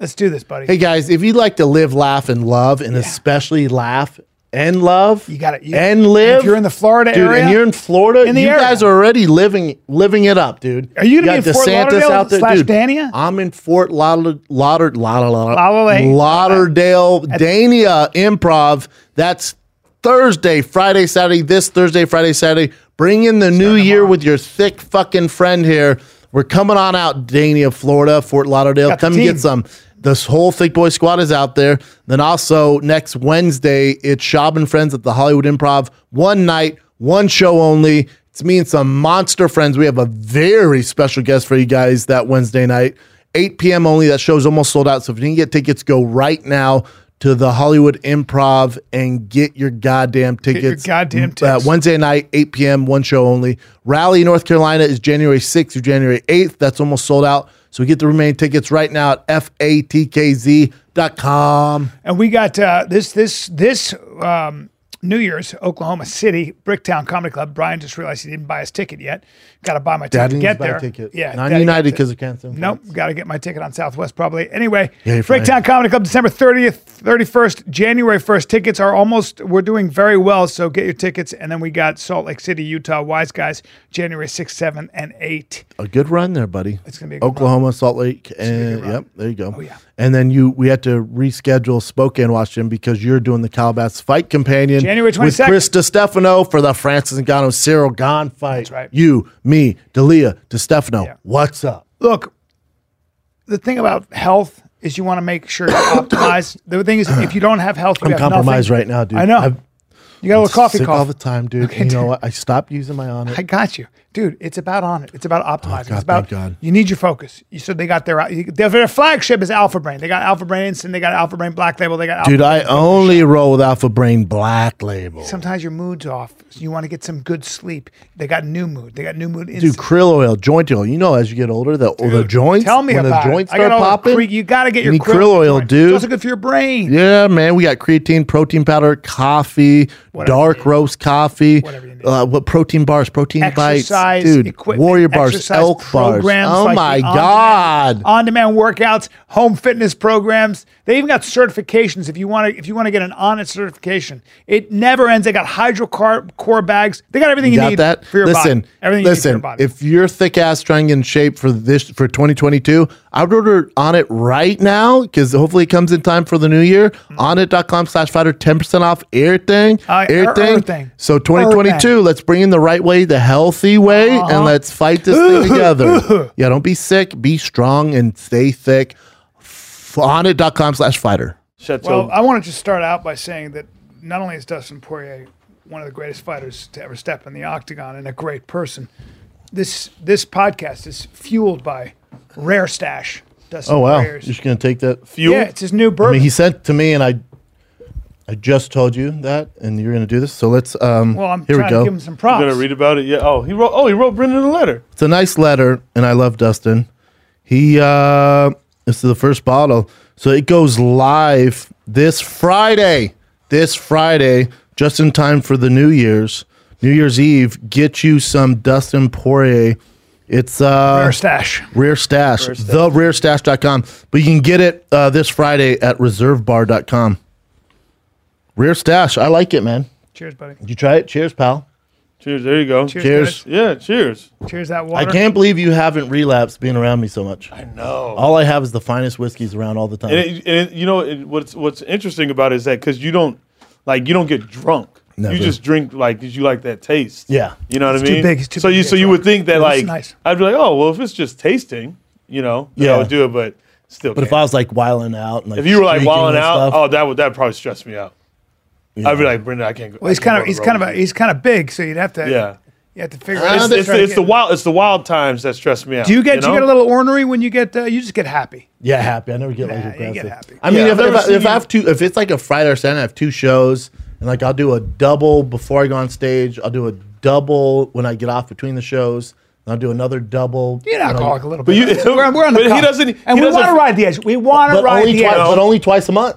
Let's do this, buddy. Hey guys, if you'd like to live, laugh, and love, and especially laugh and love, You got it. You- and live. if you're in the Florida dude, area, and you're in Florida, in the you area. guys are already living living it up, dude. Are you gonna got be in Fort Lauderdale slash Dania? I'm in Fort Lauder, Lauder, Lauder, Lauderdale. Lauderdale, Dania Improv. That's Thursday, Friday, Saturday. This Thursday, Friday, Saturday. Bring in the new year with your thick fucking friend here. We're coming on out, Dania, Florida, Fort Lauderdale. Got the Come and team. get some. um, This whole Thick Boy squad is out there. Then also next Wednesday, it's Shab and Friends at the Hollywood Improv. One night, one show only. It's me and some monster friends. We have a very special guest for you guys that Wednesday night. 8 p.m. only. That show's almost sold out. So if you didn't get tickets, go right now to the Hollywood Improv and get your goddamn tickets. goddamn Uh, tickets. Wednesday night, 8 p.m., one show only. Raleigh, North Carolina is January 6th through January 8th. That's almost sold out. So get the remaining tickets right now at fatkz.com. And we got uh, this this this um, New Year's Oklahoma City Bricktown Comedy Club. Brian just realized he didn't buy his ticket yet. Got to buy my ticket. Dad to needs get to buy a there. ticket. Yeah, Not Daddy- United because of cancer. Nope, got to get my ticket on Southwest probably. Anyway, Yeah, you're Bricktown fine. Comedy Club, December 30th, 31st, January 1st. Tickets are almost, we're doing very well, so get your tickets. And then we got Salt Lake City, Utah, Wise Guys, January 6th, 7th, and 8th. A good run there, buddy. It's gonna be a good Oklahoma, Salt Lake, and yep, there you go. Oh yeah. And then you, we had to reschedule Spokane, Washington, because you're doing the Calabas Fight Companion, January with 22nd. Chris DiStefano for the Francis Ngannou Cyril Gone fight. That's right. You, me, Dalia DiStefano. Yeah. What's up? look, the thing about health is you want to make sure you're optimized. The thing is, if you don't have health, you I'm have compromised nothing. right now, dude. I know. I'm you got a little coffee sick all cough. the time, dude. you know what? I stopped using my on I got you, dude. It's about on it. It's about optimizing. Oh, God, it's about thank God. you need your focus. You, so they got their, you- their their flagship is Alpha Brain. They got Alpha Brain Instant. They got Alpha Brain Black Label. They got Alpha Dude, I only roll with Alpha Brain Black Label. Sometimes your mood's off. So you want to get some good sleep. They got new mood. They got new mood. Dude, Instant. krill oil, joint oil. You know, as you get older, the, the joints. Tell me when about the joints it. I got start all the popping. cre- you got to get your need krill oil, joint. dude. It's also good for your brain. Yeah, man. We got creatine, protein powder, coffee, dark roast coffee. Whatever you need. Uh, what protein bars, protein exercise bites, dude. equipment, warrior bars, exercise elk bars. programs Oh like the my on-demand- god. on-demand workouts, home fitness programs. They even got certifications if you want to. If you want to get an Onnit certification, it never ends. They got hydrocar core bags. They got everything you, got need that? for your listen, body. Everything listen. you need for your body. If you're thick ass trying to get in shape for this for 2022, I would order on it right now because hopefully it comes in time for the new year. On it.com slash fighter, 10% off everything. Mm-hmm. Uh, er- everything. So 2022, let's bring in the right way, the healthy way, Uh-huh. and let's fight this thing together. yeah, don't be sick, be strong and stay thick. F- On it.com slash fighter. Well, I want to just start out by saying that not only is Dustin Poirier one of the greatest fighters to ever step in the octagon and a great person, this this podcast is fueled by Rare Stash. Dustin Oh, wow. You're Poirier's. just going to take that fuel? Yeah, it's his new bourbon. I mean, he sent to me, and I, I just told you that, and you're gonna do this. So let's. Um, well, I'm here we trying go. to give him some props. Gonna read about it? Yeah. Oh, he wrote. Oh, he wrote Brendan a letter. it's a nice letter, and I love Dustin. He. Uh, this is the first bottle, so it goes live this Friday. This Friday, just in time for the New Year's, New Year's Eve. Get you some Dustin Poirier. It's uh, Rare Stash. Rare Stash, the rarestash.com. But you can get it uh, this Friday at reservebar.com. Rare Stash. I like it, man. Cheers, buddy. You try it? Cheers, pal. Cheers. There you go. Cheers. Cheers. guys. Yeah. Cheers. Cheers that I water. can't believe you haven't relapsed being around me so much. No. All I have is the finest whiskeys around all the time. And, it, and it, you know it, what's what's interesting about it is that because you don't like you don't get drunk. Never. You just drink like 'cause you like that taste. Yeah. You know what It's I too mean? big, it's too so big you to so get you would drunk. think that No, it's like nice. I'd be like, oh well, if it's just tasting, you know, yeah, Yeah. I would do it, but still. but if I was like wiling out, and, like if you were like streaking walling and out, stuff, oh, that would that would probably stress me out. I'd be like, Brendan, I can't go. well, he's kind of he's kind of a, he's kind of big, so you'd have to Yeah. You have to figure Ah, out. It's, that's it's, the, it's the wild. It's the wild times that stress me out. Do you get do know? you get a little ornery when you get uh, you just get happy? yeah, happy. I never get like Nah, you aggressive. get happy. I mean, Yeah, if, I've if, never I, if seen- I have two, if it's like a Friday or Saturday, I have two shows, and like I'll do a double before I go on stage. I'll do a double when I get off between the shows, and I'll do another double. You're an when I'm- alcoholic a little But bit. you- So we're, we're on the but he cuff. doesn't- he and we doesn't- want to ride the edge. We want to but ride only the twice. edge. But only twice a month.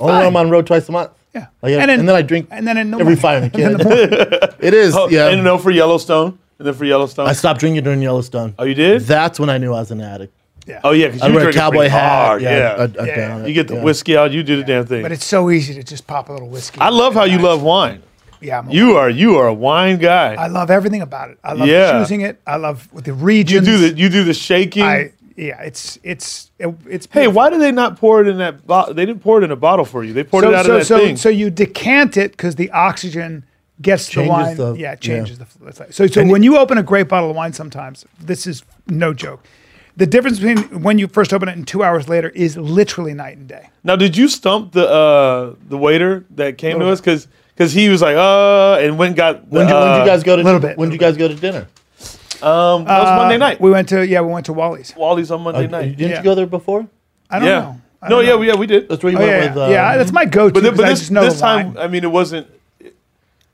only fine. when I'm on road twice a month. Yeah. Like, And and, then- then, I drink. and then in the every morning. five and a And kid. it is. Oh, yeah. And you know, for Yellowstone, and then for Yellowstone. I stopped drinking during Yellowstone. oh, you did? That's when I knew I was an addict. Yeah. Oh yeah, because I you wear a drink it cowboy pretty hat. hard. Yeah, I- I Yeah. down it, you get the yeah. whiskey out. You do the damn thing. But it's so easy to just pop a little whiskey. I love how you love wine. Yeah, I'm a- You are you are a wine guy. I love everything about it. I love Yeah. choosing it. I love with the you regions. do the you do the shaking. I yeah, it's it's it, it's. hey, why did they not pour it in that? Bo- they didn't pour it in a bottle for you. They poured So it out so of that so, thing. so you decant it because the oxygen gets the Changes wine. the- yeah, it yeah. changes the. That's right. So so when you open a great bottle of wine, sometimes this is no joke. The difference between when you first open it and two hours later is literally night and day. now, did you stump the uh, the waiter that came to us because because he was like uh and went and got the, When did you, when uh, you guys go to little bit, When did you guys go to dinner? um that was Monday Uh, night. We went to yeah, we went to Wally's. Wally's on Monday night. Oh, Didn't Yeah. you go there before? I don't yeah. know. I no, don't yeah, know. we, yeah, we did. That's where you Oh, went yeah, with. yeah. Uh, yeah, that's my go-to. But, th- 'cause but I this just know the this time, line. I mean, it wasn't.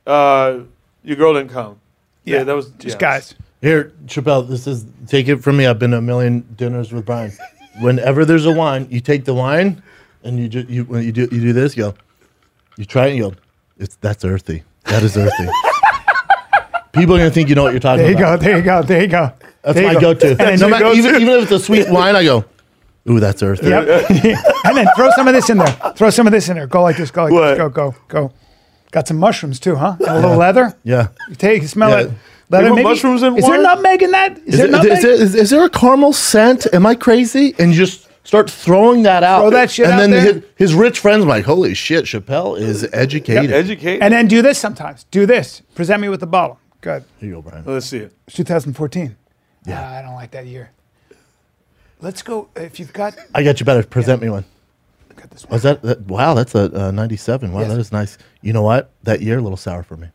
Uh, your girl didn't come. Yeah, that was just yeah. guys. Here, Chappelle, this is take it from me. I've been to a million dinners with Brian. Whenever there's a wine, you take the wine and you ju- you when you do you do this, you go, you try it and you go, it's that's earthy. That is earthy. People are gonna think you know what you're talking There you about. go. There you go. There you go. That's there you my go to. And No then matter, even, even if it's a sweet wine, I go, ooh, that's earthy. Yep. and then throw some of this in there. Throw some of this in there. Go like this. Go like What? this. Go, go, go. Got some mushrooms too, huh? And a little leather. Yeah. You take, you smell Yeah. it. Leather. put maybe- mushrooms in Is there wine? nutmeg in that? Is, Is, there it- nutmeg? is, there- is- is there a caramel scent? Am I crazy? And you just start throwing that out. Throw that shit And out then there? His, his rich friends are like, holy shit, Chappelle is educated. Educate. and then do this sometimes. Do this. Present me with the bottle. Good. Here you go, Brian. Let's see it. It's 2014. Yeah. Ah, I don't like that year. Let's go. If you've got, I got you better. Present me one. got this one. Was that, that wow? That's a, uh 97. Wow, Yes. that is nice. You know what? That year, a little sour for me.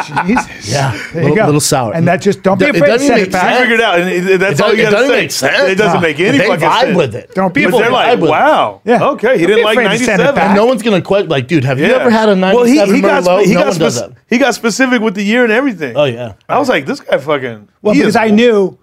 Jesus. Ah, Yeah, There little, you go. little sour. And that just don't be It afraid to doesn't set make it back. I sense. figured it out, and it- it- that's It all don't- you it gotta doesn't say. make sense. It doesn't No. make any They fucking vibe sense. with it. Don't be But afraid. they're like, vibe with it. wow, Yeah. okay, he Don't be didn't like afraid to send it '97. back. And no one's gonna question. Like, dude, have you ever had a 97 Well, he, he got, Merlot? spe- he no got one does spec- that. he got specific with the year and everything. Oh yeah. I was like, this guy fucking. Well, he because is- I knew,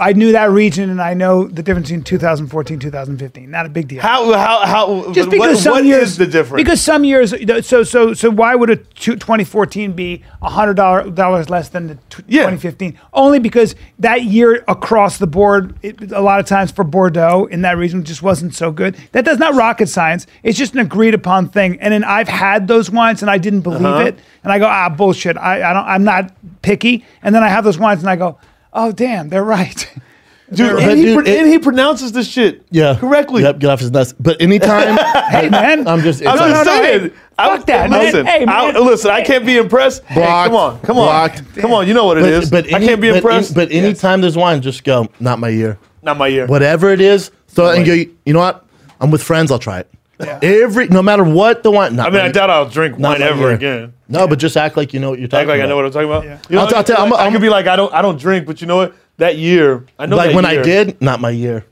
I knew that region, and I know the difference between 2014, 2015. Not a big deal. how how how Just what- because some what years is the difference? Because some years, you know, so so so why would a two, 2014 be hundred dollars less than the tw- Yeah. 2015? Only because that year across the board, it, a lot of times for Bordeaux in that region just wasn't so good. That does not rocket science. It's just an agreed upon thing. And then I've had those wines and I didn't believe Uh-huh. it, and I go ah bullshit. I, I don't I'm not picky. And then I have those wines and I go oh damn they're right. dude, But and, he, dude, pro- it- and he pronounces this shit Yeah. correctly. Yep. Get off his nuts. But anytime. hey man, I'm just. I'm it's No, just no, no, like- saying. hey, I- fuck that, man. Listen, Hey, man. I, listen, I can't be impressed. Hey, Blocked, come on, come on, blocked. come on. You know what it is. But, but I can't be any- but impressed. any- But anytime there's wine, just go. Not my year. not my year. whatever it is, throw it and go. You know what? I'm with friends. I'll try it. Yeah. Every no matter what the wine. Not I mean, I doubt I'll drink wine ever again. No, but just act like you know what you're talking. Act like about. I know what I'm talking about. Yeah. You know, I'll t- I'll tell- I'm- I I'm- could be like, I don't, I don't drink, but you know what? That year, I know. Like that when year. I did, not my year,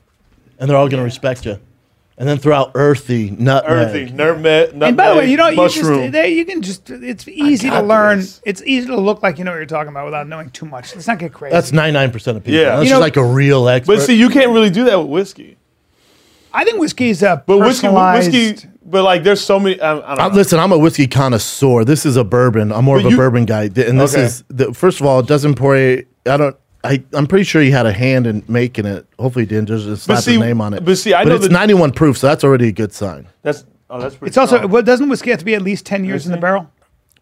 and they're all gonna respect you. And then throw out earthy, nutmeg. Earthy, nutmeg, nutmeg, And by the way, you don't you mushroom. just they, you can just it's easy to got learn. this. It's easy to look like you know what you're talking about without knowing too much. Let's not get crazy. That's ninety nine percent of people. Yeah. Yeah, that's You know- just like a real expert. but see, you can't really do that with whiskey. I think whiskey is a But whiskey, personalized. whiskey. But like, there's so many. I, I Uh, don't know. listen, I'm a whiskey connoisseur. This is a bourbon. I'm more But of a you- bourbon guy, Th- and this Okay. is the, first of all, it doesn't Poirier. I don't. I, I'm pretty sure he had a hand in making it. Hopefully, he didn't just just slap see- his name on it. but see, I know it's that- 91 proof, so that's already a good sign. That's oh, that's pretty. It's also strong. well, doesn't whiskey have to be at least ten years in the barrel?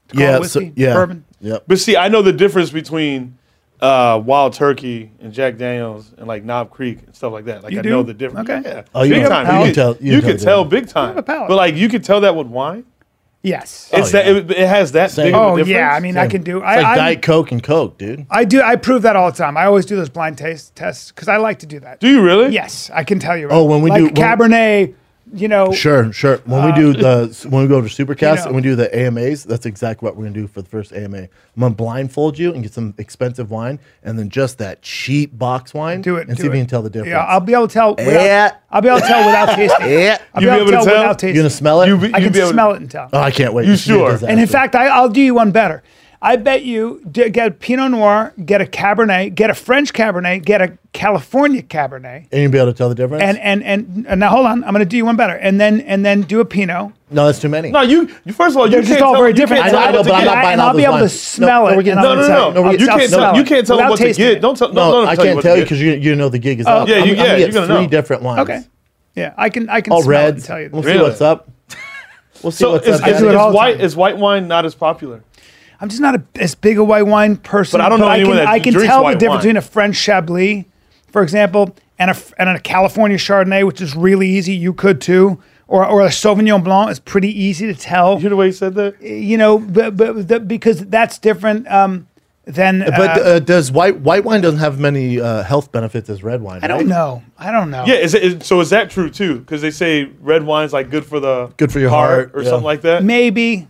To call it Yeah, whiskey, so, yeah, bourbon. Yep. But see, I know the difference between uh, Wild Turkey and Jack Daniels and like Knob Creek and stuff like that. Like You I do? know the difference. Okay. Yeah. Oh, you big have a time. palate. You could You tell, can tell- you you can could tell tell big time. a palate. But like you could tell that with wine. Yes. It's Oh, yeah. that it, it has that. Same. Big of a oh yeah, difference. I mean I can do. I, It's like I'm- Diet Coke and Coke, dude. I do. I prove that all the time. I always do those blind taste tests because I like to do that. do you really? Yes, I can tell you. Oh, when we like do- when- Cabernet, you know, Sure, sure. When Uh, we do the when we go over to Supercast know. and we do the AMAs, that's exactly what we're gonna do for the first AMA. I'm gonna blindfold you and get some expensive wine, and then just that cheap box wine. do it and do see if it. you can tell the difference. Yeah, I'll be able to tell. Without, Yeah. I'll be able to tell without tasting. Yeah. I'll You'll be able to tell, without tell? tasting. you gonna smell it? You be- I you'd can be able to- smell it and tell. Oh, I can't wait. You This is gonna be a sure? disaster. And in fact, I, I'll do you one better. I bet you d- get a Pinot Noir, get a Cabernet, get a French Cabernet, get a California Cabernet, And you'll be able to tell the difference? and and and, and now hold on, I'm going to do you one better, and then and then do a Pinot. no, that's too many. No, you, you. First of all, you They're can't just all tell- very you different. can't I know- I tell know, what but to I'm get. not buying and all I'll be those able to wines. smell No, no, it. we're getting- and I'll No, no, tell no, no. I'll You tell- can't smell tell. it You can't tell them without what to tasting get. it. Don't tell. No, No, don't I tell you can't what tell to you get. because you, you know the gig is up. Oh, yeah, I'm, you- I'm yeah, gonna you're get gonna three know. different wines. Okay. Yeah, I can I can All smell it and reds. tell you. We'll This. see Really? what's up. We'll see So what's is, up. I is, do it is all the white time. is white wine not as popular? I'm just not a, as big a white wine person. But I don't know anyone I can, that I can drinks tell the white difference wine. between a French Chablis, for example, and a and a California Chardonnay, which is really easy. You could too, or or a Sauvignon Blanc is pretty easy to tell. You hear the way he said that? You know, but, but the, because that's different um, than. Uh, But uh, does white white wine doesn't have many uh, health benefits as red wine? I don't know. I don't know. Yeah. Is, it is so? Is that true too? Because they say red wine's like good for the Good for your heart, or yeah. something like that. Maybe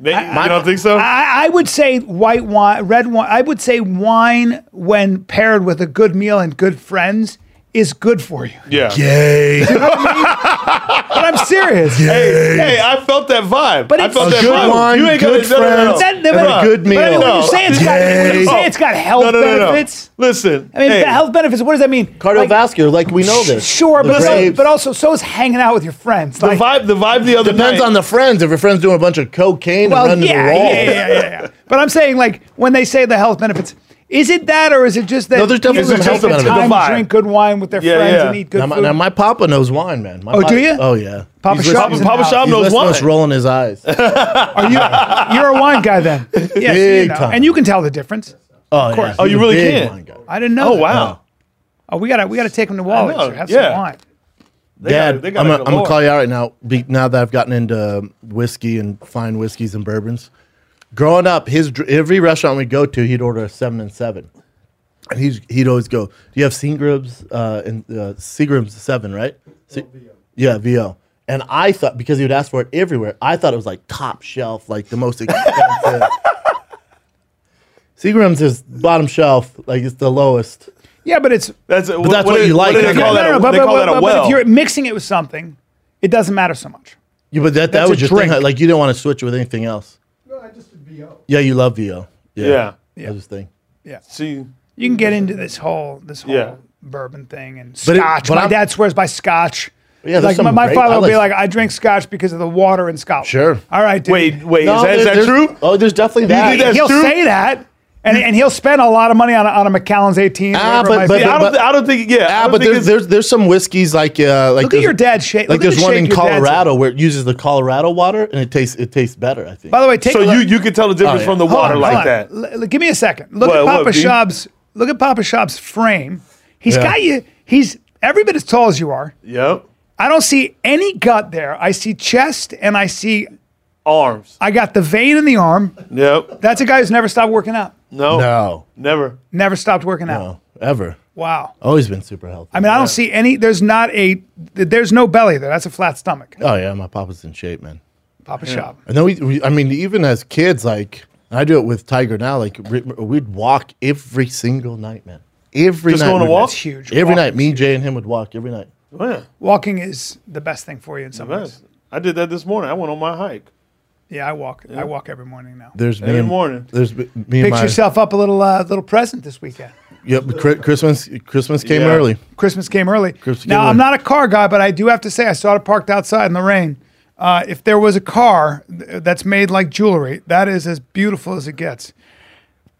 They- you don't think so? I, I would say white wine, red wine. I would say wine when paired with a good meal and good friends is good for you. yeah. Yay! But I'm serious. Hey, hey, I felt that vibe. But I it's- felt A that good vibe. wine, you ain't gonna good no, no, no, no. friends, That- and but- a good But I mean, when meal. you say it's got, when you say it's got health No, no, no, no. benefits, Listen. I mean, hey, the health benefits. What does that mean? Like, Cardiovascular, like, we know this. sure, The but also, grapes. but also, so is hanging out with your friends. The Like, vibe. The vibe. The other depends night- on the friends. If your friend's doing a bunch of cocaine well, and running yeah, the wall, yeah, yeah, yeah, yeah, yeah. But I'm saying, like, when they say the health benefits, is it that, or is it just that No, there's definitely people some take health benefits. the time The to vibe. drink good wine with their Yeah, friends yeah. and eat good Now, my, food? now my papa knows wine, man. My Oh, papa- do you? Oh yeah. Papa He's Shop listening- is in Papa the house. Shop he's knows listening to us wine. rolling his eyes. Are you? You're a wine guy then. Yes, you Big know. time. and you can tell the difference. Oh, yeah. Oh, He's you a really big can? wine guy. I didn't know. Oh that. wow. Oh, we gotta we gotta take him to Wally. know, Have yeah. some wine. They Dad, gotta- they I'm gotta gonna- I'm go gonna call hard. you out right now. Be, now that I've gotten into whiskey and fine whiskeys and bourbons, growing up, his dr- every restaurant we go to, he'd order a seven and seven, and he's he'd always go, "Do you have Seagram's uh, and uh, Seagram's seven, right?" Se- yeah, VO. And I thought because he would ask for it everywhere, I thought it was like top shelf, like the most expensive. Seagram's is bottom shelf, like it's the lowest. Yeah, but it's That's, But that's what do- you like. What do Yeah, they call no, that? no, a- They call that a if you're well. mixing it with something, it doesn't matter so much. Yeah, but that, that That's was a your thing. drink. Like you didn't want to switch it with anything else. No, I just did VO. Yeah, you love VO. Yeah. That was the thing. See. You can get into this whole this whole Yeah. bourbon thing and But it- scotch. but my I'm- dad swears by scotch. Yeah, there's like some my, my great- father I will be like- like, I drink scotch because of the water in Scotland. Sure. All right, dude. Wait. Wait. No, is that, is there- that there's- true? Oh, there's definitely that. think that's he'll true? say that, and, and he'll spend a lot of money on a, on a Macallan's 18. Ah, whatever it might but- be. Yeah, I don't. but- I don't think. Yeah. I yeah, don't but think there's, it's- there's there's some whiskeys like uh like look at there's- your dad's shape. like look at there's the one shape in your dad's in. Colorado where it uses the Colorado water and it tastes it tastes better. I think. By the way, take So a look. you you can tell the difference yeah. from the Hold water on, like hold that. on. L- l- give me a second. Look What- at what, Papa B? Shab's. Look at Papa Shab's frame. He's Yeah. got you. He's every bit as tall as you are. Yep. I don't see any gut there. I see chest, and I see. Arms. I got the vein in the arm. Yep. That's a guy who's never stopped working out. No. no, Never. Never stopped working out. no, ever. Wow. Always been super healthy. I mean, I don't see any. There's not a. th- There's no belly there. That's a flat stomach. oh yeah, my papa's in shape, man. Papa Shab. And then we, we I mean, even as kids, like I do it with Tiger now. Like we- we'd walk every single night, man. Every Just night going to we'd walk? That's huge. Every Walk- night, me, Jay, and him would walk every night. Yeah. Walking is the best thing for you in some ways. Yes. I did that this morning. I went on my hike. Yeah, I walk. I walk every morning now. There's me Every and, morning. There's me me and Fix my yourself up a little uh, little present this weekend. Yep, Chri- Christmas Christmas came Yeah. early. Christmas came early. Christmas now, I'm came early. not a car guy, but I do have to say I saw it parked outside in the rain. Uh, if there was a car th- that's made like jewelry, that is as beautiful as it gets.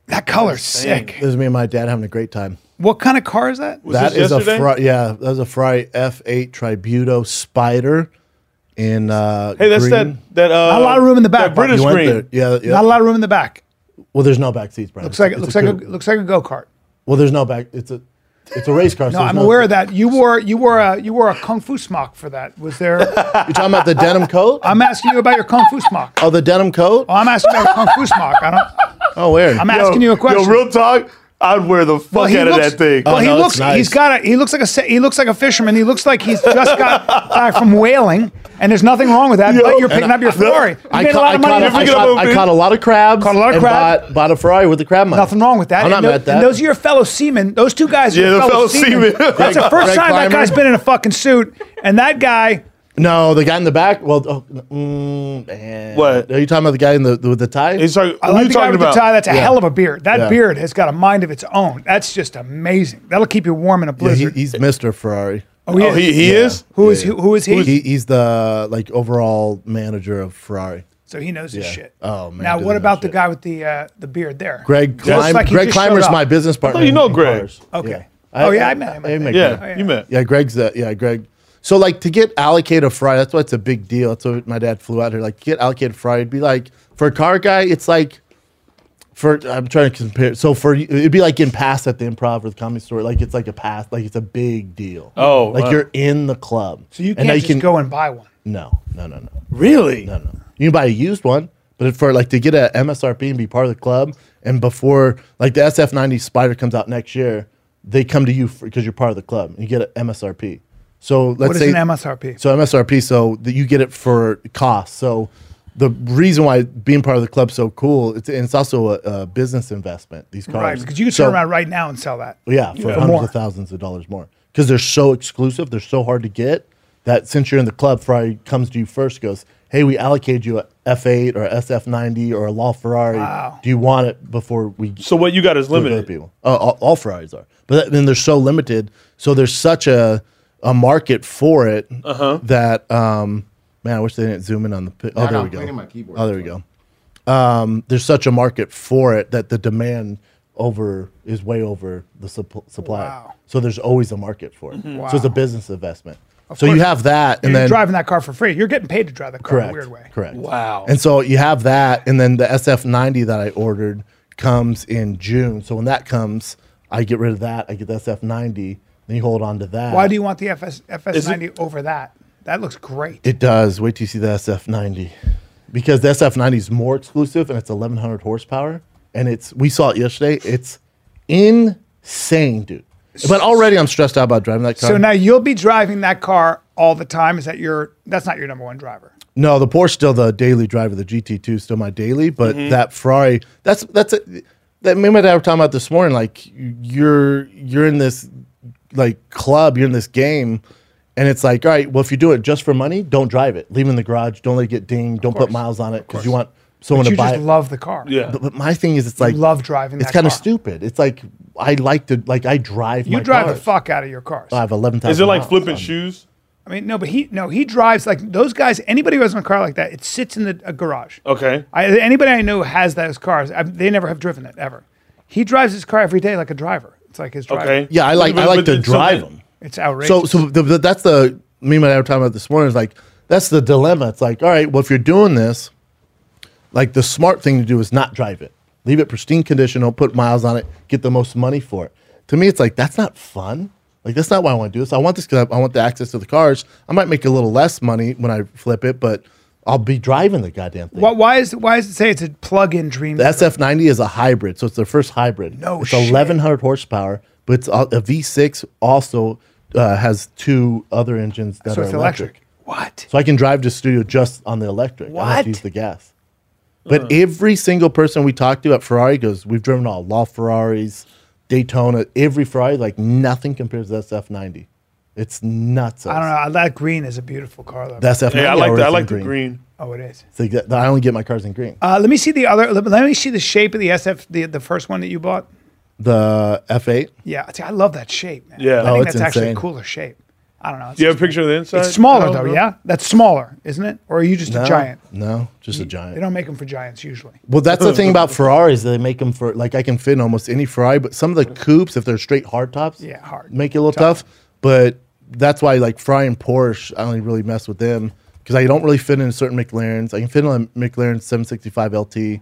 That color's sick. This is me and my dad having a great time. What kind of car is that? That this is a yesterday? Ferrari, yeah, that was a Ferrari F8 Tributo Spider in uh Hey, that's green. that that. Uh, a lot of room in the back, That Bob. British You went green. there. Yeah, yeah. Not a lot of room in the back. well, there's no back seats, Brian. Looks like it It's looks like a, coupe. looks like a go kart. well, there's no back. It's a it's a race car. No, I'm aware of that. You wore you wore a you wore a kung fu smock for that. Was there? You're talking about the denim coat? I'm asking you about your kung fu smock. oh, the denim coat? Well, I'm asking you about your kung fu smock. I don't. Oh, weird. I'm Yo, asking you a question. Yo, real talk. I'd wear the fuck out of that thing. Uh-huh. Well, Oh, he no, it's looks. nice. He's got a. He looks like a. se- He looks like a fisherman. He looks like he's just got back from whaling, and there's nothing wrong with that. but you're picking up your Ferrari. You I, made ca- a lot I, of caught, money. I, off it. up caught, a I big- caught a lot of crabs. Caught a lot of and crab. Bought, bought a Ferrari with the crab money. Nothing wrong with that. I'm not and tho- mad at that. And those are your fellow seamen. Those two guys are Yeah, your the fellow, fellow seamen. seamen. That's the first Greg time Clymer. that guy's been in a fucking suit, and that guy. No, the guy in the back. Well, oh, mm, man. What? Are you talking about the guy in the with the tie? He's talking. I who like you the guy talking with about? the tie. That's a Yeah. hell of a beard. That Yeah. beard has got a mind of its own. That's just amazing. That'll keep you warm in a yeah, he, blizzard. he's Mr. Ferrari. oh, oh, he, he Yeah. is. Who is who, who is he? He, he's the like overall manager of Ferrari. So he knows his Yeah. shit. Oh, man, Now does what he know about the shit. guy with the uh, the beard there? Greg Just Clim- like he Greg just showed Climber's up. my business partner. thought you know in Greg. cars. Okay. Yeah. Oh, yeah, I met him, I met think. Greg. Yeah, yeah. you met. Oh, Yeah, Greg's the yeah, Greg. So like to get allocated a Friday, that's why it's a big deal. That's why my dad flew out here. Like get allocated Friday, it'd be like for a car guy, it's like for I'm trying to compare. So for it'd be like getting passed at the improv or the comedy store. Like it's like a pass, like it's a big deal. Oh, like wow. you're in the club. So you And can't now just go and buy one. No, no, no, no, Really? no, no. You can buy a used one, but for like to get a MSRP and be part of the club, and before like the SF90 Spider comes out next year, they come to you because you're part of the club and you get an MSRP. So let's What is say an MSRP? so MSRP, so that you get it for cost. So the reason why being part of the club's so cool, it's, and it's also a, a business investment. These cars, Right, because you can turn So- around right now and sell that. yeah, for hundreds more. of thousands of dollars more because they're so exclusive, they're so hard to get that since you're in the club, Ferrari comes to you first, goes, "Hey, we allocated you a F8 or a SF90 or a Law Ferrari. Wow. Do you want it before we So what you got is with other limited. people. Uh, all, all Ferraris are, but that- then they're so limited. So there's such a a market for it that um, man, I wish they didn't zoom in on the. pi- Oh, No, there no, we I'm go. cleaning my keyboard. Oh, there we go. Um, there's such a market for it that the demand over is way over the supp- supply. Wow. So there's always a market for it. So it's a Wow. business investment. so you course. have that, and you're then driving that car for free. You're getting paid to drive the car correct, in a weird way. correct. Wow. And so you have that, and then the SF90 that I ordered comes in June. So when that comes, I get rid of that. I get the SF90. Then you hold on to that. Why do you want the FS FS90 over that? That looks great. It does. Wait till you see the SF90, because the SF90 is more exclusive, and it's 1100 horsepower, and it's. We saw it yesterday. It's insane, dude. But already I'm stressed out about driving that car. So now you'll be driving that car all the time. Is that your? That's not your number one driver. No, the Porsche still the daily driver. The GT2 is still my daily, but Mm-hmm. that Ferrari. That's that's a, that. Me and my dad were talking about this morning. Like you're you're in this like club. You're in this game, and it's like, all right, well, if you do it just for money, don't drive it. Leave it in the garage. Don't let it get dinged. Don't put miles on it because you want someone You to buy just it. love the car. Yeah. but, but my thing is, it's like love driving It's that kind of car. stupid. It's like I like to like I drive. You my drive cars. the fuck out of your cars. I have eleven thousand. Is it like Um, flipping shoes? I mean, no, but he no, he drives like those guys. Anybody who has a car like that, it sits in the a garage. Okay. I, anybody I know who has those cars. I, they never have driven it ever. He drives his car every day like a driver. It's like his driver. Okay. Yeah, I like I like to it's drive something- them. It's outrageous. So, so the, the, that's the me and my dad were talking about this morning. Is like that's the dilemma. It's like, all right, well, if you're doing this, like the smart thing to do is not drive it, leave it pristine condition, don't put miles on it, get the most money for it. To me, it's like that's not fun. Like that's not why I want to do this. I want this because I, I want the access to the cars. I might make a little less money when I flip it, but I'll be driving the goddamn thing. why, why is why is it say it's a plug-in dream? The SF90 is a hybrid, so it's their first hybrid. No it's shit. 1100 horsepower, but it's a a V6 also uh, has two other engines that so are it's electric. electric. What? So I can drive to studio just on the electric. I don't have What? Uh. to use the gas. But every single person we talked to at Ferrari goes, we've driven all law Ferraris, Daytona, every Ferrari, like nothing compares to the SF90. It's nuts. I don't know. That green is a beautiful car though. The SF90 Yeah, I like always the, I in like the green. oh, it is. It's like that- I only get my cars in green. Uh, let me see the other. Let, let me see the shape of the SF. The the first one that you bought. the F8. Yeah, see, I love that shape, man. Yeah. I Oh, think it's that's actually a insane. cooler shape. I don't know. It's, Do you have a picture of the inside? it's smaller No, though, no. yeah. That's smaller, isn't it? Or are you just No, a giant? No, just a giant. They don't make them for giants usually. Well, that's the thing about Ferraris. They make them for like I can fit in almost any Ferrari, but some of the coupes, if they're straight hardtops, Yeah, hard. make it a little tough. But that's why like Ferrari and Porsche, I only really mess with them because I don't really fit in certain McLarens. I can fit in a McLaren 765 LT.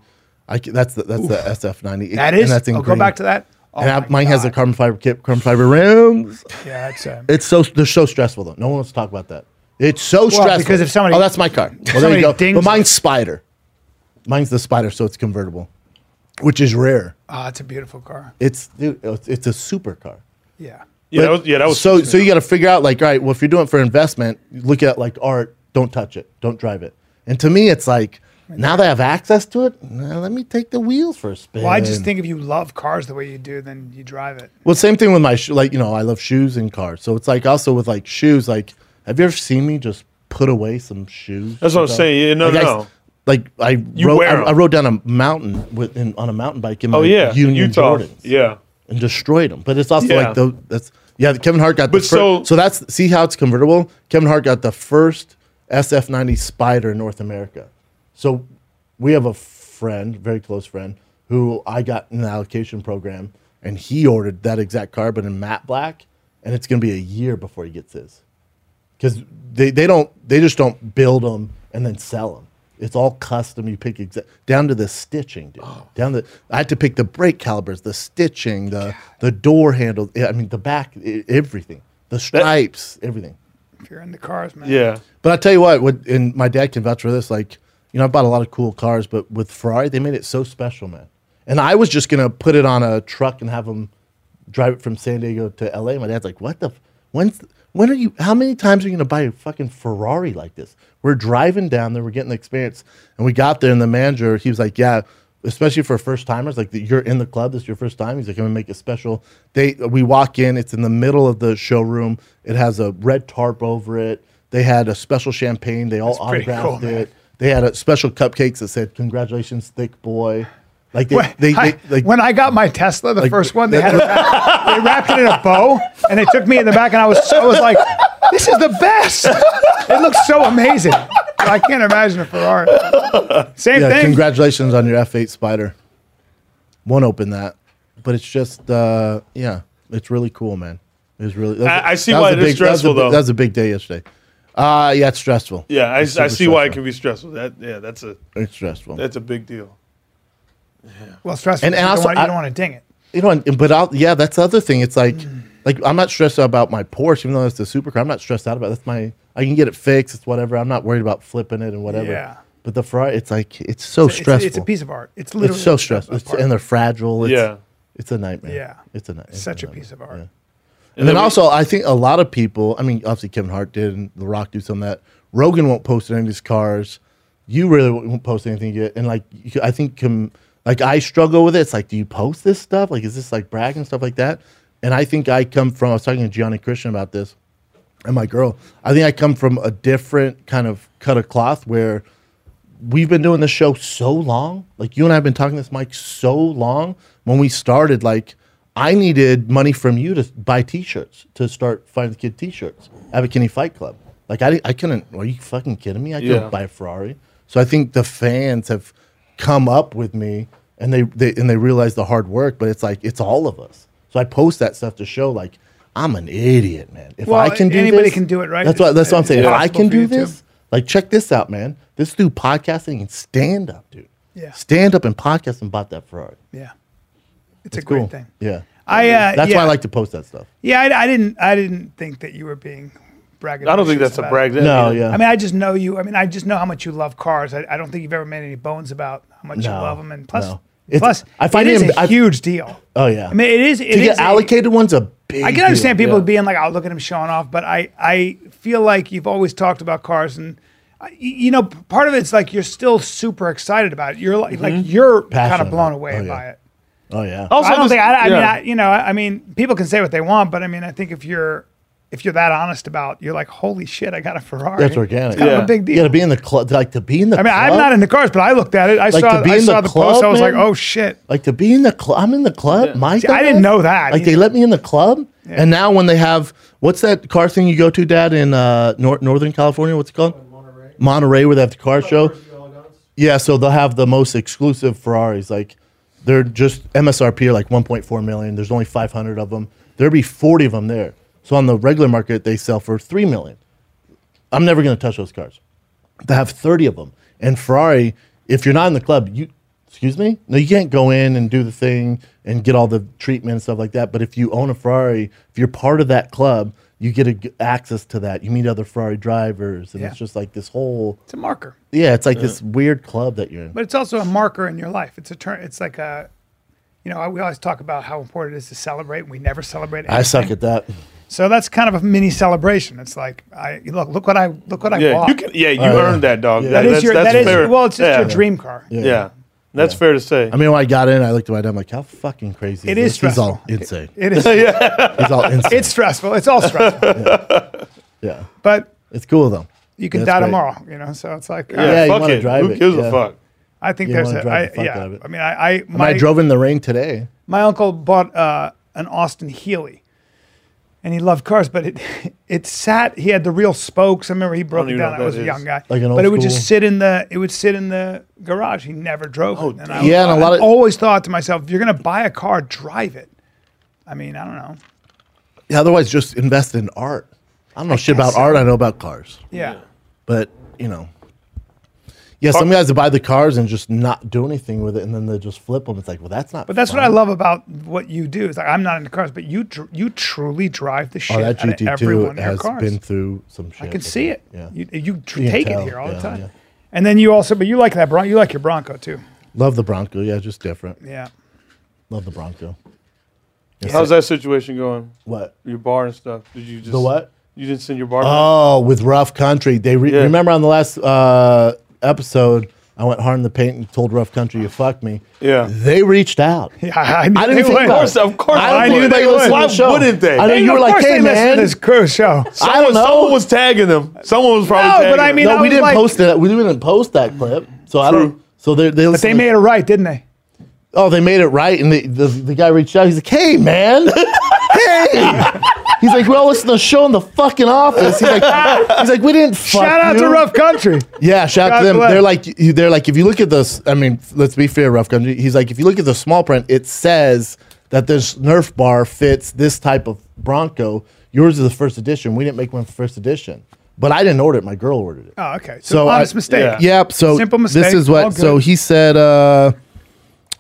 I can, that's the, that's the SF90. That and is. that's in I'll green. go back to that. Oh and I, my mine has a God. carbon fiber kit, carbon fiber rims. Yeah, that's. Um, It's so they're so stressful though. No one wants to talk about that. It's so stressful because if somebody- oh that's my car. Well, there somebody you go. dings But it. mine's spider. Mine's the spider, so it's convertible, which is rare. ah, it's a beautiful car. It's dude, it's, it's a supercar. Yeah. Yeah, that But- was, yeah, that was so. So you got to figure out like, all right, well, if you're doing it for investment, look at like art. Don't touch it. Don't drive it. And to me, it's like now that I have access to it, now let me take the wheels for a spin. Well, I just think if you love cars the way you do, then you drive it. Well, same thing with my sho- like you know I love shoes and cars. So it's like also with like shoes. Like, have you ever seen me just put away some shoes? That's what I'm Like, saying. Yeah, no, I- no. like I You rode, wear I, I 'em. rode down a mountain with in, on a mountain bike in my oh yeah, Union Utah. Jordans Yeah, and destroyed them. But it's also Yeah. like the that's yeah. Kevin Hart got But the fir- so- so that's see how it's convertible. Kevin Hart got the first SF90 Spider in North America. So we have a friend, very close friend, who I got in an allocation program, and he ordered that exact car, but in matte black, and it's going to be a year before he gets his because they, they don't they just don't build them and then sell them. It's all custom. You pick exact down to the stitching, dude. Down the I had to pick the brake calipers, the stitching, the the door handle. yeah, I mean the back, e- everything, the stripes, everything. If you're in the cars, man. yeah. But I tell you what, with, and my dad can vouch for this. Like, you know, I bought a lot of cool cars, but with Ferrari, they made it so special, man. And I was just gonna put it on a truck and have them drive it from San Diego to L.A. My dad's like, "What the? F- when's? When are you? How many times are you gonna buy a fucking Ferrari like this? We're driving down there, we're getting the experience, and we got there, and the manager, he was like, "Yeah." Especially for first timers, like the, you're in the club, this is your first time. He's like, I'm gonna make a special. They we walk in, it's in the middle of the showroom. It has a red tarp over it. They had a special champagne. They all pretty autographed cool, man. it. They had a special cupcakes that said "Congratulations, thick boy." Like they, When, they, I, they like when I got my Tesla, the first one, they had it wrapped, they wrapped it in a bow, and they took me in the back, and I was I was like, "This is the best! It looks so amazing." I can't imagine a Ferrari. Same yeah, thing. congratulations on your F8 Spider. Won't open that, but it's just uh, yeah, it's really cool, man. It was really. that's- I- I see that why was a it is big- that was a stressful, big- though. That was a big day yesterday. Uh yeah, it's stressful. Yeah, I, I It's super see why it stressful. can be stressful. That yeah, that's a It's stressful. that's a big deal. well, stressful. And- and you, also don't want, you I- don't want to ding it. you know, and, but I'll, yeah, that's the other thing. It's like, Mm. like I'm not stressed out about my Porsche, even though that's the supercar. I'm not stressed out about it. that's my. I can get it fixed. It's whatever. I'm not worried about flipping it and whatever. Yeah. But the Ferrari, it's like it's so It's- stressful. It's, a piece of art. It's literally It's so a stressful, it's, part. and they're fragile. It's, Yeah. It's a nightmare. Yeah. It's a nightmare. such a piece of art. And then then we- also, I think a lot of people. I mean, obviously Kevin Hart did, and The Rock do some of that. Rogan won't post any of his cars. You really won't post anything yet. And like, you- I think com, like I struggle with it. It's like, do you post this stuff? Like, is this like brag and stuff like that? And I think I come from. I was talking to Gianni Christian about this, and my girl. I think I come from a different kind of cut of cloth where we've been doing this show so long. Like you and I have been talking this mic so long. When we started, like I needed money from you to buy T-shirts to start Find the Kid T-shirts. Abercrombie Fight Club. Like I, didn't- I couldn't. Are you fucking kidding me? I couldn't Yeah. buy a Ferrari. So I think the fans have come up with me, and they, they and they realize the hard work. But it's like it's all of us. So I post that stuff to show like. I'm an idiot, man. If Well, I can do anybody this- can do it, right? That's what. That's what I'm It's saying. If I impossible can for do you to. this, like, check this out, man. This dude podcasting and stand up, dude. Yeah. Stand up and podcast and bought that Ferrari. Yeah, it's a great Cool. thing. Yeah. I uh, That's yeah, why I like to post that stuff. Yeah, I, I didn't. I didn't think that you were being bragging. I don't think that's a brag. That, No, yeah. I mean, I just know you. I mean, I just know how much you love cars. I, I don't think you've ever made any bones about how much you No, love them. And plus, no. It's- plus, I find it it is emb- a I- huge deal. Oh yeah. I mean, it is. It to is get a- allocated one's a big. I can understand deal. people yeah. being like, "Oh, look at him showing off," but I, I feel like you've always talked about cars, and I- y- you know, p- part of it's like you're still super excited about it. You're like, like you're kind Mm-hmm. Passionate of blown about it. away Oh, yeah. by it. Oh yeah. Also, I don't this- think. I, I mean, yeah. I, you know, I I mean, people can say what they want, but I mean, I think if you're if you're that honest about, you're like, holy shit, I got a Ferrari. That's organic. It's kind of Yeah. a big deal. You gotta be in the club. Like to be in the. I mean, I'm not into cars, but I looked at it. I Like, saw. to be I in the saw the, club, post. I was like, man? oh shit. Like to be in the club. I'm in the club. My I didn't dumbass? know that Like they either. let me in the club, and now when they have what's that car thing you go to, Dad, in uh, nor- Northern California? What's it called? Monterey. Monterey, where they have the car show. Yeah, so they'll have the most exclusive Ferraris. Like they're just MSRP are like 1.4 million. There's only 500 of them. There'd be 40 of them there. So on the regular market, they sell for three million. I'm never going to touch those cars. They have 30 of them. And Ferrari, if you're not in the club, you excuse me, no, you can't go in and do the thing and get all the treatment and stuff like that. But if you own a Ferrari, if you're part of that club, you get a g access to that. You meet other Ferrari drivers, and Yeah. it's just like this whole It's a marker, yeah, it's like this weird club that you're in. but it's also a marker in your life. It's a turn. It's like a. You know, we always talk about how important it is to celebrate, and we never celebrate. I anything. suck at that. So that's kind of a mini celebration. It's like, I look, look what I look what I Yeah, bought. you can. Yeah, you yeah. earned that, dog. Yeah. that is that's, your. that's That is fair. well, it's just yeah. your dream car. Yeah, that's fair to say. I mean, when I got in, I looked at my dad. I'm like, how fucking crazy It is is this? He's all stressful. insane. It is. He's all insane. It's stressful. It's all stressful. yeah, But it's cool though. You can That's die great. tomorrow, you know. So it's like, uh, Yeah, you fuck wanna it. drive Who it, gives yeah. a fuck? I think You there's wanna a, drive I, the fuck out yeah. of it. I mean, I, I And my I drove in the rain today. my uncle bought uh, an Austin Healey, and he loved cars, but it it sat. He had the real spokes. I remember he Oh, broke it even down. know I what was that a young is. guy, Like an old but it would just school- sit in the it would sit in the garage. He never drove it. And I, Oh, Yeah, and a lot I of- always thought to myself, if you're gonna buy a car, drive it. I mean, I don't know. Yeah, otherwise, just invest in art. I don't know shit about guess so. art. I know about cars, Yeah, but you know, yeah, some guys that buy the cars and just not do anything with it, and then they just flip them. It's like, well, that's not. but that's what I love about what you do. Is like I'm not into cars, but you dr- you truly drive the shit Oh, that out of GT every two one of your has cars. been through some shit. I can see it. Yeah, you, you tr- can take tell. it here all Yeah, the time. yeah. And then you also, but you like that Bronco. You like your Bronco too. love the Bronco. Yeah, just different. Yeah. Love the Bronco. How's that situation going? What Your bar and stuff. Did you just the what? You didn't send your bar. back? Oh, with Rough Country. They re- Yeah. remember on the last uh, episode, I went hard in the paint and told Rough Country, "You fucked me." yeah. They reached out. Yeah, I, knew I didn't they think would. about Of course, of course. I knew knew they they listened to Why the show. wouldn't they? I know Hey, you of were like, course "Hey they listen to man." this crew show. I don't know. Someone was tagging them. Someone was probably. No, tagging but I them. mean, no, I we was didn't like- post that. We didn't post that clip. So I True. don't. So they they They listened. made it right, didn't they? oh, they made it right, and the, the the guy reached out. He's like, "Hey man, hey." He's like, we all listen to the show in the fucking office. He's like, he's like, we didn't. Fuck Shout out to you." Rough Country. Yeah, shout out God to them. bless. They're like, they're like, if you look at this, I mean, let's be fair, Rough Country. He's like, if you look at the small print, it says that this Nerf bar fits this type of Bronco. Yours is the first edition. We didn't make one for first edition, but I didn't order it. My girl ordered it. Oh, okay. So, So honest I- mistake. yeah. Yep. So Simple This mistake, is all what. good. So he said. Uh,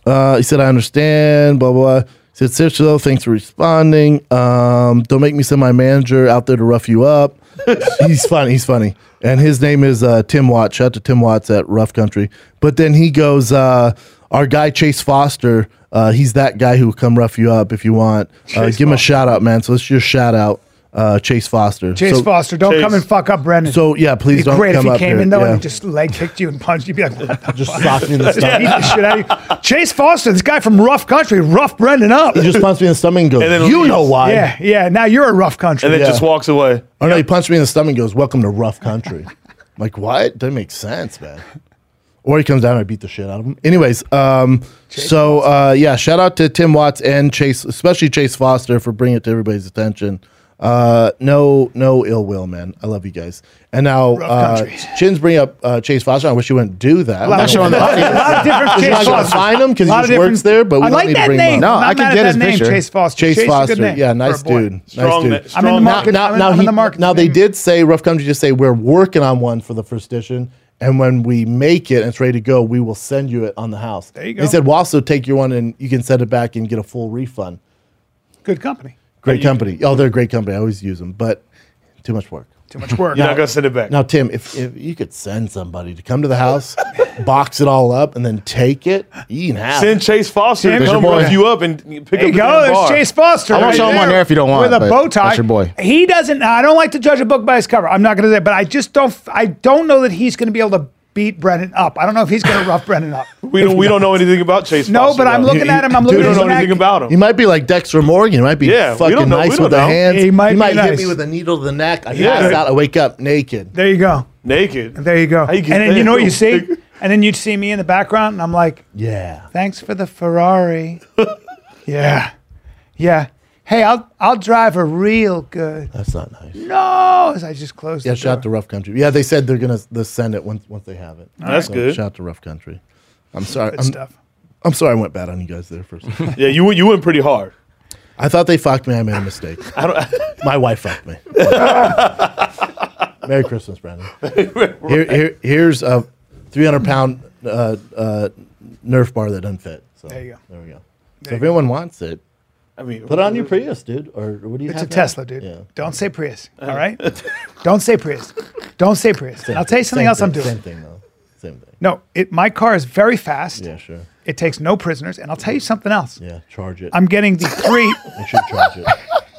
uh, he said, "I understand." Blah blah. blah. He said, "Seriously, though, thanks for responding. Um, don't make me send my manager out there to rough you up." he's funny. He's funny, and his name is uh, Tim Watts. Shout out to Tim Watts at Rough Country. But then he goes, uh, "Our guy Chase Foster. Uh, he's that guy who will come rough you up if you want. Uh, Chase give him a shout out, man. So it's just shout out, uh, Chase Foster. Chase so, Foster, don't Chase- come and fuck up Brendan. So yeah, please It'd be don't great if come he up came here. in though yeah. and just leg kicked you and punched you. You'd be like, what the just socked me in the stomach. beat the shit out of you. Chase Foster, this guy from Rough Country, rough Brendan up. He just punched me in the stomach and goes, And then "You leaves. know why?" Yeah, yeah. Now you're a Rough Country. and then yeah. just walks away. Or no, he punched me in the stomach and goes, "Welcome to rough country." I'm like, what? Doesn't make sense, man. Or he comes down and I beat the shit out of him. Anyways, um, so uh, yeah, shout out to Tim Watts and Chase, especially Chase Foster for bringing it to everybody's attention. Uh, no, no ill will, man. I love you guys. And now, uh, country. Chins bring up uh, Chase Foster. I wish you wouldn't do that. Lot of- showing a the lot of different You're Chase not gonna Foster. find him 'cause he Lot of just different- works there, but we I don't like need to that bring him name. up. No, I'm I not can mad get at his that name, picture. Chase Foster. Chase Chase is a good Foster. name Yeah, for a nice boy. dude. nice Strong dude. ma- I'm in strong the ma- now, market. now, I'm, now I'm he, in the market. now they Name- did say rough country just say we're working on one for the first edition and when we make it and it's ready to go we will send you it on the house There you they go. said we'll also take your one and you can send it back and get a full refund Good company. great company oh they're a great company i always use them but too much work Too much work. You're not gonna send it back. now tim if, if you could send somebody to come to the house box it all up and then take it you can have Send it. Chase Foster Damn to it. There's come your boy. rough you up and pick There up you the go. damn There's bar. Chase Foster. I won't show him on there if you don't want, With a but bow tie. that's your boy. He doesn't. I don't like to judge a book by its cover. I'm not going to say, but I just don't. f- I don't know that he's going to be able to beat Brennan up. I don't know if he's going to rough Brennan up. We don't. We don't know anything about Chase. No, Foster, but I'm though. looking at him. I'm looking We at don't his know neck. anything about him. He might be like Dexter Morgan. He might be Yeah, we fucking don't know- we nice don't with the know. hands. He might be hit nice. me with a needle to the neck. I Yeah. pass out. I wake up naked. There you go. Naked. There you go. How you and get then you know what you there? see. And then you'd see me in the background, and I'm like, Yeah. "Thanks for the Ferrari." yeah, yeah. Hey, I'll I'll drive her real good. That's not nice. No, as I just closed. Yeah, the shout door. out to Rough Country. Yeah, they said they're gonna they send it once once they have it. That's good. Shout out to Rough Country. I'm sorry. Good I'm, stuff. I'm sorry I went bad on you guys there first. Yeah, you went- you went pretty hard. I thought they fucked me. I made a mistake. I don't. My wife fucked me. Merry Christmas, Brandon. Here, here, here's a 300 pound uh, uh, Nerf bar that doesn't fit. So There you go. There we go. There so you if anyone wants it, I mean, put it on your Prius, dude. Or what do you It's a have now? Tesla, dude. Yeah. Uh, Don't say Prius. All right. Don't say Prius. Don't say Prius. And I'll tell you something Same else I'm thing- doing. Same thing though. Same thing. No, it, my car is very fast. Yeah, sure. It takes no prisoners. And I'll tell you something else. Yeah, charge it. I'm getting the three. Make sure you charge it.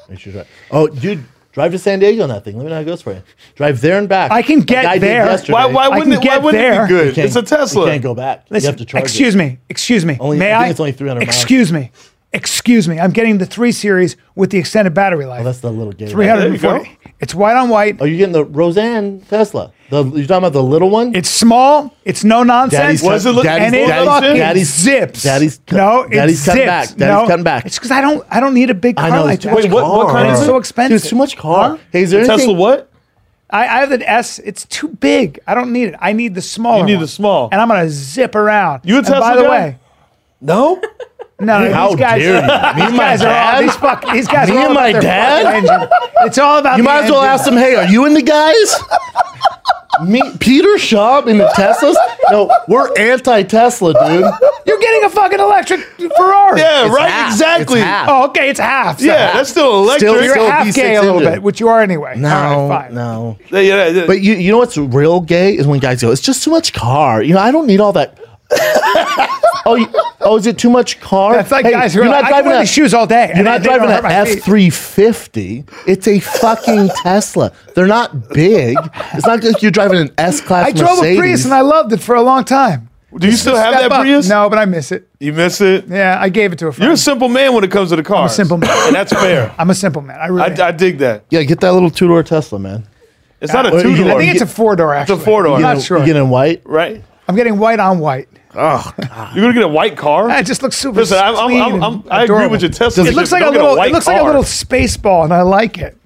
Make sure you charge. Oh, dude, drive to San Diego on that thing. Let me know how it goes for you. Drive there and back. I can Like get I did there. yesterday. why? Why I can wouldn't it? Why get wouldn't it there. be You good? can't- It's a You Tesla. can't go back. you listen, have to charge excuse me. Excuse me. Only- May I I? think it's only 300 miles. Excuse me. Excuse me. I'm getting the three series with the extended battery life. Oh, that's the little gate, right? There you go. 340. It's white on white. Are you getting the Roseanne Tesla? The, you're talking about the little one? It's small. It's no nonsense. Daddy's What does it cut- look- Daddy's- and it Daddy's- fucking Daddy's- zips. Daddy's cut- no, it Daddy's zips. cutting back. Daddy's no, cutting back. It's because I don't. I don't need a big car I know. like it's that. too Wait, much what- what car. kind is it? So Dude, it's expensive. too much car. Huh? Hey, is there Tesla, anything- what? I, I have the S. It's too big. I don't need it. I need the smaller. You need one. the small. And I'm gonna zip around. You a and Tesla By the guy? way, No. no, no, How these guys, dare you? Me and These my guys are all dad? these fuck. These guys Me are all and about my their dad? fucking engine. It's all about. You the might as well engine. ask them, hey, are you in the guys? Me, Peter Schaub in the Teslas? No, we're anti-Tesla, dude. You're getting a fucking electric Ferrari. Yeah, It's right. half. Exactly. It's half. Oh, okay. It's half. So Yeah, that's still electric. Still- You're still- half V6 gay a little engine. bit, which you are anyway. No, all right, fine. no. Yeah, yeah, yeah. But you, you know what's real gay is when guys go, it's just too much car. You know, I don't need all that. oh, you, oh, is it too much car? That's like Hey, guys who are like, I can wear a- these shoes all day. You're not driving an F three fifty. It's a fucking Tesla. They're not big. It's not like you're driving an S class. I drove a Prius and I loved it for a long time. Do you still have Step that up. Prius? No, but I miss it. You miss it. Yeah, I gave it to a friend. You're a simple man when it comes to the car. simple man. and that's fair. I'm a simple man. I really. I, I dig that. yeah, get that little two door Tesla, man. It's not a Well, two you- door. I think it's a four door. Actually, four-door. I'm You You not know, sure. You get in white. right. I'm getting white on white. You're gonna get a white car. It just looks super. Listen, I'm, I'm, clean I'm, and I'm, I agree adorable. with your Tesla. It You looks just like a don't get little. white It looks like a car. little space ball, and I like it.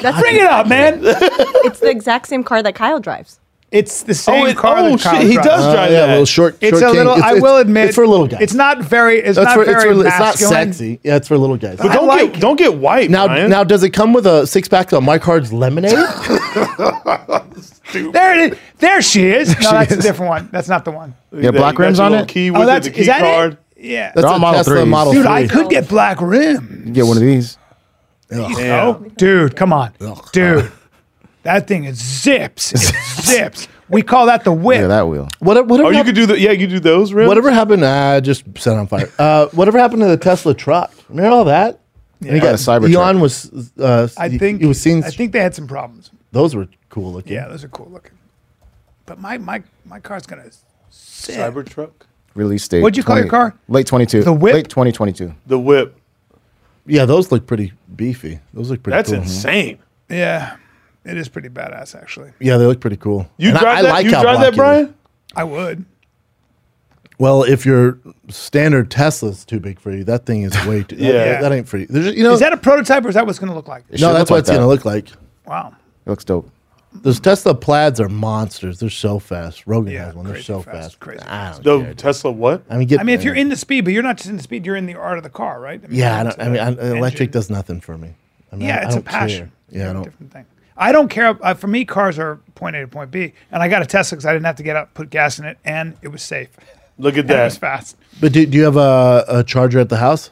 That's Bring it up, man. It's the exact same car that Kyle drives. It's the same Oh, it, car. oh that Kyle shit! He drives. does Oh, drive yeah, that. a little short. It's short a king. little. It's- I it's- will admit, it's for little guys. It's not very. It's That's not for, it's, very. for, it's not masculine. sexy. Yeah, it's for little guys. But don't like get it. don't get white. now, Brian. now, does it come with a six pack of my cards lemonade? There it is. There she is. No, that's is. a different one. That's not the one. yeah, black you got rims your on little it? Key with Oh, that's it, the key is that card. it? Yeah. That's all a Model Tesla threes. Model Dude, Three. I could get black rim. Get one of these. Oh, dude, come on, dude. That thing is zips. It zips. We call that the whip. Yeah, that wheel. whatever, whatever, Oh, you hap- could do the yeah, you do those rims. whatever happened? Ah, just set on fire. Uh, whatever happened to the Tesla truck? Remember all that? And he Yeah, got the Cybertruck. Elon was. Uh, I think he was seen. I think they had some problems. those were cool looking. Yeah, those are cool looking. But my my my car's gonna zip. Cybertruck, Release date. What'd you call your car? Late 22. The whip? Late 2022. the whip. Yeah, those look pretty beefy. Those look pretty. That's cool. insane. Yeah, it is pretty badass actually. Yeah, they look pretty cool. You And I- drive I that? like you how drive that, black it is. Brian? I would. Well, if your standard Tesla's too big for you, that thing is way too. yeah, Yeah. that, ain't for you. There's, you know, Is that a prototype or is that what's gonna look like? It should no, look that's what like it's gonna that. look like. Wow. It looks dope. Those Tesla plaids are monsters. They're so fast. Rogan Yeah, has one. They're crazy so fast, fast. crazy I don't The care. Tesla what? I mean, get, I mean, if you're in the speed, but you're not just in the speed, you're in the art of the car, right? I mean, yeah, I, it's don't, I mean, a I, electric engine. does nothing for me. I mean, I- Yeah, I it's a don't care. passion. Yeah, I don't. different thing. I don't care. Uh, for me, cars are point A to point B, and I got a Tesla because I didn't have to get up, put gas in it, and it was safe. Look at And it was that. fast. But do, do you have a, a charger at the house?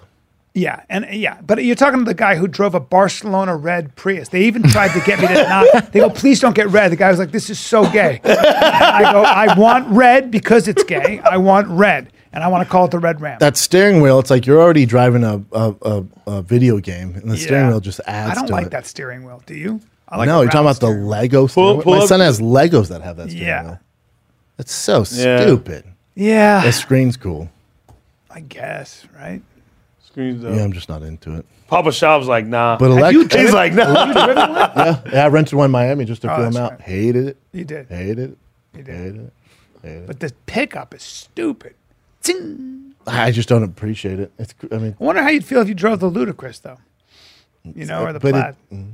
Yeah, and uh, yeah, but you're talking to the guy who drove a Barcelona red Prius. They even tried to get me to not. They go, please don't get red. The guy was like, this is so gay. And I go, I want red because it's gay. I want red, and I want to call it the Red Ram. That steering wheel, it's like you're already driving a a, a, a video game, and the steering Yeah. wheel just adds. I don't to like it. that steering wheel. Do you? I like no, a you're round talking about the steering wheel. Lego. steering wheel. pull My up- son has Legos that have that steering Yeah. wheel. That's so Yeah. stupid. Yeah, The screen's cool. I guess right. Screens up. Yeah, I'm just not into it. Papa Shab's like nah. But Have you electric, He's driven- like nah. Have you driven one? yeah, yeah, I rented one in Miami just to Oh, fill that's them out. right. Hated it. You did. Hated You it. did. Hated it. But the pickup is stupid. Zing. I just don't appreciate it. It's. cr- I mean, I wonder how you'd feel if you drove the Ludicrous, though. You know, or the but it- Mm-hmm. Plaid.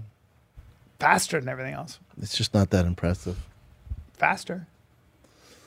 faster than everything else. it's just not that impressive. Faster.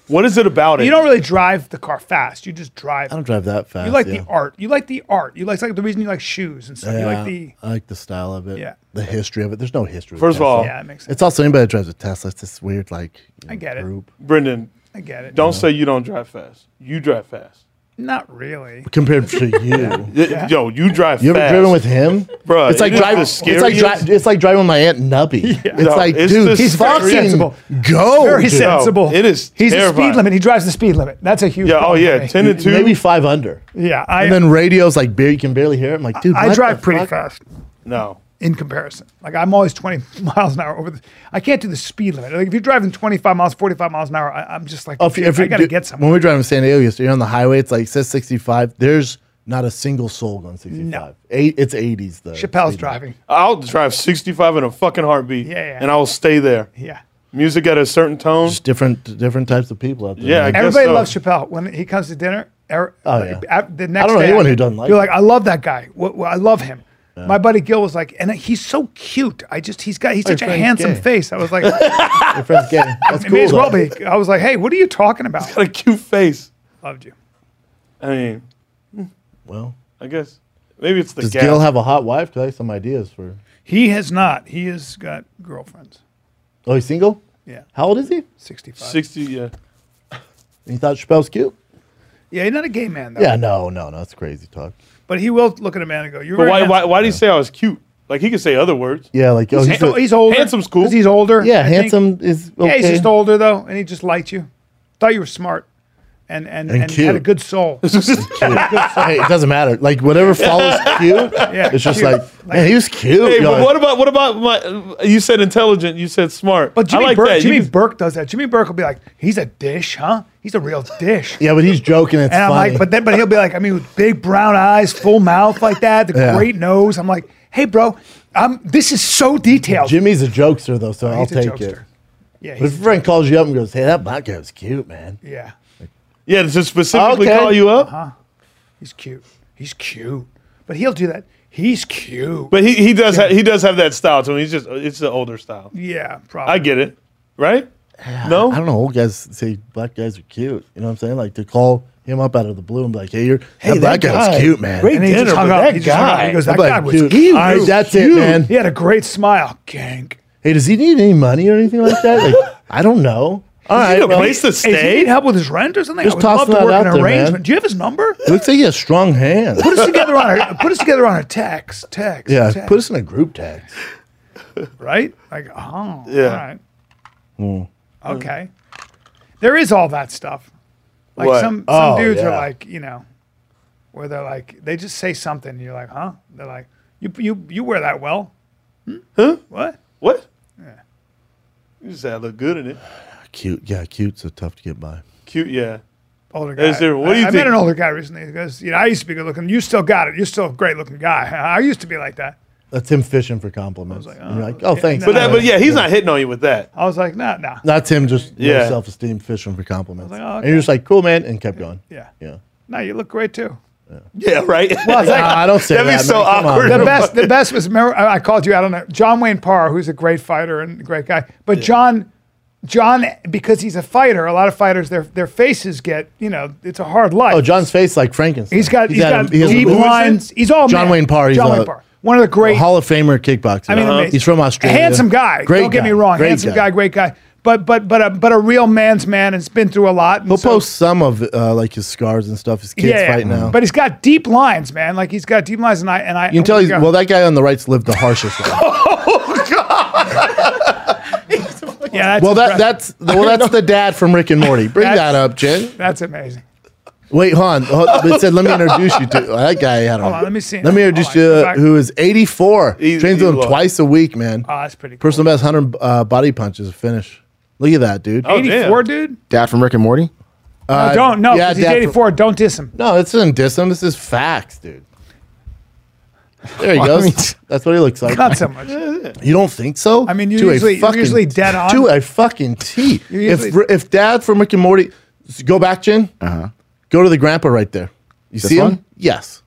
What is it about it? You don't really drive the car fast. You just drive. I don't drive that fast. You like yeah. the art. You like the art. You like, it's like the reason you like shoes and stuff. You Yeah, like the. I like the style of it. Yeah. The history of it. There's no history. with First of Tesla. all, Yeah, that makes sense. it's also anybody that drives a Tesla. It's this weird like. you I get it. Brendan, I get it. don't say you don't drive fast. You drive fast. Not really. compared to you. Y- Yo, you drive You ever fast. driven with him, Oh, Bruh, It's like it is driving. the It's like dri- scariest. It's like driving with my aunt Nubby. It's No, like, it's dude, the he's scariest. fucking Sensible. go. Very dude. No, sensible. it is He's the terrifying. speed limit. He drives the speed limit. That's a huge. Yeah, oh problem for yeah, me. ten and two. Maybe five under, Yeah, I. and then radios like bare, you can barely hear. It. I'm like, dude, what I the drive pretty fuck? fast. no. in comparison. Like I'm always 20 miles an hour over the. I can't do the speed limit. Like if you're driving 25 miles, 45 miles an hour, I, I'm just like, Oh, if you- dude, if you I gotta do- get When somewhere. we drive in San Diego yesterday, you're on the highway. It's like it says 65. There's Not a single soul going 65. No. Eight, it's 80s though. Chappelle's Speed. driving. I'll drive 65 in a fucking heartbeat. Yeah, yeah. And I will stay there. Yeah. Music at a certain tone. Just different different types of people out there. Yeah, I man. guess Everybody so. loves Chappelle. When he comes to dinner, er, Oh, yeah. at- the next don't know day, anyone who doesn't like You're him. like, I love that guy. Wh- wh- I love him. My buddy Gil was like, and he's so cute. I just, he's got, he's such a Oh, friend's handsome gay. face. I was like, it Your friend's gay. That's cool. may as well though. be. I was like, hey, what are you talking about? Got a cute face. Loved you. I mean, Well, I guess maybe it's the does gas. Gil have a hot wife? Cause I have some ideas for. He has not. He has got girlfriends. Oh, he's single. Yeah. How old is he? 65. 60, yeah. And you thought Chappelle's cute? Yeah, he's not a gay man, though. Yeah, no, no, no. That's crazy talk. But he will look at a man and go, you're But very why, why, handsome." why do you say I was cute? Like, he could say other words. Yeah, like oh, he's, So a- he's older. handsome's cool. 'Cause He's older. yeah, I think. handsome is okay. Yeah, he's just older though, and he just liked you. Thought you were smart, and and And and, had a cute. good soul. Hey, it doesn't matter. Like whatever follows cute, it's just cute. like, man, he was cute. Hey, You're but like, what about, what about my, you said intelligent, you said smart. But Jimmy I like Burke, that. You Jimmy can- Burke does that. Jimmy Burke will be like, he's a dish, huh? He's a real dish. yeah, but he's joking. It's And I'm funny. like, but then, but he'll be like, I mean, with big brown eyes, full mouth like that, the Yeah. great nose. I'm like, hey, bro, I'm, this is so detailed. Jimmy's a jokester though, so I'll he's a take it. jokester. Yeah, But if a he's, friend calls you up and goes, "Hey, that black guy was cute, man," yeah, Yeah, to specifically Okay. call you up. he's cute. He's cute. But he'll do that. He's cute. But he, he does ha- he does have that style to him. He's just it's the older style. yeah, probably. I get it, right? No, I don't know. Old guys say black guys are cute. You know what I'm saying? Like to call him up out of the blue and be like, "Hey, you're that, black guy, was cute, man." Great And he dinner, just hung but up. that he just hung up. guy. He goes, I'm that like, guy was dude, cute. all right, that's it, man. He had a great smile. Gank. Hey, does he need any money or anything like that? Like, I don't know. All Is he right, a well, place to Hey, does he stay. need help with his rent or something? Just I would love tossing to that work out an there, man. arrangement. Do you have his number? it looks like he has strong hands. put us together on a put us together on a text. Text. Yeah, text, put us in a group text. right. Like, oh, Yeah. All right. Okay. There is all that stuff. Like What? some some Oh, dudes are yeah. like you know, where they're like they just say something and you're like, huh? They're like, you you you wear that well? Hmm? Huh? What? What? You just said I look good in it. Cute, yeah, cute's so tough to get by. Cute, yeah. older guy. Is there- what I, do you I think? met an older guy recently. He goes, you know, I used to be good looking. You still got it. You're still a great looking guy. I used to be like that. That's him fishing for compliments. like, And you're oh, like, oh, yeah, thanks. no, But that, but yeah, he's not hitting on you with that. I was like, nah, nah. That's him just Yeah. self esteem fishing for compliments. like, oh, And you're just like, cool, man, and kept going. Yeah. Yeah. No, you look great too. Yeah, right. Nah, I don't say That'd be that. so man. Come on. awkward. The best, the best was remember I I called you out on that. John Wayne Parr, who's a great fighter and a great guy, but John, John, because he's a fighter, a lot of fighters their their faces get you know it's a hard life. Oh, John's face like Frankenstein. he's got he's had got a- he has a- deep who is it? lines. He's all John man. Wayne Parr. He's John a- Wayne Parr, one of the great Hall of Famer kickboxer. I mean, Uh-huh. amazing. he's from Australia. A handsome guy. Great Don't get guy. me wrong. Great handsome guy. great guy. But but but a but a real man's man has been through a lot. and He'll so- post some of uh, like his scars and stuff. His kids fight now. But he's got deep lines, man. Like he's got deep lines, and I and I you can tell he's well. That guy on the right's lived the harshest Oh, life. yeah, that's Well, that impressive. that's well, that's the dad from Rick and Morty. Bring that That's- up, Jen. that's amazing. Wait, hon. Oh, It said, let me introduce you to that guy. I don't know. on, let me see. Let me Hold introduce on, you go to back. who is 84. He- Trains he with him lost. twice a week, man. Oh, that's pretty. Cool. Personal best 100 uh, body punches finish. Look at that, dude. Oh, damn. Eighty-four, dude. Dad from Rick and Morty. No, don't no. Uh, yeah, 'cause he's Dad, for- eighty-four. Don't diss him. No, this isn't diss him. This is facts, dude. There he I goes. mean- That's what he looks like. Not so much. You don't think so? I mean, you you're usually- you're usually dead on. To a fucking T. if, usually- if dad from Rick and Morty, go back, Jen. Uh-huh. Go to the grandpa right there. You see him? one? Yes.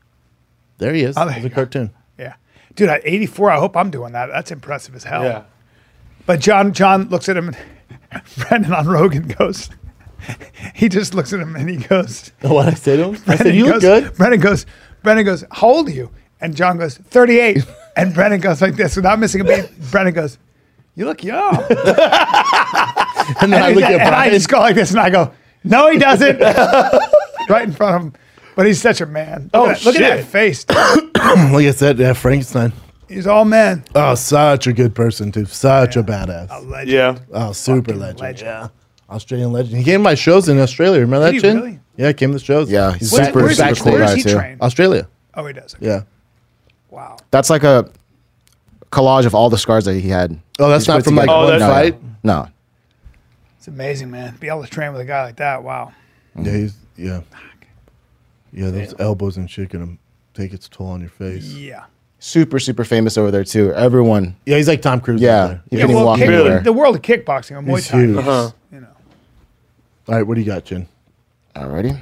There he is. Oh, there There's you a go. cartoon. Yeah, dude. At eighty-four, I hope I'm doing that. That's impressive as hell. Yeah. But John John looks at him. and Brendan on Rogan goes. He just looks at him and he goes. What I say to him? I said, Brennan you look goes, good. Brennan goes, Brennan goes, how old are you? And John goes, 38. And Brennan goes like this without missing a beat. Brennan goes, you look young. and And then I look and at I Brian. just go like this and I go, no, he doesn't. right in front of him. But he's such a man. Look Oh, at that, look at that shit. face. like I said, yeah, Frankenstein. He's all man. Oh, such a good person, too. Such a badass. A legend. Yeah. Oh, super Fucking legend. legend. Yeah. Australian legend. He came to my shows in Australia. Remember Did that, he Chin? really? Yeah, he came to the shows. Yeah, he's Where- super, where's super he, cool where's guy he too. trained? Australia. Oh, he does. Okay. Yeah. Wow. That's like a collage of all the scars that he had. Oh, that's He's not put from, like, together. Oh, one that's- fight? No. Mm-hmm. It's amazing, man. Be able to train with a guy like that. Wow. Yeah, he's yeah. Yeah, those elbows and shit gonna take its toll on your face. Yeah, Yeah. Super, super famous over there too. Everyone. he's like Tom Cruise. out Yeah. there. You Yeah, can even well, walk kick- anywhere. the world of kickboxing or Muay He's Thai. huge. is, Uh-huh. You know, All right, what do you got, Jen? Alrighty.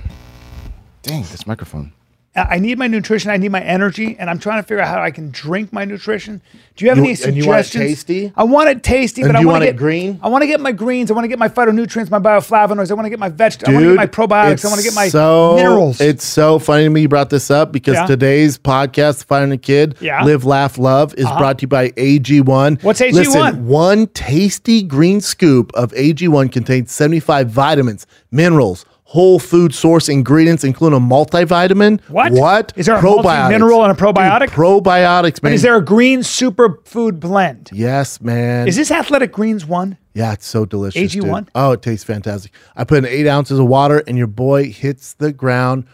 Dang, this microphone. I I need my nutrition. I need my energy, and I'm trying to figure out how I can drink my nutrition. Do you have You- any and suggestions? you want it tasty? I want it tasty, And but do I you want want to it get green? I want to get my greens. I want to get my phytonutrients, my bioflavonoids. I want to get my vegetables. I want to get my probiotics. I want to get my minerals. It's so funny to me you brought this up because Yeah. today's podcast, Finding a Kid, Yeah. Uh-huh. Live, Laugh, Love, is brought to you by AG1. What's AG1? Listen, one tasty green scoop of AG1 contains 75 vitamins, minerals, whole food source ingredients, including a multivitamin. What? What? Is there a Probiotics. multi-mineral and a Dude, probiotic? probiotics, man. Is there a green superfood blend? Yes, man. Is this Athletic Greens one? Yeah, it's so delicious. AG1? dude. Oh, it tastes fantastic. I put in eight ounces of water, and your boy hits the ground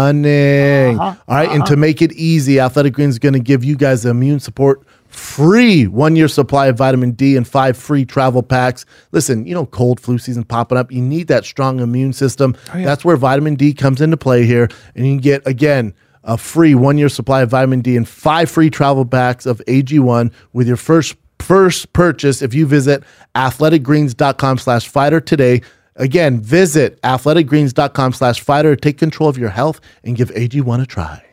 running. All right, and to make it easy, Athletic Greens is going to give you guys the immune support free one year supply of vitamin D and five free travel packs. Listen, you know, cold flu season popping up. You need that strong immune system. That's where vitamin D comes into play here. And you can get, again, a free one year supply of vitamin D and five free travel packs of AG1 with your first first purchase if you visit athleticgreens.com slash fighter today. Again, visit athleticgreens.com slash fighter. Take control of your health and give AG1 a try.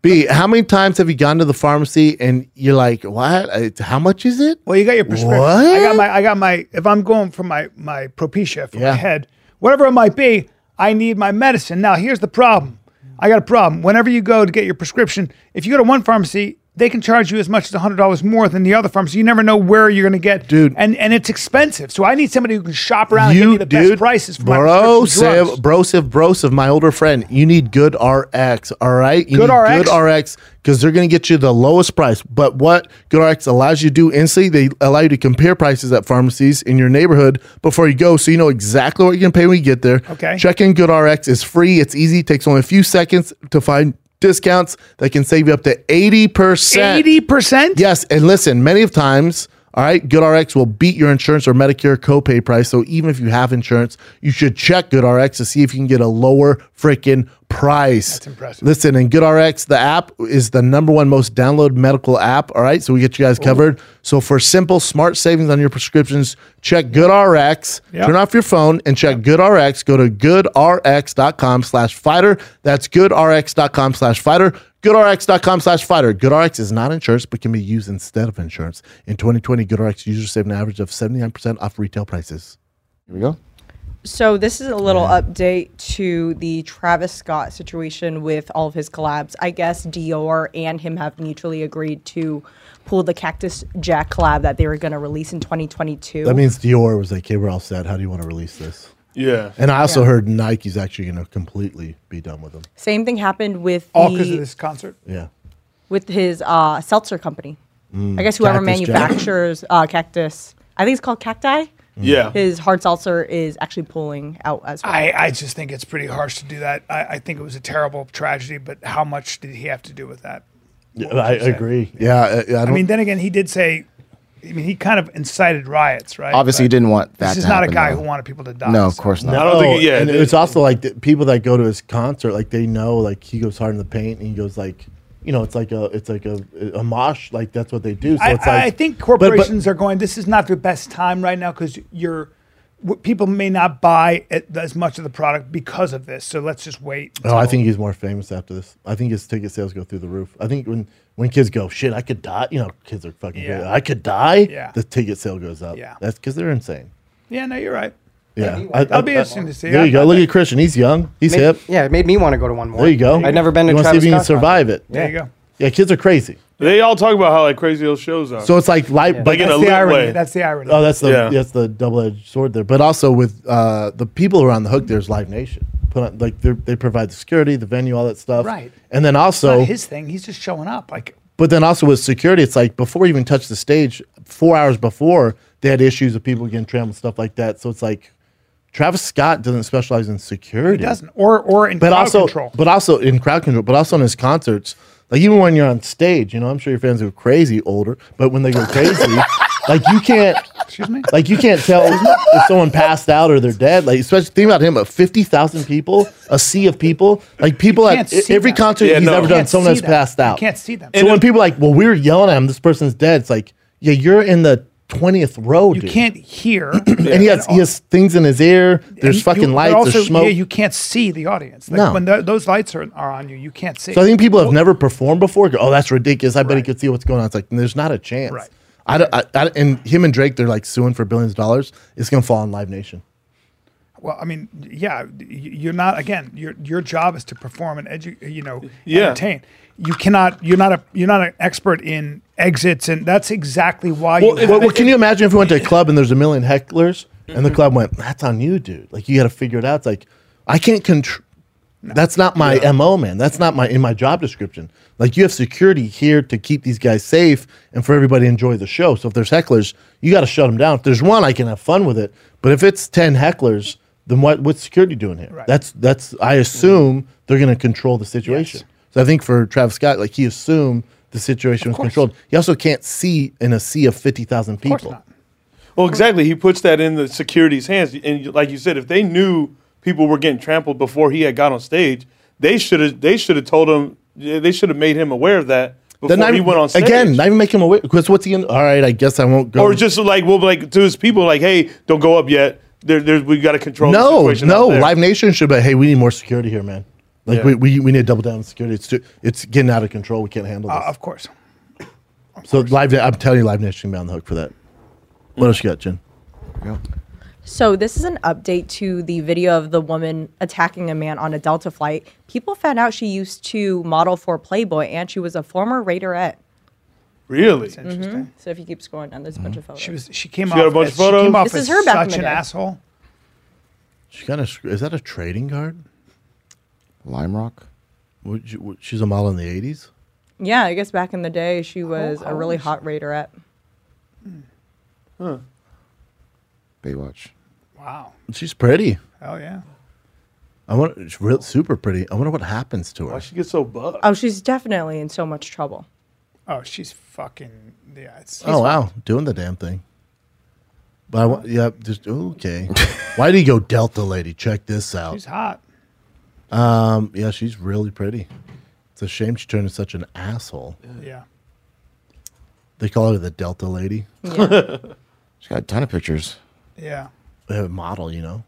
B, how many times have you gone to the pharmacy and you're like, what? It's, how much is it? Well, you got your prescription. What? I got my. I got my. If I'm going for my my propecia for Yeah. my head, whatever it might be, I need my medicine. Now, here's the problem. I got a problem. Whenever you go to get your prescription, if you go to one pharmacy, they can charge you as much as hundred dollars more than the other pharmacy. You never know where you're going to get, Dude. And and it's expensive. So I need somebody who can shop around and give me the best prices for my bro, prescription drugs. Siv, bro, Siv, bro, Siv, my older friend. You need good RX, all right? You Good need RX? good RX because they're going to get you the lowest price. But what good RX allows you to do instantly, they allow you to compare prices at pharmacies in your neighborhood before you go, so you know exactly what you're going to pay when you get there. Okay. Check in good RX is free. It's easy. Takes only a few seconds to find discounts that can save you up to eighty percent. Eighty percent. Yes, and listen, many of times, all right, GoodRx will beat your insurance or Medicare copay price. So even if you have insurance, you should check GoodRx to see if you can get a lower freaking price. That's impressive. Listen, and GoodRx, the app is the number one most downloaded medical app. All right, so we get you guys covered. So for simple, smart savings on your prescriptions, check GoodRx. Yep. Turn off your phone and check GoodRx. Go to goodrx.com slash fighter. That's goodrx.com slash fighter. GoodRx.com slash fighter. GoodRx is not insurance, but can be used instead of insurance. In 2020, GoodRx users saved an average of 79% off retail prices. Here we go. So this is a little update to the Travis Scott situation with all of his collabs. I guess Dior and him have mutually agreed to pull the Cactus Jack collab that they were going to release in 2022. That means Dior was like, hey, we're all set. How do you want to release this? Yeah. And I also heard Nike's actually going to completely be done with them. Same thing happened with All because Oh, of the, this concert. Yeah. with his uh, seltzer company. I guess whoever Cactus Jack. manufactures uh, Cactus, I think it's called Cacti. Yeah. His hard seltzer is actually pulling out as well. I, I just think it's pretty harsh to do that. I, I think it was a terrible tragedy, but how much did he have to do with that? I agree. Yeah. I, I don't, I mean, then again, he did say, I mean, he kind of incited riots, right? Obviously, you But didn't want that. This is to not a happen, guy though. who wanted people to die. No, of so- course not. I don't think. Yeah. Oh, and it- it's also like the people that go to his concert, like they know, like he goes hard in the paint and he goes like, you know, it's like a, it's like a, a mosh, like that's what they do. So I, it's like, I think but- but- corporations are going, this is not the best time right now because you're, w- people may not buy it, as much of the product because of this. So let's just wait. Oh, I until- think he's more famous after this. I think his ticket sales go through the roof. I think when when kids go, shit, I could die. You know, kids are fucking. Yeah. crazy. I could die. Yeah. The ticket sale goes up. Yeah. That's because they're insane. Yeah, no, you're right. Yeah. I, That'll be interesting to see. There you I- go. I Look think- at Christian. He's young. He's Made- hip. Yeah, it made me want to go to one more. There you go. I've never been to You wanna see if Travis you can Scott's concert. survive it. Yeah. There you go. Yeah. Kids are crazy. they all talk about how like crazy those shows are. So it's like light, but Like in That's a the lit irony. way. That's the irony. Oh, that's the Yeah. that's the double edged sword there. But also with uh, the people who are on the hook, there's Live Nation. Put on, like they're- they provide the security, the venue, all that stuff. Right. And then also not his thing. He's just showing up. Like, But then also with security, it's like before you even touch the stage, four hours before, they had issues of people getting trampled, stuff like that. So it's like Travis Scott doesn't specialize in security. he doesn't. Or, or in But crowd also, control. but also in crowd control, but also in his concerts, like even when you're on stage, you know, I'm sure your fans go crazy older, but when they go crazy, like you can't, Excuse me. Like you can't tell if someone passed out or they're dead. Like especially think about him, but fifty thousand people, a sea of people, like people can't at see every that. concert Yeah, he's no. ever You done, can't someone see has them. passed You out. can't see them. So when people are like, well, we were yelling at him, this person's dead. It's like, yeah, you're in the twentieth row, You dude. can't hear. and he has he has things in his ear. There's And fucking you, but lights. also, there's smoke. Yeah, you can't see the audience. Like No. when tho- those lights are, are on you, you can't see. So I think people have never performed before. Go, oh, that's ridiculous. I bet he could see what's going on. It's like there's not a chance. Right. I, don't- I, I and him and Drake, they're like suing for billions of dollars. It's gonna fall on Live Nation. Well, I mean, yeah, y- you're not. Again, your your job is to perform and edu- you know, Yeah. entertain. You cannot. You're not a. You're not an expert in exits, and that's exactly why. Well, you if- have- Well, well, can you imagine if we went to a club and there's a million hecklers and the club went, "That's on you, dude. Like you got to figure it out." It's like I can't control. That's not my mo, man. That's not my in my job description. Like you have security here to keep these guys safe and for everybody to enjoy the show. So if there's hecklers, you got to shut them down. If there's one, I can have fun with it. But if it's ten hecklers, then what? What's security doing here? Right. That's that's. I assume they're going to control the situation. So I think for Travis Scott, like he assumed the situation was controlled. He also can't see in a sea of fifty thousand people. Of course not. Well, exactly. He puts that in the security's hands, and like you said, if they knew people were getting trampled before he had got on stage, they should have. They should have told him. yeah, They should have made him aware of that before Then I he went on stage. again. Not even make him aware because what's he gonna? All right, I guess I won't go. or just like we'll be like to his people, like, hey, don't go up yet. There, there's we got to control. the no, situation no. out there." Live Nation should be. Hey, we need more security here, man. Like Yeah. we, we, we need to double down on security. It's too, it's getting out of control. We can't handle Uh, this. of course. so live, I'm telling you, Live Nation can be on the hook for that. What else you got, Jen? So this is an update to the video of the woman attacking a man on a Delta flight. People found out she used to model for Playboy and she was a former Raiderette. really. Mm-hmm. Interesting. So if you keep scrolling down, there's a bunch of photos. Mm-hmm. She was. She came She off. got a bunch as, of She photos. came off This as is her back such in the an day. asshole. She kind of is that a trading card? Lime Rock. Would you, would- she's a model in the '80s. yeah, I guess back in the day she was how a old really was hot Raiderette. Baywatch. Wow. She's pretty. Oh yeah. I want. She's real, super pretty. I wonder what happens to Why her. she get so bugged? Oh, she's definitely in so much trouble. Oh, she's fucking. Yeah. It's, Oh wow, doing the damn thing. But I want, yeah, just okay. Why do you go Delta lady? Check this out. She's hot. Um, yeah, she's really pretty. It's a shame she turned into such an asshole. Yeah. They call her the Delta lady, Yeah. She got a ton of pictures. Yeah. a model, you know.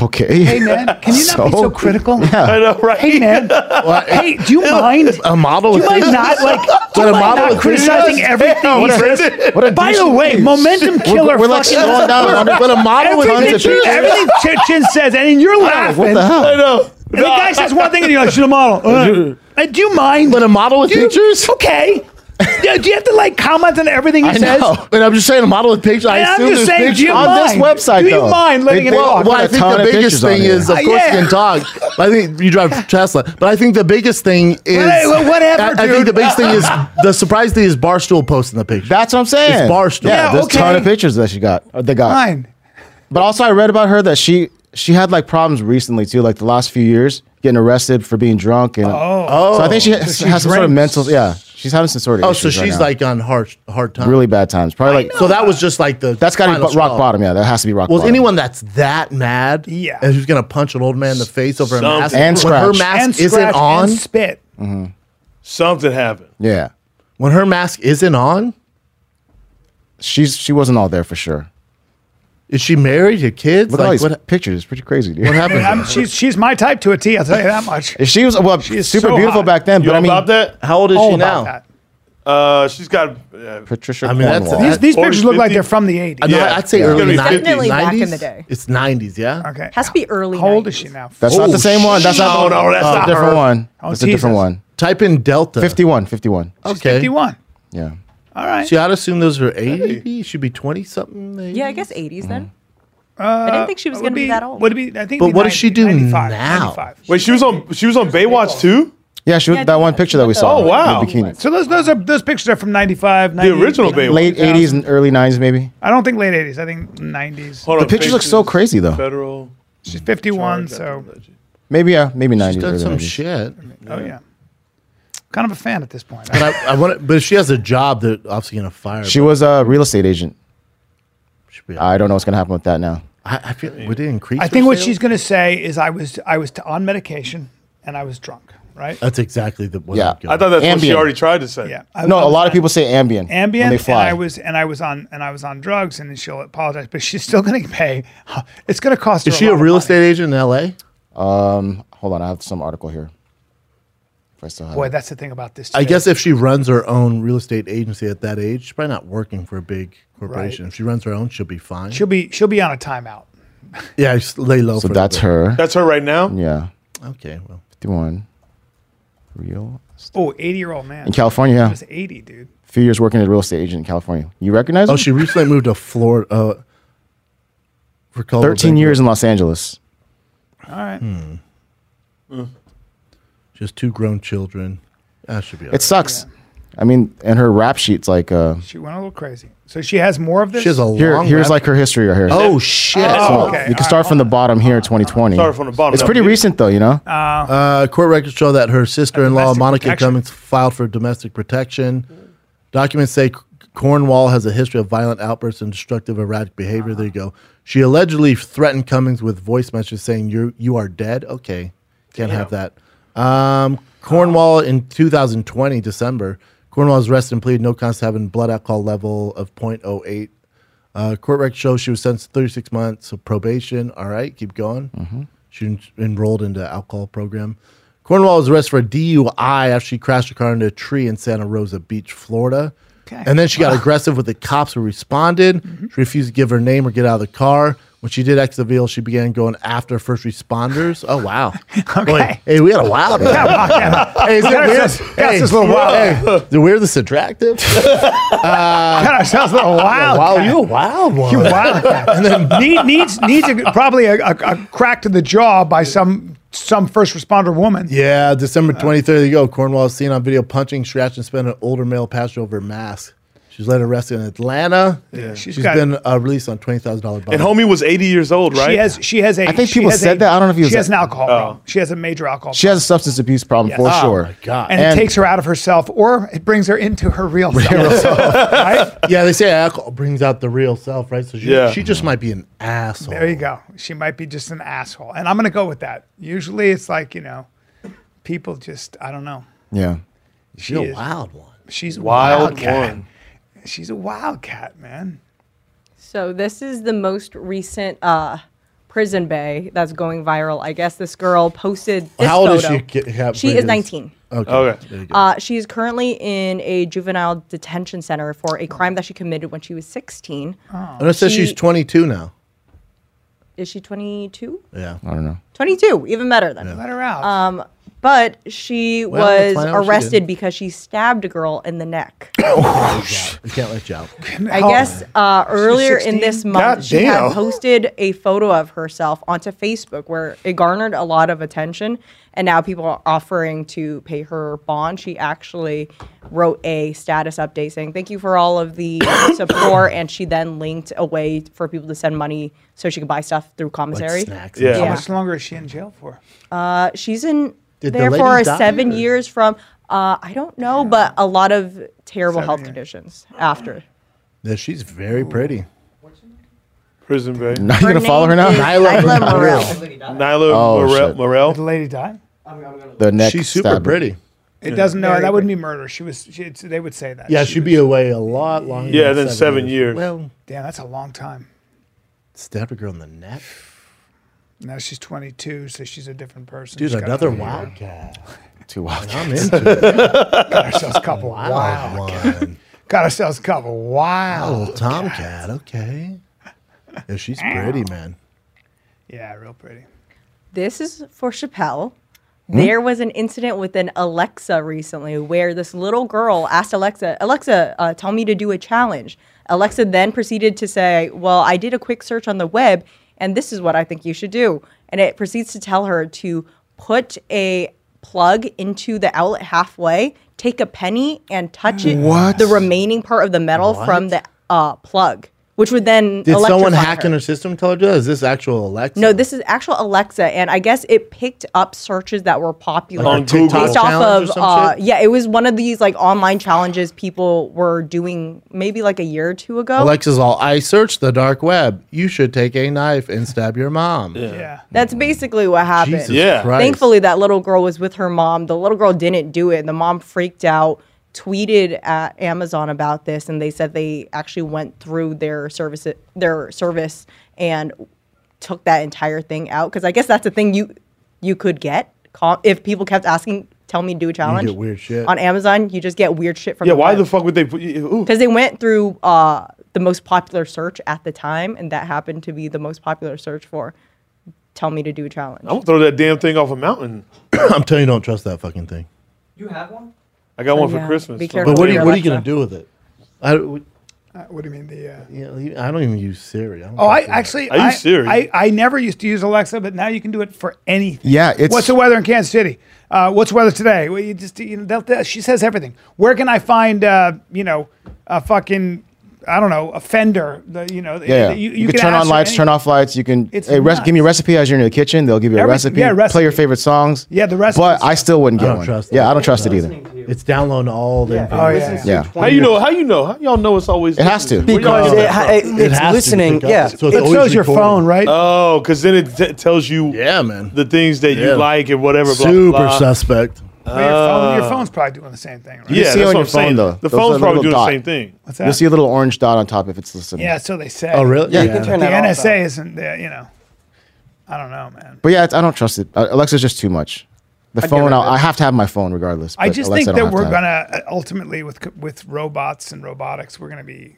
Okay. Hey man, can you not be so So- critical? I know, right? Hey man. hey, do you mind? A model. Do you with mind things- not like? Do But you a mind model not with criticizing videos? everything he says? What a By the douche. way, momentum killer. we're like fucking slowing down. I'm But a model with everything, tons Chin- of pictures. everything Chin- Chin says, and then you're laughing. What the I hell? know. And the guy says one thing, and you're like, "She's a model." Uh, uh, do you mind? But a model with Do you- pictures. Okay. Yeah, do you have to like comment on everything he I says? know, but I'm just saying a model with pictures. I And I'm assume just there's saying, do pictures you on this mind? website, Do you though. mind letting They- it they- walk? Well, what Got I a think ton the of biggest pictures on thing here. is, of Uh, course, yeah. you can talk. But I think you drive Tesla. But I think the biggest thing is well, whatever, I, I think dude. the biggest thing is the surprise thing is Barstool posting the picture. That's what I'm saying. It's Barstool. Yeah, Yeah, there's a ton okay. of pictures that she got. Or they got. Fine. But also, I read about her that she she had like problems recently too, like the last few years, getting arrested for being drunk and. Oh. So I think she has, So she has some sort of drinks. mental. Yeah, she's having some sort of. oh, so issues right she's now. like on hard hard time. really bad times. Probably like So that was just like the that's got to be final bu- rock straw. bottom. Yeah, that has to be rock Well, bottom. anyone that's that mad, Yeah. and who's gonna punch an old man in the face over a mask Something. And when her scratch. mask And isn't scratch on, and spit. Something happened. Yeah, when her mask isn't on, she's she wasn't all there for sure. is she married? Her kids? Look at all like these what, pictures. It's pretty crazy, dude. what happened? I'm, she's she's my type to a T. I'll tell you that much. If she was well, super is so beautiful hot. back then, You but I mean, about that? How old is All she about now? that. Uh, she's got. Uh, Patricia I mean, that's- Cornwall. These, these Or pictures look like 50. they're from the 80s. Uh, No, Yeah. I'd say Yeah. early nineties. It's gonna be 50s. Definitely back in the day. It's nineties, yeah. Okay. Has to be early How old is she 90s. now? that's not Oh, the same one. That's no, not. the- no, that's Oh, not different her. one. Oh, That's a different Jesus. one. Type in Delta. 51, 51. Okay. 51. Yeah. All right. See, I'd assume those are eighty. Should be twenty something. Yeah, I guess 80s then. I didn't think she was Mm-hmm. Uh, Would going to be, that old. Would be, I think But it'd be what does she do 95, now? 95. wait, she was on. She was on Baywatch too. Yeah, she was Yeah, that one she picture was that we the- saw. Oh, wow. with the bikini. So those those are those pictures are from 95, The original 98. Baywatch. Late 80s and early 90s, maybe. I don't think late 80s. I think 90s. Hold The on, pictures look so faces, crazy, though. Federal. She's 51, charge so after the legend. Maybe yeah, maybe She's 90s. done early some 90s. shit. oh yeah. kind of a fan at this point. But I, I want. But if she has a job, they're obviously gonna fire. She her. was a real estate agent. Should be- I, I don't know what's gonna happen with that now. I feel like would it increase? I her think what sales? she's going to say is I was I was t- on medication and I was drunk, right? That's exactly the. What Yeah. I'm going. I thought that's what she Ambien. already tried to say. yeah. I, No, I a was lot of on people say Ambien. Ambien, when they fly. and I was and I was on and I was on drugs, and then she'll apologize, but she's still going to pay. It's going to cost. Is her she a, a lot of real money. estate agent in L.A.? um, hold on, I have some article here. If I still have Boy, it. that's the thing about this. I today. guess if she runs her own real estate agency at that age, she's probably not working for a big corporation. If she runs her own, she'll be fine. she'll be she'll be on a timeout. yeah, just lay low. so for a that's bit. her. That's her right now. yeah, Okay, well, fifty-one. Real. estate- Oh, 80 year old man. In California, yeah. I was 80, dude. A few years working as a real estate agent in California. You recognize? oh, him? she recently moved to Florida. Uh, for Colorado Thirteen Bank. years in Los Angeles. All right. She has two grown children. That should be. all It sucks. I mean, and her rap sheet's like uh, She went a little crazy. So she has more of right. this? She has a here. long. Here's rap- like her history right here. Oh shit! Oh, So okay. you All can start right, from the bottom here, 2020. Start from the bottom. It's pretty Now, recent though, you Ah. know. Uh, court records show that her sister-in-law Domestic Monica protection. Cummings filed for domestic protection. Documents say C- Cornwall has a history of violent outbursts and destructive, erratic behavior. There you go. She allegedly threatened Cummings with voice messages saying "you you are dead." Okay, can't have that. Um, Cornwall in 2020 December, Cornwall was arrested and pleaded no contest to having blood alcohol level of 0.08. Uh, court records show she was sentenced to 36 months of probation. All right, keep going. She en- enrolled into alcohol program. Cornwall was arrested for a DUI after she crashed her car into a tree in Santa Rosa Beach, Florida. Okay. Mm-hmm. And then she got aggressive with the cops who responded. She refused to give her name or get out of the car. When she did exit the vehicle, she began going after first responders. Oh, wow. okay. hey, we had a wild one. Hey, is it That's weird? just- that's just a little wild. Hey, is it weird this attractive? That sounds a little wild. wow, you a wild one. You wild cat. Need- needs needs a, probably a, a, a crack to the jaw by some some first responder woman. Yeah, December Uh, 23rd, there you go. Cornwall is seen on video punching, scratching, spinning an older male passenger over a mask. She's later arrested in Atlanta. Yeah. She's she's got- been uh, released on $20,000 bond. And homie was 80 years old, right? She has she has a. I think people said that. I don't know if he was She has an like- alcohol problem. She has a major alcohol. She has a substance abuse problem for Oh, sure. my God. problem. and, and- it takes her out of herself, or it brings her into her real self. right? yeah, they say alcohol brings out the real self, right? So she, Yeah. she just might be an asshole. There you go. She might be just an asshole, and I'm gonna go with that. Usually, it's like you know, people just I don't know. Yeah. She's She a is. wild one. She's a wild wildcat. one. She's a wildcat, man. So this is the most recent uh, prison bay that's going viral. I guess this girl posted. This How old is photo. she? Get- have- She is 19. Okay. Okay. There you go. Uh, she is currently in a juvenile detention center for a crime that she committed when she was 16. and it says she's she- 22 now. Is she 22? Yeah. I don't know. 22, even better then. Let her out. Um, but she Well, let's was find out what she arrested did. because she stabbed a girl in the neck. You can't let you out. I Oh, How- guess uh, earlier 16? in this month, God she had damn. posted a photo of herself onto Facebook where it garnered a lot of attention. And now people are offering to pay her bond. She actually wrote a status update saying, Thank you for all of the support. And she then linked a way for people to send money so she could buy stuff through commissary. Like snacks. Yeah. How yeah. much longer is she in jail for? Uh, she's in Did the there lady for die, seven or- years from, uh, I don't know, but a lot of terrible health years. conditions after. Yeah, she's very pretty. Prison Bay. Now you're gonna follow her now? name is Nyla Nyla Morrell. Morrell. Nyla Oh, Morel. shit. Did the Morel. lady die? The neck. She's super stab. pretty. It doesn't know. Very That wouldn't be murder. She was. She, it's, they would say that. Yeah, She she'd was- be away a lot longer. Yeah, than seven years. Well, Damn, that's a long time. stabbed a girl in the neck. Now she's 22, so she's a different person. Dude, She's got another a- wildcat. Too wild. I'm into it. Got ourselves a couple. Wow. Wild one. Got ourselves a couple. Oh. Wow. Little tomcat. Okay. Yeah, she's pretty, man. Yeah, real pretty. This is for Chappelle. Hmm? There was an incident with an Alexa recently where this little girl asked Alexa, Alexa, uh, tell me to do a challenge. Alexa then proceeded to say, Well, I did a quick search on the web and this is what I think you should do. And it proceeds to tell her to put a plug into the outlet halfway, take a penny and touch it, What? the remaining part of the metal What? from the uh, plug. which would then Did someone electrify hack her. in her system? Tell her to? Is this actual Alexa? No, this is actual Alexa, and I guess it picked up searches that were popular Like On Google. based off challenge or of. some Uh, shit? yeah, it was one of these like online challenges people were doing maybe like a year or two ago. Alexa's all. I searched the dark web. You should take a knife and stab your mom. Yeah. That's basically what happened. Jesus Yeah. Christ. Thankfully, that little girl was with her mom. The little girl didn't do it. The mom freaked out, tweeted at Amazon about this, and they said they actually went through their service, their service, and took that entire thing out. Because I guess that's a thing you you could get call, if people kept asking, "Tell me, to do a challenge." weird shit. on Amazon. You just get weird shit from Yeah, why the fuck would they put ooh, Because they went through uh, the most popular search at the time, and that happened to be the most popular search for "Tell me to do a challenge." Oh. I'm gonna throw that damn thing off a mountain. I'm telling you, don't trust that fucking thing. You have one? I got one for yeah. Christmas. Be so- careful. But what are you, what are you Alexa. gonna do with it? I, don't- Uh, what do you mean the? Uh, you know, you- I don't even use Siri. I don't Oh, I trust it. actually, Are you I, serious? I, I never used to use Alexa, but now you can do it for anything. Yeah, it's- what's the weather in Kansas City? Uh, what's the weather today? Well, you just, you know, they'll, they'll- she says everything. Where can I find, uh, you know, a fucking, I don't know, a fender? The, you know, Yeah, yeah. You, can, turn ask on her lights, any- turn off lights. You can It's hey, res- give me a recipe as you're in the kitchen. They'll give you a Every- recipe. yeah, Play recipe. your favorite songs. Yeah, the recipe But I stuff. still wouldn't I get don't one. trust yeah, it. I don't trust it either. Listening to you. It's downloading all the. Yeah. information. Oh, Listen yeah. to Yeah. 20 How you know? different- How you know? How y'all know it's always? It has to. Where y'all Because get it, that ha- from? it, It it's has to listening. pick up. Yeah. So it's It always shows your recorded. phone, right? Uh, Oh, because then it t- tells you Yeah, man. the things that Yeah. you like and whatever. Blah, Super blah, blah. suspect. Well, your, phone, your phone's probably doing the same thing, right? Yeah, see that's on what your I'm saying. phone, though. The Those are phone's the probably little doing dot. the same thing. What's You'll that? see a little orange dot on top if it's listening. yeah, so they say. Oh, really? Yeah, you You can turn The that off, NSA though. isn't there, you know. I don't know, man. But yeah, it's, I don't trust it. Uh, Alexa's just too much. The rid phone, of I'll, it. I have to have my phone regardless. I but just Alexa, think don't that have we're have gonna it. uh, ultimately with co- with robots and robotics, we're gonna be.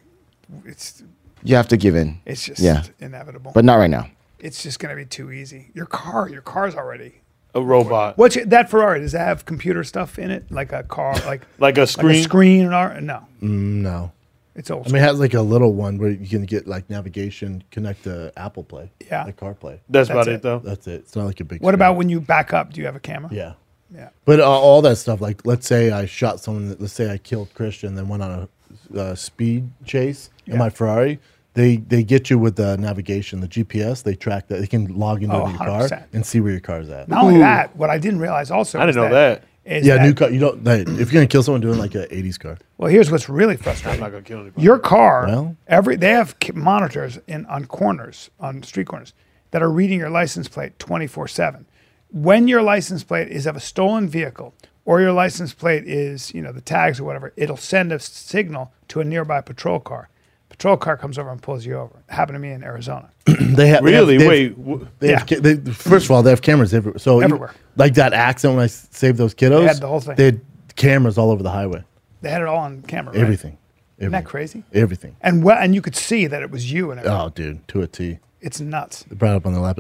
It's You have to give in. it's just Yeah. inevitable. But not right now. it's just going to be too easy. Your car, your car's already. A robot, What's your, that Ferrari? Does that have computer stuff in it, like a car, like like a like a screen. screen and all? No, No. it's old. I mean, it has like a little one where you can get like navigation, connect to Apple Play, Yeah. like CarPlay. That's about That's it, it. though. That's it. It's not like a big. what screen. about when you back up? Do you have a camera? Yeah. Yeah. But uh, all that stuff, like let's say I shot someone, that- let's say I killed Christian, then went on a uh, speed chase in my Ferrari. They they get you with the navigation, the GPS. They track that. They can log into Oh, your car 100%. and see where your car's at. Not only that, what I didn't realize also I is didn't know is yeah, that- new car. You don't. Like, if you're gonna kill someone, doing like an '80s car. Well, here's what's really I'm frustrating. not gonna kill anybody. Your car, Well- every they have ca- monitors in on corners, on street corners, that are reading your license plate 24 7. When your license plate is of a stolen vehicle or your license plate is, you know, the tags or whatever, it'll send a s- signal to a nearby patrol car. Patrol car comes over and pulls you over. It happened to me in Arizona. They have they have- Really? they have- Wait. wh- They have, ki- they, first of all, they have cameras everywhere. So you- Everywhere. like that accident when I s- saved those kiddos, They had the whole thing. They had cameras all over the highway. They had it all on camera. right? Everything. Isn't that Everything. crazy? Everything. And well, and you could see that it was you and everything. Oh, dude, to a T. It's nuts. They brought it up on the lap.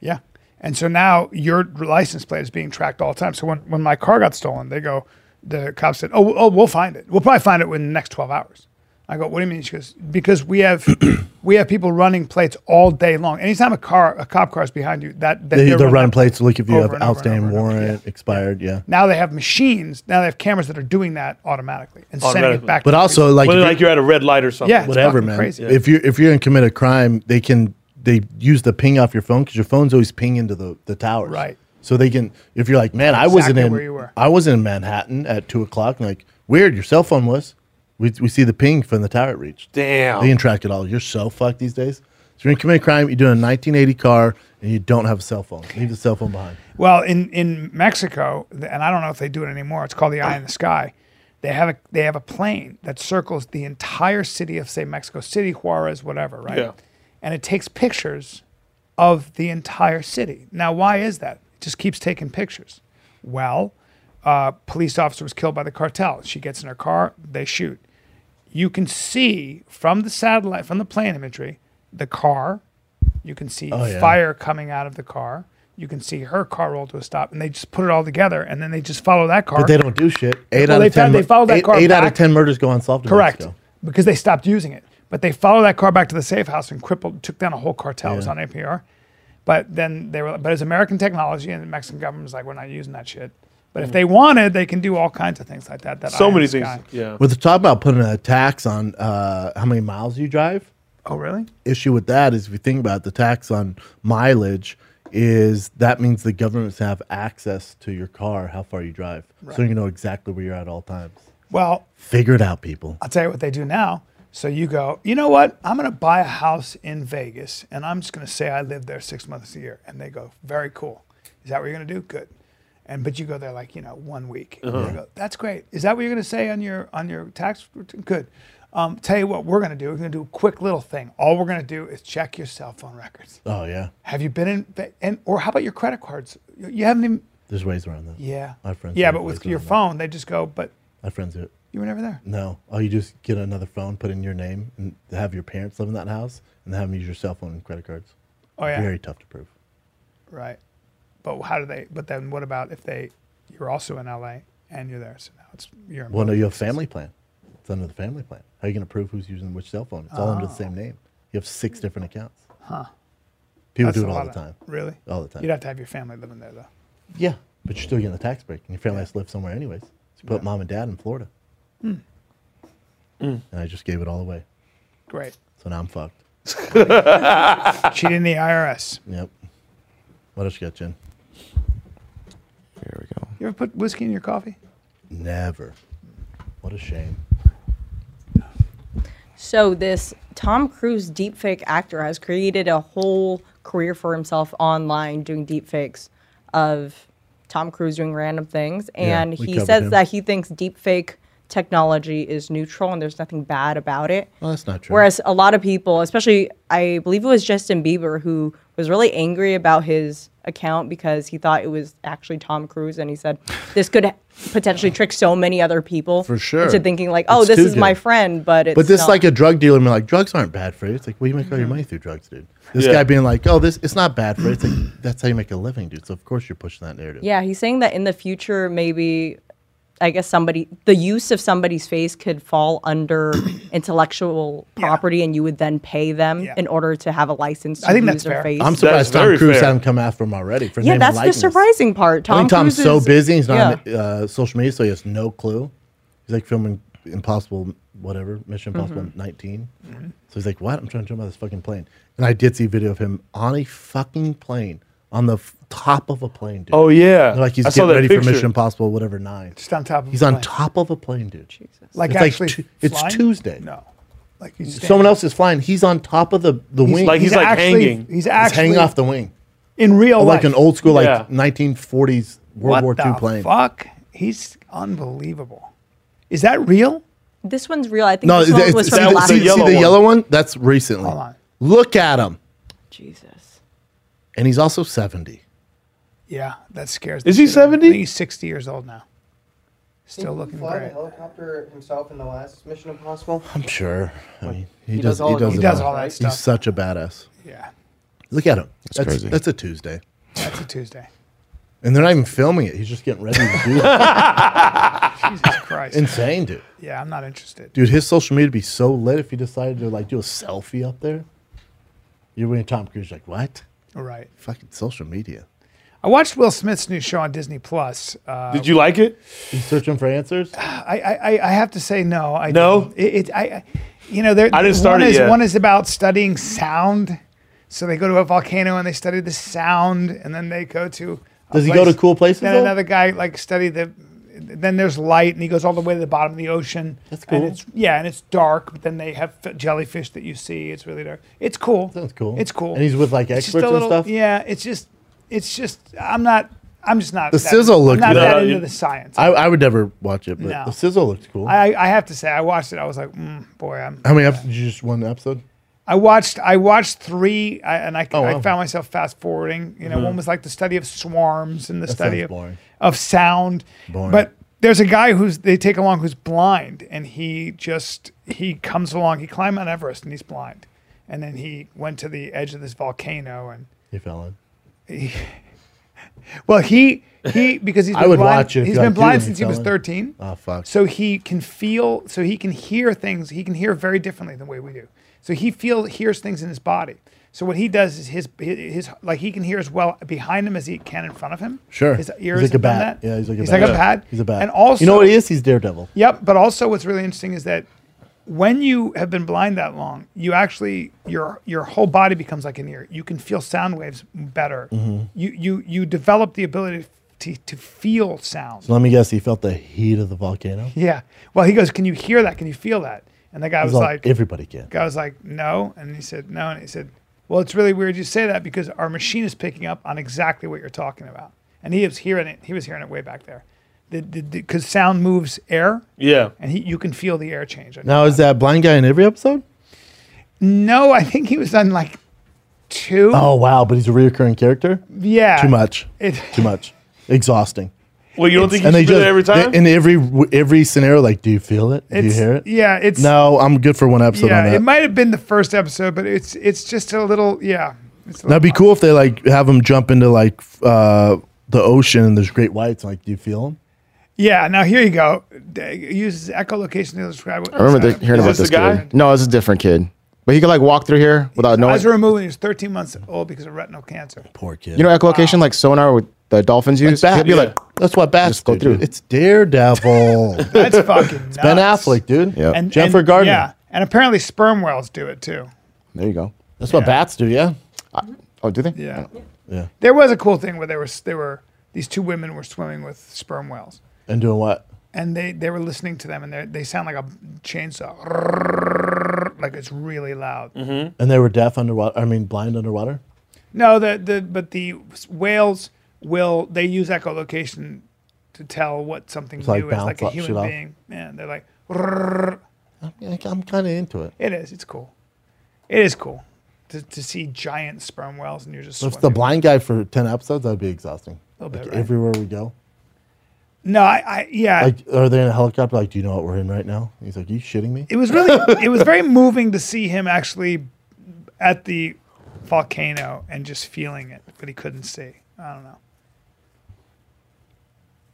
Yeah. And so now your license plate is being tracked all the time. So when, when my car got stolen, they go, the cop said, oh, oh, we'll find it. We'll probably find it within the next 12 hours. I go, what do you mean? She goes, because we have we have people running plates all day long. Anytime a car, a cop car is behind you, that, that They, they're they're running plates to look if you over have and over and outstanding over and over, warrant, yeah. expired. Yeah. Now they have machines. Now they have cameras that are doing that automatically and sending Automatically. it back. But to the also, police. like, Well, if like you're- you're at a red light or something. Yeah. whatever, fucking man. crazy. Yeah. If you're if you're gonna commit a crime, they can they use the ping off your phone because your phone's always ping into the the towers. Right. So they can if you're like, man, I Exactly wasn't in where you were." I wasn't in Manhattan at two o'clock. And like, weird, your cell phone was. We we see the ping from the tower it reached. Damn. They can track it all. You're so fucked these days. So you're gonna commit a crime. You're doing a 1980 car and you don't have a cell phone. Leave the cell phone behind. Well, in in Mexico, th- and I don't know if they do it anymore. It's called the Eye in the Sky. They have a they have a plane that circles the entire city of say Mexico City, Juarez, whatever, right? Yeah. And it takes pictures of the entire city. Now, why is that? It just keeps taking pictures. Well, uh, police officer was killed by the cartel. She gets in her car, they shoot. You can see from the satellite, from the plane imagery, the car. You can see yeah. fire coming out of the car. You can see her car roll to a stop, and they just put it all together, and then they just follow that car. But they don't do shit. Eight Well, out they of ten. found- they mur- followed that eight, car eight out of back. ten murders go unsolved. in Correct. Mexico. Because they stopped using it. But they followed that car back to the safe house and crippled, took down a whole cartel. It was Yeah. on APR. But then they were, but it's American technology, and the Mexican government was like, we're not using that shit. But Mm. if they wanted, they can do all kinds of things like that. that So eye in many the things. sky. Yeah. Well, they're talking about putting a tax on uh, how many miles you drive. Oh, really? issue with that is if you think about it, the tax on mileage is that means the governments have access to your car, how far you drive. So you know exactly where you're at all times. Well, Figure it out, people. I'll tell you what they do now. So you go, you know what? I'm going to buy a house in Vegas and I'm just going to say I live there six months a year. And they go, very cool. Is that what you're going to do? Good. And but you go there like you know one week. And Uh-huh. they go, That's great. Is that what you're going to say on your on your tax? return? Good. Um, tell you what we're going to do. We're going to do a quick little thing. All we're going to do is check your cell phone records. Oh yeah. Have you been in? Ve- And or how about your credit cards? You- You haven't even. There's ways around that. Yeah. My friends Yeah, have but ways with your around that. phone, they just go. But My friends do it. you were never there. No. Oh, you just get another phone, put in your name, and have your parents live in that house and have them use your cell phone and credit cards. Oh yeah. Very tough to prove. Right. But how do they? But then what about if they? You're also in LA and you're there, so now it's you're. in Well, no, both you have places. family plan. It's under the family plan. How are you going to prove who's using which cell phone? It's all Oh. under the same name. You have six different accounts. Huh. People That's do a it all lot the of- time. Really. All the time. You'd have to have your family living there though. Yeah, but you're still getting the tax break, and your family has to live somewhere anyways. So you put mom and dad in Florida. Hmm. Hmm. And I just gave it all away. Great. So now I'm fucked. Cheating the IRS. Yep. What else you got, Jen? Here we go. You ever put whiskey in your coffee? Never. What a shame. So this Tom Cruise deepfake actor has created a whole career for himself online doing deepfakes of Tom Cruise doing random things, Yeah, and we he covered says him. that he thinks deepfake technology is neutral and there's nothing bad about it. Well, that's not true. Whereas a lot of people, especially I believe it was Justin Bieber, who was really angry about his account because he thought it was actually Tom Cruise, and he said this could potentially trick so many other people For sure. into thinking like, oh, It's this too is my good. friend, but it's but this is not. like a drug dealer being like, drugs aren't bad for you. It's like, well, you make all Mm-hmm. your money through drugs, dude. This Yeah. guy being like, oh, this it's not bad for you. It's like, that's how you make a living, dude. So of course you're pushing that narrative. Yeah, he's saying that in the future, maybe, I guess somebody, the use of somebody's face could fall under intellectual Yeah. property, and you would then pay them Yeah. in order to have a license to I think use that's their fair. face. I'm That's surprised Tom very Cruise fair. hasn't come after him already for yeah, name that's and the likeness. surprising part. Tom I think Tom's Cruise so is- busy. He's yeah. not on uh, social media, so he has no clue. He's like filming Impossible, whatever Mission Mm-hmm. Impossible 19. So he's like, "What? I'm trying to jump out of this fucking plane." And I did see a video of him on a fucking plane, on the f- top of a plane, dude. Oh yeah, They're like he's I saw getting that ready for picture. Mission Impossible, whatever nine. Just on top of. He's a on plane. top of a plane, dude. Jesus. Like It's like actually. Tu- it's flying? Tuesday. No. Like he's Someone else is flying. He's on top of the the wing. like- he's actually, hanging. He's He's actually hanging off the wing, in real like life. an old school, like Yeah. 1940s World what War the II plane. Fuck. He's unbelievable. Is that real? This one's real. I think No, this it's, one it's, was see from the- last see, The yellow see the one. yellow one? That's recently. Hold on. Look at him. Jesus. And he's also 70. Yeah, that scares. Is the he shit out of me. 70? I think he's 60 years old now. Still Didn't he looking fly great. the helicopter himself in the last Mission Impossible? I'm sure. I mean, he, He does, does all- he does, he it does all that He's stuff. such a badass. Yeah, Look at him. That's, that's crazy. a Tuesday. that's a Tuesday. And they're not even filming it. He's just getting ready to do it. Jesus Christ. Insane, dude. yeah, I'm not interested. Dude, his social media would be so lit if he decided to like do a selfie up there. You're when Tom Cruise, like, what? All right. Fucking social media. I watched Will Smith's new show on Disney Plus. Uh, Did you like it? You searching for answers? I, I, I- I have to say no. I No? didn't. It, it, I, I- you know, there. I didn't start one it is- yet. One is about studying sound. So they go to a volcano and they study the sound, and then they go to. a Does he go to cool places, Then though? another guy like study the. Then there's light, and he goes all the way to the bottom of the ocean. That's And cool. it's, yeah, and it's dark, but then they have f- jellyfish that you see. It's really dark. It's cool. Sounds cool. It's cool. And he's with, like, It's just a experts and little- stuff? Yeah, it's just, it's just. I'm not. I'm just not. The that- sizzle I'm looked not good. that No, into you- the science. I, I would never watch it, but No. the sizzle looked cool. I, I have to say, I watched it. I was like, mm, boy, I'm. How many episodes? Did you just one episode? I watched. I watched three, I, and I, Oh, I wow. Mm-hmm. found myself fast forwarding. You know, one was like the study of swarms and the study sounds of, boring. of sound. Boring. But there's a guy who's they take along who's blind, and he just he comes along. He climbed Mount Everest, and he's blind. And then he went to the edge of this volcano, and You fell in. well, he he because he's I been would blind, watch it if he's you been like, blind dude, since you he was fell in. 13. Oh fuck. So he can feel, so he can hear things. He can hear very differently than the way we do. So he feel hears things in his body. So what he does is his his like he can hear as well behind him as he can in front of him. Sure. his He's ears like a have done bat. that. Yeah, he's like a he's bat. like a bat. He's a bat. And also, you know what he is? He's Daredevil. Yep. But also, what's really interesting is that when you have been blind that long, you actually your your whole body becomes like an ear. You can feel sound waves better. You you you develop the ability to to feel sound. Let me guess, he felt the heat of the volcano. Yeah. Well, he goes, "Can you hear that? Can you feel that?" And the guy was It's all- like, everybody can. guy was like, "No," and he said, "No," and he said, "Well, it's really weird you say that because our machine is picking up on exactly what you're talking about." And he was hearing it. He was hearing it way back there, because sound moves air, Yeah. and he, you can feel the air change. Now is that blind guy in every episode? No, I think he was on like two. Oh wow, but he's a reoccurring character. yeah, Too much. It- Too much. Exhausting. Well, you don't think you should do that every time? they- in every every scenario, like, do you feel it? Do you It's- hear it? Yeah, it's No, I'm good for one episode on Yeah, that. it might have been the first episode, but it's it's just a little. Yeah, it's a little That'd be cool if they like have him jump into like f- uh, the ocean and there's great whites. Like, do you feel them? Yeah. Now here you go. D- Uses echolocation to describe. What I remember the, hearing Is about this this the guy? kid. No, it's a different kid. But he could like walk through here without knowing. Eyes were removed when he was 13 months old because of retinal cancer. Poor kid. You know echolocation like sonar with the dolphins use. Bat, He'd be like, that's what bats go do, through. dude. It's Daredevil. That's fucking nuts. ben Affleck, dude. Yeah. And- Jennifer and- Gardner. Yeah, and apparently sperm whales do it too. there you go. That's what bats do. Yeah. Oh, do they? Yeah. Yeah. There was a cool thing where there was they were these two women were swimming with sperm whales. And doing what? and they they were listening to them and they they sound like a chainsaw like it's really loud And they were deaf underwater. I mean, blind underwater. no the the but the whales will they use echolocation to tell what something like new is like a bounce shit human off. being man they're like "Rrrr." I'm, I'm kind of into it. it is it's cool it is cool to, to see giant sperm whales and you're just If swimming. the blind guy for ten episodes, that'd be exhausting. Little bit, Like, right? Everywhere we go, no I, I yeah like are they in a helicopter? Like, do you know what we're in right now? He's like, you shitting me? it was really it was very moving to see him actually at the volcano and just feeling it but he couldn't see i don't know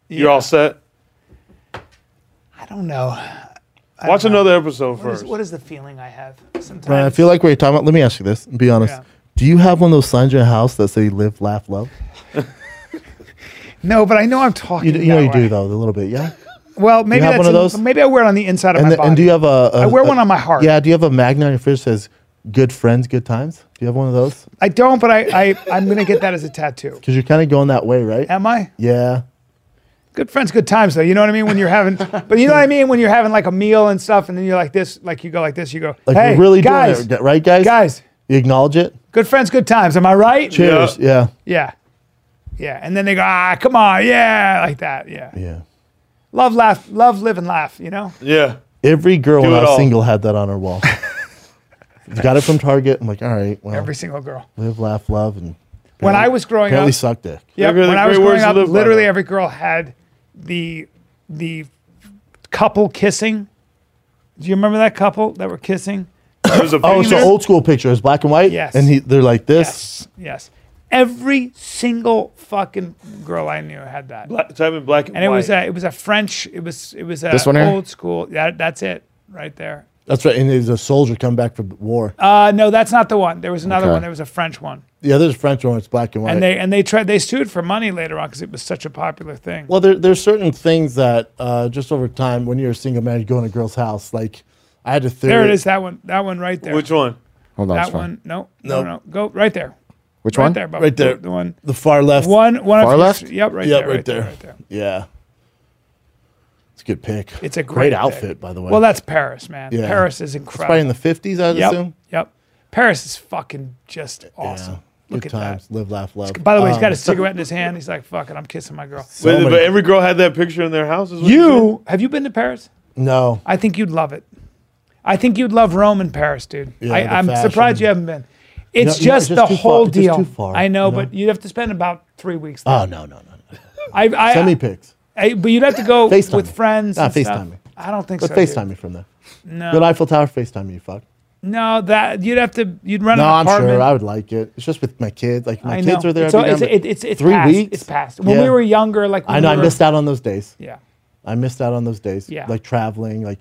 You're all set. I don't know. Watch another episode What is, first. what is the feeling I have sometimes? Brian, I feel like we're talking about. Let me ask you this. and Be honest. Yeah. Do you have one of those signs in your house that say "Live, Laugh, Love"? no, but I know I'm talking. You, d- you know that you do way. though, a little bit, yeah. Well, maybe have that's one of in- those? Maybe I wear it on the inside of And, my the, body. and do you have a? a I wear a- one on my heart. Yeah. Do you have a magnet on your fridge that says "Good Friends, Good Times"? Do you have one of those? I don't, but I, I I'm gonna get that as a tattoo. Because you're kind of going that way, right? Am I? yeah. Good friends, good times though. You know what I mean when you're having, but you know what I mean when you're having like a meal and stuff, and then you're like this, like you go like this, you go. Like hey, you're really guys, doing it, right, guys? guys, you acknowledge it. good friends, good times. Am I right? Cheers. Yeah. Yeah, yeah. And then they go, ah, come on, yeah, like that, yeah. Yeah. Love, laugh, love, live and laugh. You know. yeah. Every girl Do when it I was all. single had that on her wall. Got it from Target. I'm like, all right, well, Every single girl. live, laugh, love, and When I was growing apparently up, sucked dick. Yep. They're When the I was great words growing to up, live by, literally though. every girl had the the couple kissing. Do you remember that couple that were kissing? It was a Oh, it's an picture. old school picture. It's black and white. Yes. And he, they're like this. Yes. Every single fucking girl I knew had that. Black, type in black and, And it white. was a it was a French. It was it was a This one here? old school. That that's it right there. That's right. And there's a soldier come back from war. Uh, no, that's not the one. There was another Okay. one. There was a French one. yeah, there's a French one. It's black and white. And they and they tried they sued for money later on because it was such a popular thing. well, there, there's certain things that uh, just over time, when you're a single man, you go in a girl's house. Like, I had a theory. there it is. That one. That one right there. Which one? Hold on, it's that fine. one. No, no. No. Go right there. Which right one? there, Bubba. Right there. The, the one. The far left. One. One. Far of left? His, yep. Right Yeah, there. right Right there. there. Right there. Yeah. It's a good pick. It's a great, great, pick. outfit, by the way. Well, that's Paris, man. Yeah. Paris is It's probably in incredible. the 50s, I'd yep. assume. Yep. Paris is fucking just awesome. Yeah. Look good at times. Live, laugh, love. that. By the way, he's got Um, a cigarette in his hand. He's like, "Fuck it, I'm kissing my girl." so but, many- but every girl had that picture in their house. Is what said? You have you been to Paris? no. I think you'd love it. I think you'd love Rome and Paris, dude. Yeah, I, the I'm fashion. surprised you haven't been. It's you know, it's just just the too far- whole it's just deal. too far, I know, you know? but you'd have to spend about three weeks. There. Oh, no, no, no. no. I, I, Send me pics. I- but you'd have to go FaceTime with me. friends. Nah, and stuff. FaceTime me. I don't think But so. dude. FaceTime me from there. No. Good Eiffel Tower, FaceTime me, you fuck. No, that you'd have to. You'd run No, an I'm apartment. sure I would like it. It's just with my kids. Like my I kids know. are there. So every it's, time. it's, it's, it's Three past. weeks? It's past. When we Yeah. were younger, like I know. I missed out on those days. Yeah, I missed out on those days. Yeah. Like traveling. Like,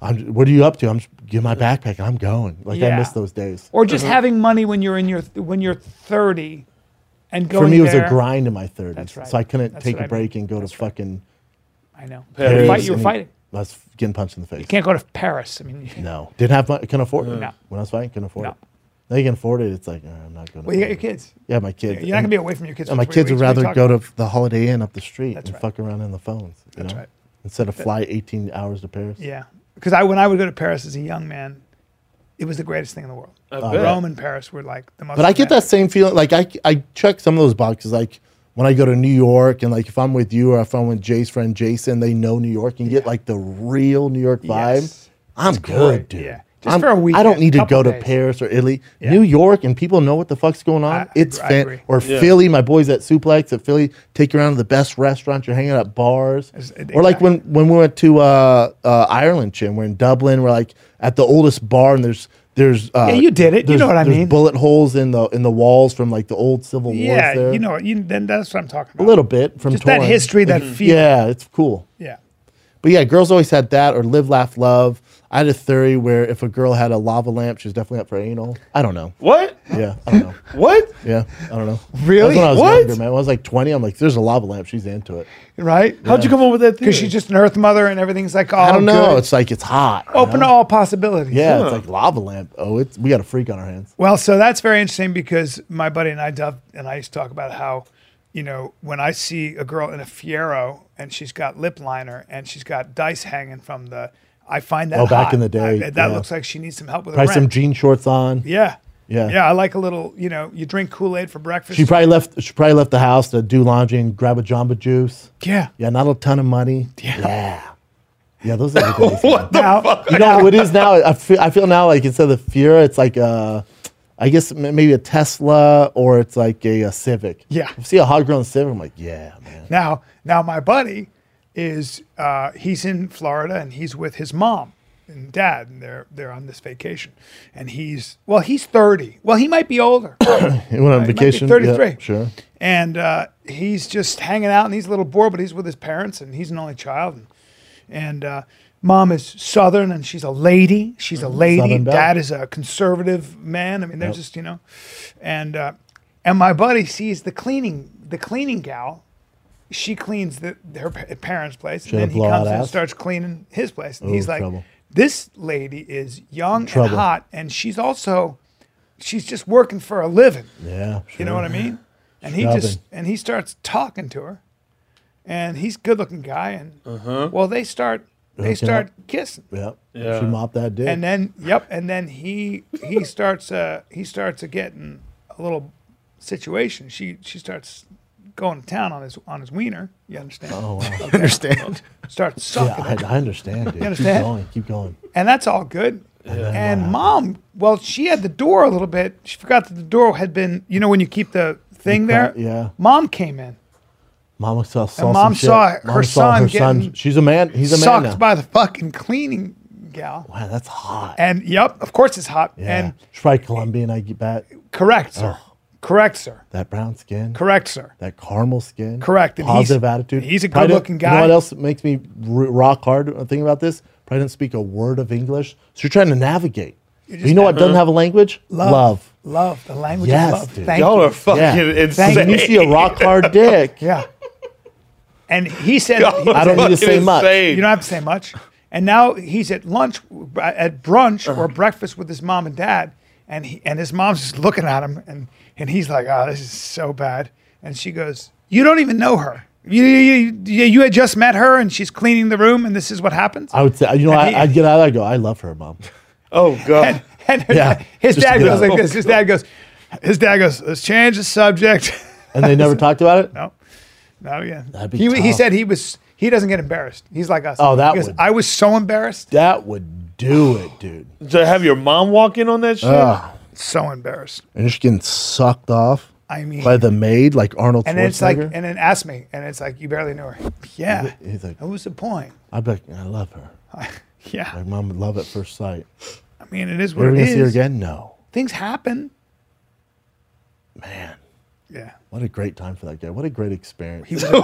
I'm, what are you up to? I'm just get my backpack. and I'm going. Like I Yeah. missed those days. or just having money when you're in your when you're 30, and going For me, it was there, a grind in my 30s, right. so I couldn't That's take what I a mean. break and go to fucking. I know. Paris Fight, you were and- fighting. That's getting punched in the face. Can't go to Paris. I mean, No, didn't have money. Can afford it. No. When I was fighting, can afford No. it. Now you can afford it. It's like uh, I'm not going. well, you got your kids. Yeah, my kids. You're not gonna And- be away from your kids. and for my three kids would weeks. What are you rather talking go about? to the Holiday Inn up the street and right. fuck around on the phones. You That's know? right. Instead of fly 18 hours to Paris. Yeah, because I when I would go to Paris as a young man, it was the greatest thing in the world. bet. Rome and Paris were like the most. But I get that romantic. same feeling. Like I, I check some of those boxes. Like when I go to New York, and like if I'm with you or if I'm with Jay's friend Jason, they know New York and get like the real New York vibe. Yes. I'm good, great. dude. Yeah. Just I'm- for a I don't weekend, need to couple go to days. Paris or Italy, Yeah. New York, and people know what the fuck's going on. I- I it's agree- I fan- agree. or Yeah. Philly. My boys at Suplex at Philly take you around to the best restaurants. You're hanging out at bars, It's- it- or like when when we went to uh, uh, Ireland, Jim. We're in Dublin. We're like at the oldest bar, and there's there's uh, Yeah, you did it. You there's- know what I there's mean. bullet holes in the in the walls from like the old Civil War. Yeah, there. you know, you, then that's what I'm talking a about. little bit from Just that Torrance. history, that Mhm. feel. Yeah, it's cool. Yeah. But yeah, girls always had that or live, laugh, love. I had a theory where if a girl had a lava lamp, she was definitely up for anal. I don't know. What? Yeah, I don't know. What? Yeah, I don't know. Really? That's when I was What? younger, man. When I was like 20, I'm like, there's a lava lamp. She's into it. Right? How'd you come up with that? Because theory? she's just an Earth mother, and everything's like all I don't know. good. Oh, It's like, it's hot. you open know? to all possibilities. Yeah, it's like lava lamp. Oh, it's we got a freak on our hands. Well, so that's very interesting because my buddy and I, Dove, and I used to talk about how, you know, when I see a girl in a Fiero and she's got lip liner and she's got dice hanging from the, I find that Oh, back hot. in the day, I- that yeah. looks like she needs some help with Probably her some rent. jean shorts on. yeah, Yeah. yeah. I like a little, you know, you drink Kool Aid for breakfast. She probably left. She probably left the house to do laundry and grab a Jamba Juice. yeah. Yeah, not a ton of money. Yeah, yeah, those are the days. man. Now, you know what it is now. I feel, I feel now like instead of the Fira, it's like a, I guess m- maybe a Tesla or it's like a, a Civic. Yeah. If I see a hot girl in a Civic, I'm like, yeah, man. Now, now my buddy is uh, he's in Florida and he's with his mom and dad, and they're they're on this vacation. And he's well, he's thirty. Well, he might be older. You went on He might be vacation. Yeah, 33. sure. And uh, he's just hanging out and he's a little bored, but he's with his parents and he's an only child. And, and uh, mom is Southern and she's a lady. She's a lady. Mm-hmm. Southern belle. Dad is a conservative man. I mean, they're just, you know. And, uh, and my buddy sees the cleaning, the cleaning gal. She cleans the, her pa- parents' place. had and then a he blowout comes in and ass? starts cleaning his place. And Ooh, he's like, trouble. this lady is young Trouble. and hot. And she's also, she's just working for a living. Yeah. Sure. You know what I mean? And he Shoving. just and he starts talking to her, and he's a good-looking guy, and well, they start they Hooking start up. kissing, Yeah. Yeah. She mopped that dick. and then yep, and then he he starts uh he starts uh, getting a little situation. She she starts going to town on his on his wiener. You understand? oh, wow. Understand? Starts Yeah, sucking, I, I understand, dude. understand? Keep going. Keep going. and that's all good. And mom, well, she had the door a little bit. She forgot that the door had been, you know, when you keep the thing there. crack- yeah. Mom came in. Mom saw, saw And some mom shit. saw her son getting She's a man. He's a man sucked now. by the fucking cleaning gal. wow, that's hot. And yep, of course it's hot. yeah. And She's probably Colombian. I get that. correct, sir. Correct, sir. That brown skin. Correct, sir. that caramel skin. Correct, and he's- positive attitude. he's a Probably good-looking didn't- guy. You know what else makes me r- rock hard uh, thinking about this? Probably didn't speak a word of English. So you're trying to navigate. just You know what doesn't have a language? Love. Love. The language Yes, of love. dude. Thank y'all you. are fucking Yeah. insane. Thank When you see a rock hard dick, yeah. And he said, Y'all he are I don't said, need to say fucking much. insane. you don't have to say much. And now he's at lunch, at brunch or breakfast with his mom and dad, and he and his mom's just looking at him, and and he's like, "Oh, this is so bad." And she goes, "You don't even know her. You you, you, you had just met her, and she's cleaning the room, and this is what happens." I would say, you know, And I, he- I'd get out of there and go, I love her, mom. Oh god. and and her- Yeah, his just to dad get goes out. like this. His dad goes, his dad goes, "Let's change the subject." And they never talked about it? no, no, yeah. That'd be he he tough. said he was he doesn't get embarrassed. He's like us. Oh, that He goes, would- I was so embarrassed, That would do it, dude. to have your mom walk in on that shit. so embarrassed. And just getting sucked off I mean, by the maid like Arnold And Schwarzenegger. then it's like, and then ask me, and it's like, you barely knew her. Yeah. he's like- what was the point? I'd be like, I love her. Yeah. Like, mom would love at first sight. I mean, it is We're what going it to see her is. again? No. Things happen. Man. Yeah. What a great time for that guy. What a great experience. You know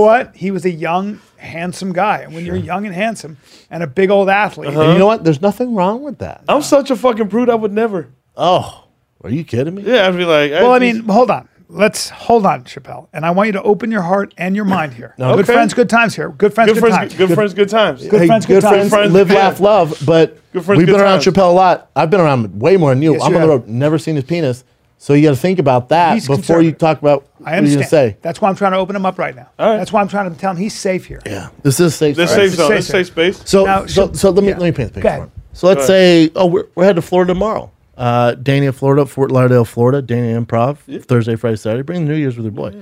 what? He was a young, handsome guy. And when you're young and handsome and a big old athlete, And you know what? There's nothing wrong with that. I'm such a fucking prude. I would never. Oh, are you kidding me? Yeah, I'd be like. well, I mean, hold on. let's hold on, Chappelle. And I want you to open your heart and your mind here. Good Okay. friends, good times here. Good friends, good, Good friends, times. good, friends, good times. Good Hey, friends, good times. friends, Good friends, live, good laugh, times. love. But Good friends, we've good been around times. Chappelle a lot. I've been around him way more than you. Yes, I'm you on the have. road, never seen his penis. So you got to think about that He's before you conservative. talk about I what you're understand. going to say. That's why I'm trying to open him up right now. All right. That's why I'm trying to tell him he's safe here. Yeah, this is safe. Let's space. Alright. save zone. Say Let's so. save space. So, Now, so, should- so let me yeah. let me paint the Go picture. ahead. for him. So let's Go say, oh, we're, we're headed to Florida tomorrow. Uh, Danny of Florida, Fort Lauderdale, Florida. Danny Improv, Thursday, Friday, Saturday. Bring the New Year's with your boy.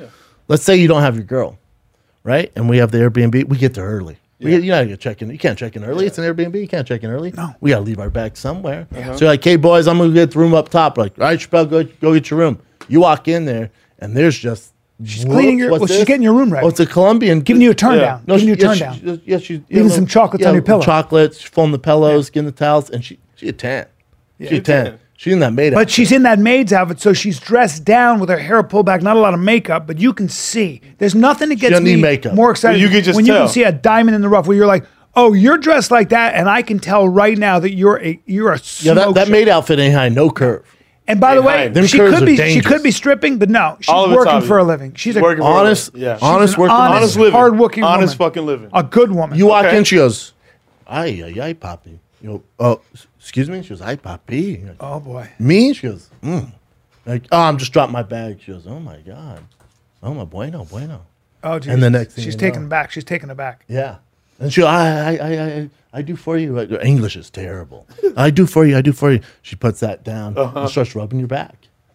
Let's say you don't have your girl, right? And we have the Airbnb. We get there early. We get, you know, you check in. You can't check in early. It's an Airbnb. You can't check in early. No, we got to leave our bags somewhere. So you're like, hey boys, I'm gonna get the room up top. Like, all right, Chappelle, go go get your room. You walk in there, and there's just she's cleaning your- well, she's getting your room ready. Oh, it's a Colombian Giving you a turn Yeah. down. giving you a she- turn yes, down. she- yes, yes, she- Leaving yeah, some no, chocolates yeah, on your pillow. Chocolates, she folding the pillows, getting the towels, and she she a tan. she a tan. She's in that made But she's in that maid's outfit, so she's dressed down with her hair pulled back, not a lot of makeup, but you can see. There's nothing that gets doesn't me need makeup. more excited You could just when you tell. can see a diamond in the rough where you're like, oh, you're dressed like that, and I can tell right now that you're a you're a yeah, that, smoke that show. maid outfit ain't high, no curve. And by the Hey, hi. way, Them she curves could are be she dangerous. could be stripping, but no, she's All of it's working obvious. for a living. She's a Working for- Honest, Yeah. honest, an working, honest honest. living. hardworking Honest woman. fucking living. a good woman. You walk Okay. in, she goes, "Ay, ay, ay, papi." You know, oh, s- excuse me. She goes, "Ay, papi." You're like, oh boy, Me? She goes, mm. like, "Oh, I'm just dropping my bag." She goes, "Oh my god, oh my bueno, bueno." oh geez. the next thing she's you taken know- back. She's taken aback. Yeah. And she, I, I, I, I, I do for you. Your English is terrible. I do for you. I do for you. She puts that down Uh-huh. and starts rubbing your back.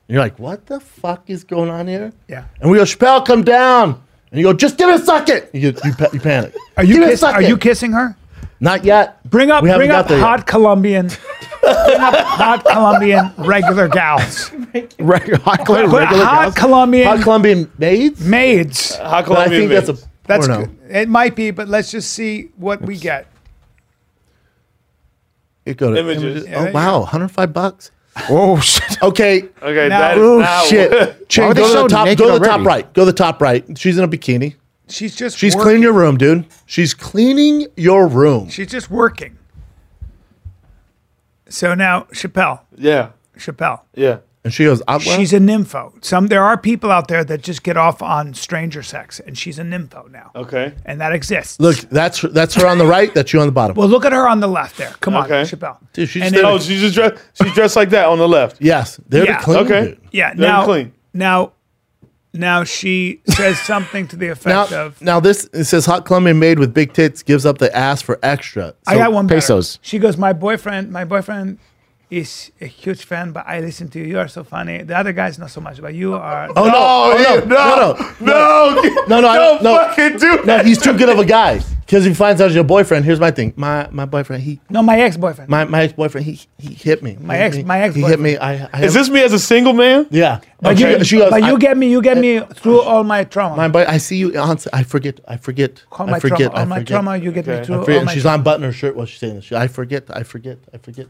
And you're like, what the fuck is going on here? Yeah. And we go, Chappelle, come down. And you go, just give it a second. You, you, pa- you panic. Are you give it a kiss- are second. you kissing her? Not yet. Bring up, We haven't bring got up there yet. hot Colombian, bring up hot Colombian regular gals, Regular, Put hot Colombian Hot Colombian maids? maids. How But I Colombian think that's a maids. That's porno. good. it. Might be, but let's just see what we get. It go to Images. Yeah, Oh, there you wow. 105 bucks. oh shit! Okay. Okay, Now- that is Oh, now- shit. Why Chin, were they go to so the top, naked go to the top already? right. Go to the top right. She's in a bikini. She's just She's work- cleaning your room, dude. She's cleaning your room. She's just working. So now Chappelle, Yeah. Chappelle, Yeah. and she goes, "Ah, I'm, she's a nympho. Some there are people out there that just get off on stranger sex, and she's a nympho now. Okay. and that exists. Oh. Look, that's that's her on the right, that's you on the bottom. well, look at her on the left there. Come Okay. on, Chappelle. Dude, she's And still- Oh, she's just dressed. She's dressed like that on the left. yes, they're Yeah. the clean Okay. dude. Yeah. They're Now, clean. now, now she says something to the effect Now, of, now this it says hot Colombian maid with big tits gives up the ass for extra. "I got one better." pesos. She goes, "My boyfriend, my boyfriend." Is a huge fan, but I listen to you. You are so funny. The other guys, not so much, but you are. oh no, oh, you- no, no, no, no, no, no, no, I don't- no, fucking do no, that. he's too good of a guy. Because he finds out he's your boyfriend. Here's my thing. My my boyfriend, he No, my ex boyfriend. my, my ex boyfriend, he he hit me. My ex- He- my He hit ex-boyfriend. me. I, I Is this me as a single man? yeah. But And you, she- she goes, but you I- Eh, get me, you get me through all my trauma. my boy, I see you on I forget. I forget. all my I forget. trauma, all I my forget. trauma, you get Okay. me I through. I forget. all And my she's unbuttoning her shirt while she's saying this. She, I forget. I forget. I forget.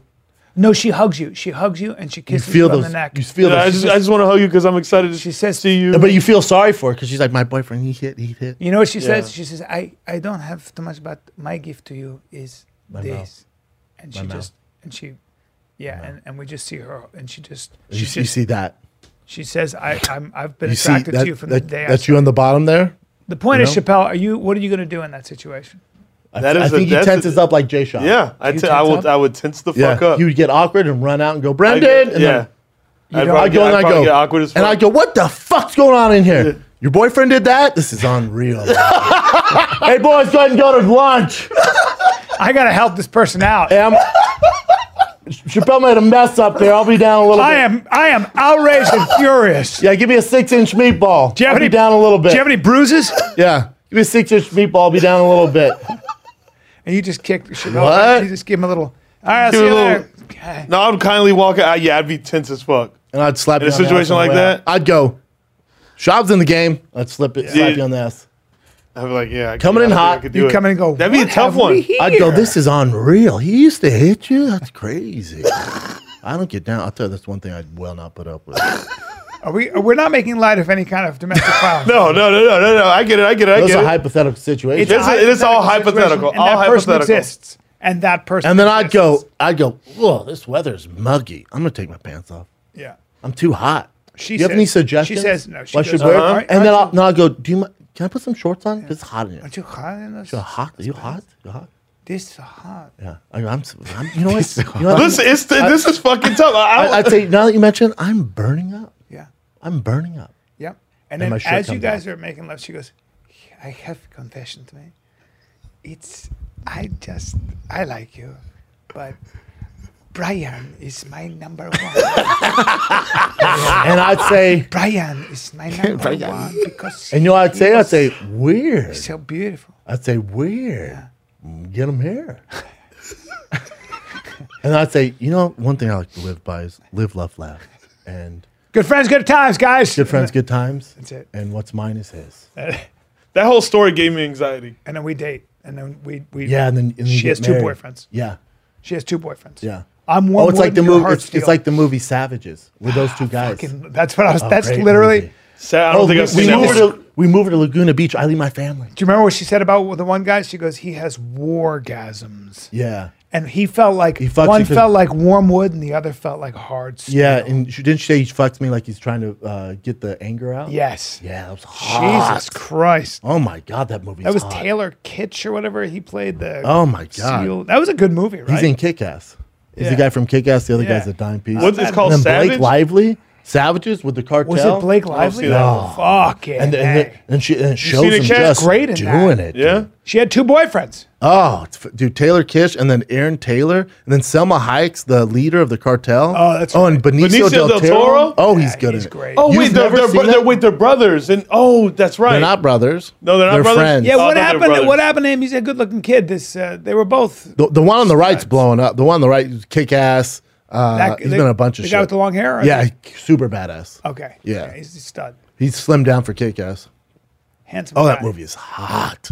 No, she hugs you. She hugs you and she You kisses you, feel on those. the neck. You feel I those. just, I just want to hug you because I'm excited to She says- see you. but you feel sorry for her because she's like, my boyfriend. He hit. He hit. You know what she says? Yeah. She says, I, I don't have too much, but my gift to you is My this. mouth. And My she mouth. just, and she, yeah, and, and we just see her, and she just, she, You, see- you just, see that? she says, I, I'm, I've been You see attracted that? to you from that- the day I that's saw you on the bottom there. The point you is, know? Chappelle, are you, what are you going to do in that situation? That I is a- think he that's a- tenses up like Jay Sean. yeah, I, You t- I tense would up? I would tense the fuck Yeah. up. He would get awkward and run out and go, I Brendan. get- and yeah. I'd don't- probably I go get, and I'd I probably go get awkward as fuck. and I go, what the fuck's going on in here? Your boyfriend did that. This is unreal. hey boys, go ahead and go to lunch. I got to help this person out. Em, Chappelle made a mess up there. I'll be down a little I bit. am, I am outraged and furious. Yeah, give me a six inch meatball. Do you have I'll be any- down a little Do bit. you have any bruises? yeah. Give me a six inch meatball, I'll be down a little bit. And you just kicked Chappelle. What? You just give him a little, all right, I'll Give see you him a little- later. Okay. No, I'm kindly walking. I, yeah, I'd be tense as fuck. And I'd slap In you a on the ass situation on the way like that? out. I'd go. Shop's in the game. I'd slip it, slap Yeah. you on the ass. I'd be like, yeah, I Coming in could- I think hot, I could do You it. come in and go, That'd be a "What tough have one. we here?" I'd go, this is unreal. He used to hit you? That's crazy. I don't get down. I'll tell you, that's one thing I'd well not put up with. Are we, we're not making light of any kind of domestic violence. No, no, no, no, no, no. I get it. I get it. I That's get a it. hypothetical situation. It's- it is all hypothetical, situation, all and that person hypothetical. exists, and that person. and then I'd exists. go, I'd go, whoa, this weather's muggy. I'm going to take my pants off. Yeah. I'm too hot. She you have says- any suggestions? She says no. She I goes, "Uh-huh." should wear? "Aren't- And then I'll, aren't then I'll go. Do you? mi- Can I put some shorts on? 'Cause It's hot in here. you hot in this? You hot? Are you hot? You hot? This is hot. Yeah. I mean, I'm, s- I'm- You know what? You know what? Listen, it's this is fucking tough. I, I, I'd say now that you mention, I'm burning up. Yeah. I'm burning up. Yep. And, And my then shirt as you comes guys are making love, she goes, I have a confession to make. It's, I just, I like you, but Brian is my number one. Ah. And I'd say, Brian is my number Brian. one because and you know, what I'd say, I'd say weird. he's so beautiful. I'd say weird. Get them here. and I'd say, you know, one thing I like to live by is live, love, laugh, and Good friends, good times, guys. good friends, good times. That's it. And what's mine is his. that whole story gave me anxiety. And then we date. And then we, we Yeah, and then, and then you she get has two married. boyfriends. Yeah, She has two boyfriends. yeah. I'm one Oh, it's more like the than your movie. heart's It's, it's deal. like the movie Savages with those two guys. Fucking- That's what I was. A that's Oh, great literally. movie. Sad, I don't Oh, think we, I've seen we that. moved one. to, we moved to Laguna Beach. I leave my family. Do you remember what she said about the one guy? She goes, "He has wargasms," Yeah, and he felt like fucks one you 'cause- felt like warm wood, and the other felt like hard steel. yeah. And she, didn't she say he fucked me like he's trying to uh, get the anger out? Yes. Yeah, that was hot. Jesus Christ. Oh my god, that movie. That was hot. Taylor Kitsch or whatever. He played the. Oh my god. Seal. That was a good movie, right? He's in Kick Ass. He's the Yeah. guy from Kick Ass. The other Yeah. guy's a dime piece. What's it's called? And then Blake Savage? Lively, Savages with the cartel. was it Blake I don't see Lively? that Oh, fuck it. And, and, then- and she and it shows seen it, him Kish? just Great in doing that. it. dude. Yeah, she had two boyfriends. Oh, it's f- dude, Taylor Kish and then Aaron Taylor and then Selma Hayek's the leader of the cartel. Oh, that's oh, and Benicio, Benicio del, del Toro. Toro? Oh, Yeah, he's good. he's in it. great. Oh You've wait, they're, never they're, seen bro- that? they're, wait, they're brothers, and oh, that's right. They're not brothers. No, they're not brothers? Friends. Yeah, Oh, I what thought they were happened? brothers. What happened to him? He's a good-looking kid. This uh, they were both. The, the one on the right's blowing up. The one on the right, kick ass. Uh, That- he's the- been in a bunch of the shit. guy with the long hair? Yeah, he- super badass. Okay. Yeah. he's a stud. He's slimmed down for kick ass. Handsome. Oh, that guy. movie is hot.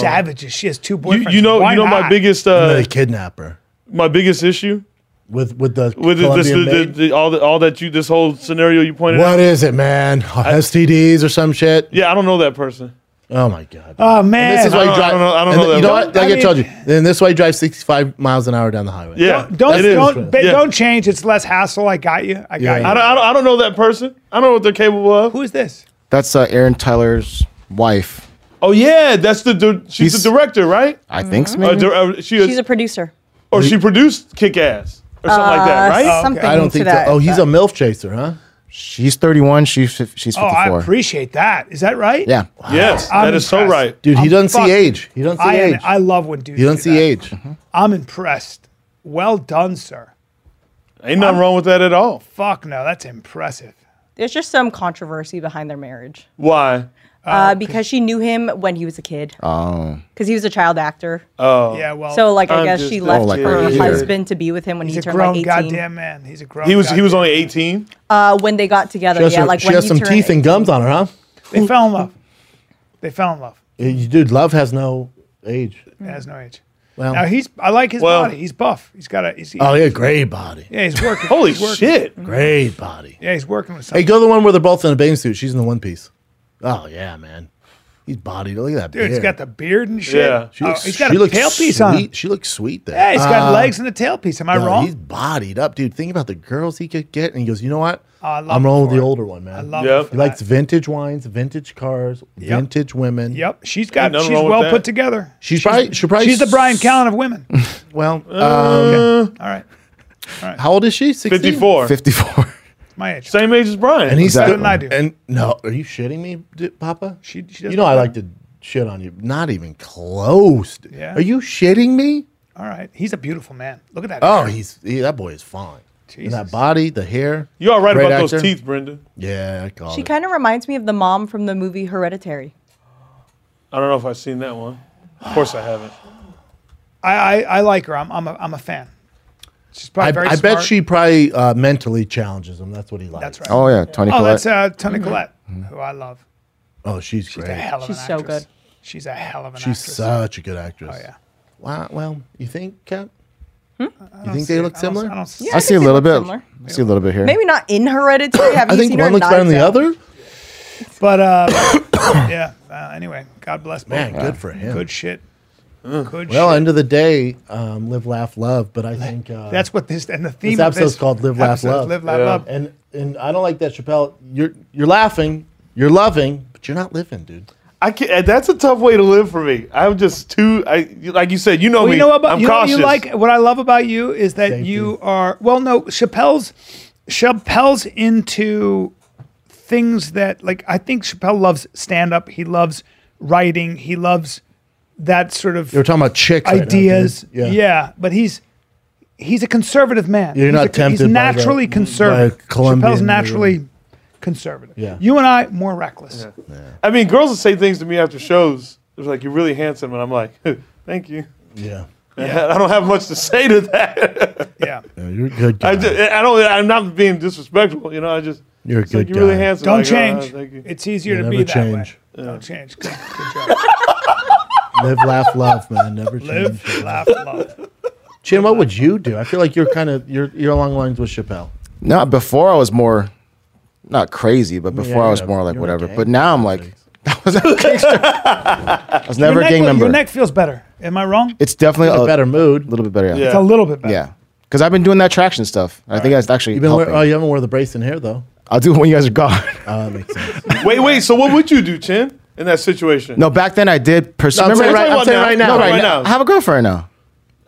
Savages. She has two You, boyfriends. you know, Why you know not? my biggest, And uh, the kidnapper my biggest issue with with the with this, this, Colombian the, maid. the- all, the, all that you, this whole scenario you pointed out. what is it, man? STDs or some shit? Yeah, I don't know that person. Oh my god. Oh man. And this is why I you don't- drive. I don't know- I don't and know the- that You know well. what? Like I I, mean- told you. And this way, you drive 65 miles an hour down the highway. Yeah, don't it is. don't ba- Yeah. don't change. It's less hassle. I got you. I got Yeah. you. I don't, I don't, I don't know that person. I don't know what they're capable of. Who is this? That's uh, Aaron Tyler's wife. Oh yeah, that's the du- she's He's- the director, right? I Mm-hmm. think Oh, so. Or, Maybe. dir- or she She's a producer. or she produced Kick Ass or something like Uh, that, right? okay. Something I don't to think. that. so. Oh, he's a milf chaser, huh? She's 31. She's fif- she's Oh, I 54. appreciate that. Is that right? yeah. Yes, I'm that is so impressed. right. Dude, he I'm doesn't see fucking- age. He doesn't see I am- age. I love when dudes. you don't do see that. Mm-hmm. age. I'm impressed. Well done, sir. Ain't nothing wrong with that at all. Fuck no, that's impressive. There's just some controversy behind their marriage Why? uh, because she knew him when he was a kid. Oh. Because he was a child actor. Oh. yeah, well, so like I I'm guess just- she Oh, left like her right here. husband to be with him when he's he a turned like grown 18. goddamn man. He's a grown. He was he was goddamn- only eighteen. Uh, when they got together, She has, yeah, her- like she when has he some turned teeth and gums on her, huh? They fell in love. They fell in love. Uh, you- Dude, love has no age. He has no age. Well, Now he's. I like his Well- body. He's buff. He's got a. He's, he's, oh yeah, great body, yeah, he's working. Holy he's working. shit! great body. Yeah, he's working with Hey, something. go to the one where they're both in a bathing suit. She's in the one piece. Oh yeah, man. He's bodied. Look at that Dude, beard. he's got the beard and shit. Yeah. She Oh, looks, he's got she a looks tailpiece sweet. on. She looks sweet there. Yeah, he's got Uh, legs and a tailpiece. Am I no, He's wrong? bodied up, dude. Think about the girls he could get, and he goes, "You know what? Oh, I love I'm him rolling with for the it. older one, man. I love Yep. him for he likes that. vintage wines, vintage cars, vintage women. Yep, she's got. Ain't nothing She's wrong with well that. put together. She's probably- she probably She's the Brian s- Callen of women. Well, All right, um, how old is she? 16? Fifty-four, 54. my age. same age as Brian. And he's Better than I do. And no, are you shitting me, d- Papa? She- she does you know I better. like to shit on you. Not even close. dude. Yeah. Are you shitting me? All right, he's a beautiful man. Look at that. Oh, hair. he's he, that boy is fine. And Jesus. that body, the hair. you all right great about those actor. teeth, Brenda? Yeah, I called She it. kind of reminds me of the mom from the movie Hereditary. I don't know if I've seen that one. Of course I haven't. I, I I like her. I'm I'm a, I'm a fan. She's probably I, very. I bet smart. she probably uh, mentally challenges him. That's what he likes. That's right. Oh yeah, Tony Oh, that's Collette. uh, Tony Collette, who I love. Oh, she's, She's Mm-hmm. great. a hell of She's an so actress. good. She's a hell of an She's actress. such a good actress. oh yeah. Wow. Well, you think, Kat? You think they look I don't- similar? I don't see I see a they little look bit. similar. I see a little bit here. Maybe not in Hereditary. Have I you think seen one her looks in better than the other. Seinfeld? But uh, yeah. Uh, anyway, God bless. both. Man, good for him. Mm. Good shit. Good well, shit. end of the day, um, live, laugh, love. But I think uh, That's what this and the theme this of episode's this called "Live, Laugh, episode is Love." Live, laugh, love. And and I don't like that, Chappelle. You're you're laughing, you're loving, but you're not living, dude. I can't, that's a tough way to live for me. I'm just too. I like you said. You know Well, me. you know what? About, I'm you, know what cautious. you like what I love about you is that Thank you, you. are well. No, Chappelle's Chappelle's into things that like I think Chappelle loves stand up. He loves writing. He loves that sort of You're talking about chicks, right now, dude. ideas. yeah. yeah. but he's he's a conservative man. You're he's a, not He's tempted by the- naturally by conservative. Colombian Chappelle's naturally conservative. Yeah. You and I more reckless. I mean, girls will say things to me after shows. They're like, "You're really handsome," and I'm like, "Thank you." Yeah, I don't have much to say to that. Yeah. Yeah, you're a good. Guy. I, just, I don't. I'm not being disrespectful. You know, I just. You're a it's like, good You're really guy. handsome. Don't Like, oh, change. thank you. it's easier Yeah, to be never that change. way. Don't change. Good, good job. Live, laugh, love, man. Never change. Live, laugh, love. Chin, what would you do? I feel like you're kind of you're you're along the lines with Chappelle. No, before I was more, not crazy, but before you're I was a- more like you're a whatever. gang But now I'm like, I was, a gangster. I was Your never a neck, gang your member. neck feels better. Am I wrong? it's definitely Uh, A a better mood. little bit better. Yeah, It's a little bit better. yeah. Because I've been doing that traction stuff. I think that's actually You've been wear, helping. oh, you haven't worn the brace in hair though. I'll do it when you guys are gone. Oh, that makes sense. Wait, wait. So what would you do, Chin, in that situation? no, back then I did pursue. No, I'm remember saying right- I- I'm saying right now, No, right, right now. now. I have a girlfriend now.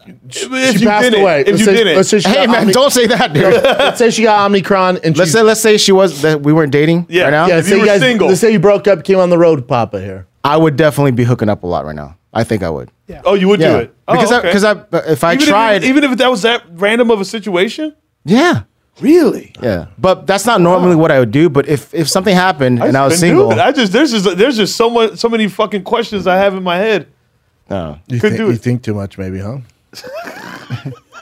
if she you passed did away. It, if Let's you say- did let's say it, she Hey got man, Omni- don't say that, dude. Let's say she got Omicron and let's she's- say let's say she was that we weren't dating Yeah. right now. yeah, if say you you were guys, single. Let's say you broke up, came on the road, to Papa here. I would definitely be hooking up a lot right now. I think I would. Yeah. oh, you would Yeah, do it Oh, because okay. I, because I if I even tried, if, even if that was that random of a situation. yeah, Really? yeah. But that's not normally what I would do. But if if something happened and I was Been doing single, it. I just there's just there's just so much so many fucking questions I have in my head. no. You, Could do you it. think too much, maybe, huh?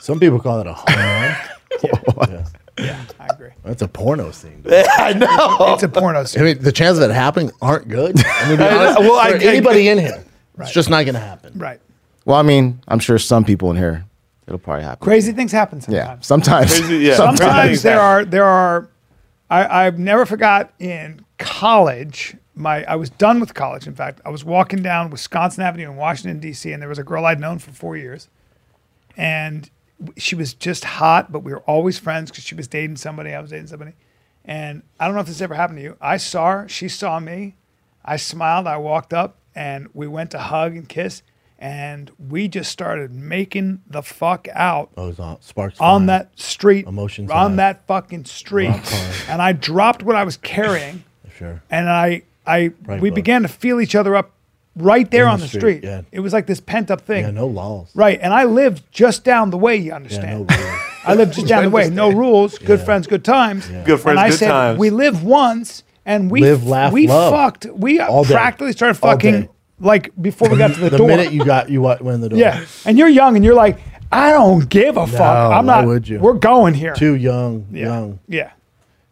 Some people call that a horn. Yeah. I agree. That's a porno scene. dude. I know. It's a porno scene. I mean, the chances of it happening aren't good. I'm gonna be I know. honest. Well, For I- I- anybody in here, it's just not going to happen. Right. Well, I mean, I'm sure some people in here, it'll probably happen. Crazy things happen Yeah, sometimes. sometimes. Crazy- yeah. Some- Sometimes Sometimes. there are there are I, I've never forgot in college, my I was done with college, in fact. I was walking down Wisconsin Avenue in Washington, DC, and there was a girl I'd known for four years. And w- she was just hot, but we were always friends because she was dating somebody, I was dating somebody. And I don't know if this ever happened to you. I saw her, she saw me, I smiled, I walked up, and we went to hug and kiss, and we just started making the fuck out Oh, it's on, sparks on flying. that street, Emotions on high. that fucking street, and I dropped what I was carrying, Sure. and I, I, Right we above. began to feel each other up right there on the street. street, yeah. It was like this pent up thing, Yeah, no laws. right? And I lived just down the way. You Yeah, no understand? laws. I lived just down the way. No rules. Good friends, good times. Good friends, and I good said, times. We live once, and we Live, laugh, we love. fucked. We All day. practically started All day. fucking like before we got to the, the door. minute you got you went in the door. yeah, and you're young, and you're like, I don't give a fuck. I'm why not. would you? We're going here. Too young, Yeah. young. Yeah.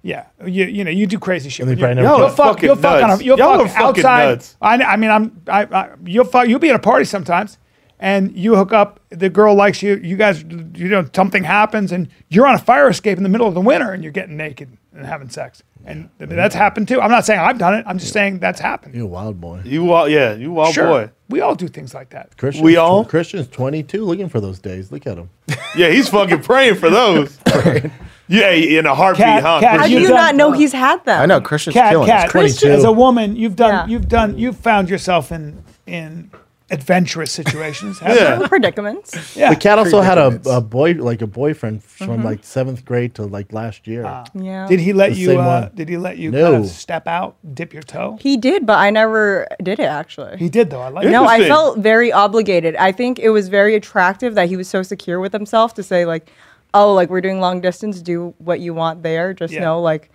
Yeah. You, you know, you do crazy shit. And they You're- probably never you'll do it. fuck, you'll Fucking fuck on a, nuts. you'll Y'all fuck are fucking outside. nuts. I, I mean, I'm, I, I, you'll fuck, you'll be at a party sometimes and you hook up, the girl likes you, you guys, you know, something happens and you're on a fire escape in the middle of the winter and you're getting naked and having sex. And I mean, that's happened too. I'm not saying I've done it. I'm just saying that's happened. You a wild boy. You all, yeah, you all sure. Oh, boy. We all do things like that. Christians, We all- Christians twenty two looking for those days. Look at him. Yeah, he's fucking praying for those. yeah, in a heartbeat, Cat- huh? cat- How do You've you done- not know he's had them? I know Christian's Cat, killing. cat, Cat. Christian. as a woman, you've done, Yeah. you've done, you've found yourself in, in adventurous situations. haven't you? Yeah. Predicaments. Yeah. The cat also had a, a boy like a boyfriend Mm-hmm. from like seventh grade to like last year. Ah. Yeah. Did he let The you? same Uh, one. did he let you No. kind of step out, dip your toe? He did, but I never did it actually. He did though. I like. no, I Interesting. felt very obligated. I think it was very attractive that he was so secure with himself to say like, "Oh, like we're doing long distance. Do what you want there. Just Yeah. know like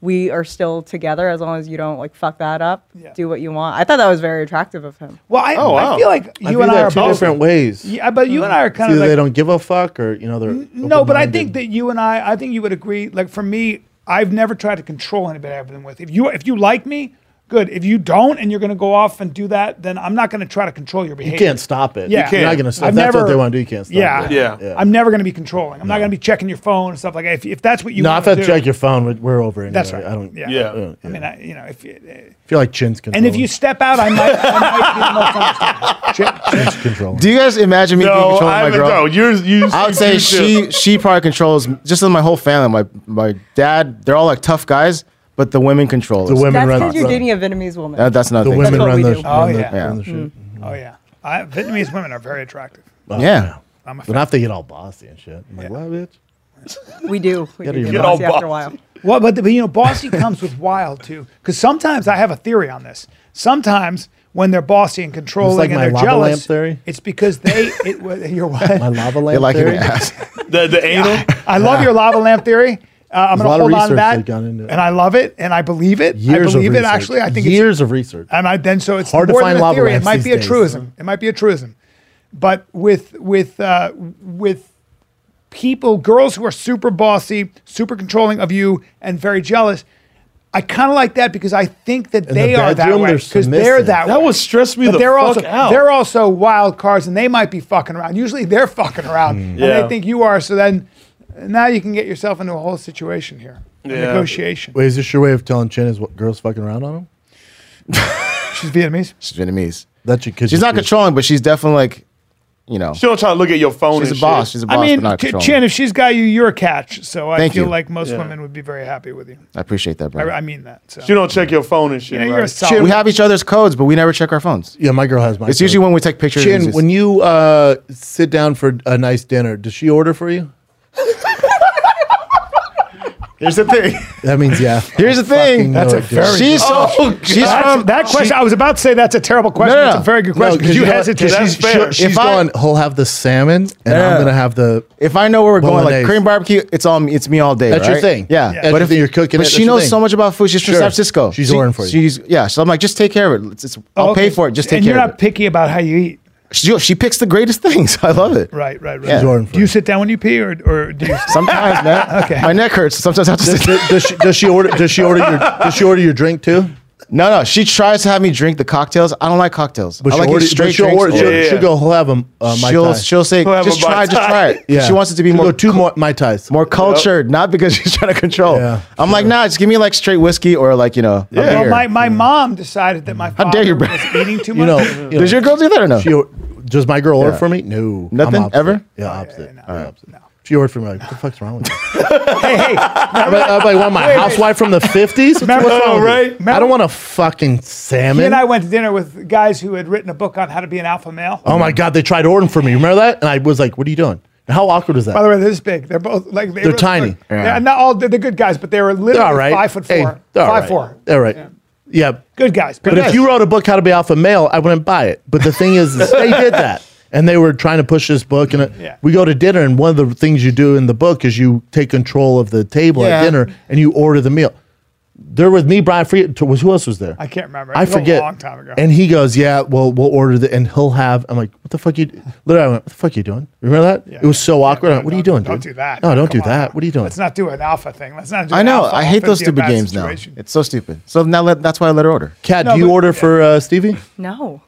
we are still together as long as you don't like fuck that up. Yeah. Do what you want." I thought that was very attractive of him. Well, I, Oh, I wow. feel like I you think and I they're are two both. different ways. Yeah, but you and I are kind Either of they like. don't give a fuck, or you know they're No, but I open-minded. think that you and I, I think you would agree. Like for me, I've never tried to control anybody I've been with. If you if you like me, good. If you don't and you're going to go off and do that, then I'm not going to try to control your You behavior. can't stop it. Yeah. You You're not can't. going to stop. I've That's what never- they want to do. You can't stop Yeah. it. Yeah. I'm never going to be controlling. I'm not going to be checking your phone and stuff like that. If, if that's what you No, want I've had do, to check your phone. but We're over anyway. That's right. I don't. Yeah. Yeah. I, don't- I yeah. mean, I, you know, if you, I feel like chin's and controlling. if you step out, I might, I might be the most understanding. Check- check- control. Do you guys imagine me being No, controlled by I my girl? no. You're you. I you would say do she too. she probably controls just in my whole family. My my dad, they're all like tough guys, but the women control. the us. women That's run because you're run- dating a Vietnamese woman. That- that's not the women what run we the. do. run Oh, the- yeah. run the shit. oh yeah, I, Vietnamese women are very attractive. Wow. Yeah. I'm a Then fan. I have to get all bossy and shit. I'm like, what, bitch? we do. We Get do her get your bossy mouth. after a while. Well, but, but you know, bossy comes with wild too, because sometimes I have a theory on this. Sometimes when they're bossy and controlling like and my they're lava jealous, lamp theory. it's because they. It, wa- you're My what? lava They lamp like theory. an ass. the the anal. I love your lava lamp theory. Uh, I'm There's a going lot to of hold on to research that, they've gone into it. and I love it, and I believe it. Years I believe of it. research. Actually, I think it's years of research. and I then so it's Hard to more find than a lava theory. It lamps might these be a days. truism. It might be a truism, but with with uh, with people, girls who are super bossy, super controlling of you, and very jealous. I kind of like that because I think that they are that bedroom, way they're because they're submissive. that. That way. would stress me But the they're fuck also out. they're also wild cards, and they might be fucking around. Usually, they're fucking around, Hmm. and Yeah. they think you are. So then, now you can get yourself into a whole situation here, a Yeah. negotiation. Wait, is this your way of telling Chin is what girls fucking around on him? She's Vietnamese. She's Vietnamese. That you could. She's not controlling, but she's definitely like, you know, she don't try to look at your phone. she's a and boss. shit. She's a boss, I mean, but not Ch- controlling. Chin, if she's got you, you're a catch. So I Thank feel you. like most Yeah. women would be very happy with you. I appreciate that, I, bro. I mean that. So. She don't check your phone and shit. you know, right? you're a solid. we have each other's codes, but we never check our phones. Yeah, my girl has my. It's code. usually when we take pictures. Chin, when you uh, sit down for a nice dinner, does she order for you? here's the thing. That means yeah. Here's the fucking thing. know That's a it, dude. very- She's so she's That's- from that question. I was about to say that's a terrible question. No, no, That's no. a very good No, question because you, know what? hesitate. 'Cause That's she's- fair. she's If I- going. He'll have the salmon, and Yeah. I'm gonna have the. If I know where we're going, like Bolognese. Korean barbecue, it's all it's me all day. That's your right? thing. Yeah. That's your thing. You're cooking But it. That's she your knows thing. so much about food. She's from Sure. San Francisco. She's she, ordering for you. She's yeah. So I'm like, just take care of it. It's, it's, I'll Okay. pay for it. Just take and care You're of not picky about how you eat. it. She, she picks the greatest things. I love it. Right, right, right. Yeah. Jordan Do you sit down when you pee, or, or do you? Sometimes, man. Okay. My neck hurts. Sometimes I have to sit. does, does she, does she order? Does she order your? Does she order your drink too? No, no. She tries to have me drink the cocktails. I don't like cocktails. I she'll like it order- straight she'll, drinks. order, she'll, Yeah, yeah. she'll go. He'll have them. Uh, mai she'll, tai. she'll say, We'll have just a Mai try, just Tai." try it. Yeah. She wants it to be She'll go more two more mai tais. more cultured, not because she's trying to control. Yeah, I'm like, nah, just give me like straight whiskey or like, you know, a Well, beer. my, my mom decided that my father dare you, bro. was eating too you much. know. you know, Does your girl do that or no? She or- does my girl order Yeah. for me? No, I'm Nothing? opposite. Ever? Yeah, opposite. no, I'm no, opposite. She ordered for me. Like, what the fuck's wrong with you? hey, hey, I'm like, I'm like, what, my housewife from the fifties? What's Remember- wrong with you? right? I don't want a fucking he salmon. and I went to dinner with guys who had written a book on how to be an alpha male. oh my god, they tried ordering for me. Remember that? And I was like, what are you doing? And how awkward is that? By the way, they're this big. They're both like they They're were- tiny. They're, not all. They're, they're good guys, but they were they're literally all right. five foot four, Hey, five they're all right. four. All right. Yeah. Good guys. But if you wrote a book, How to Be Alpha Male, I wouldn't buy it. But the thing is, is they did that. And they were trying to push this book. And it- Yeah. we go to dinner, and one of the things you do in the book is you take control of the table Yeah. at dinner and you order the meal. They're with me, Brian Free. Was who else was there? I can't remember. It I was a forget. long time ago. And he goes, "Yeah, well, we'll order the and he'll have." I'm like, "What the fuck you?" d-" Literally, I went, "What the fuck you doing?" Remember that? it was so awkward. I'm like, what are you doing? Don't dude? do that. No, don't Come do on that. now. What are you doing? Let's not do an alpha thing. Let's not. Do I an know. alpha I hate those offensive stupid bad games situation. now. It's so stupid. So now let, that's why I let her order. Cat, No, do you but- order for uh, Stevie? No.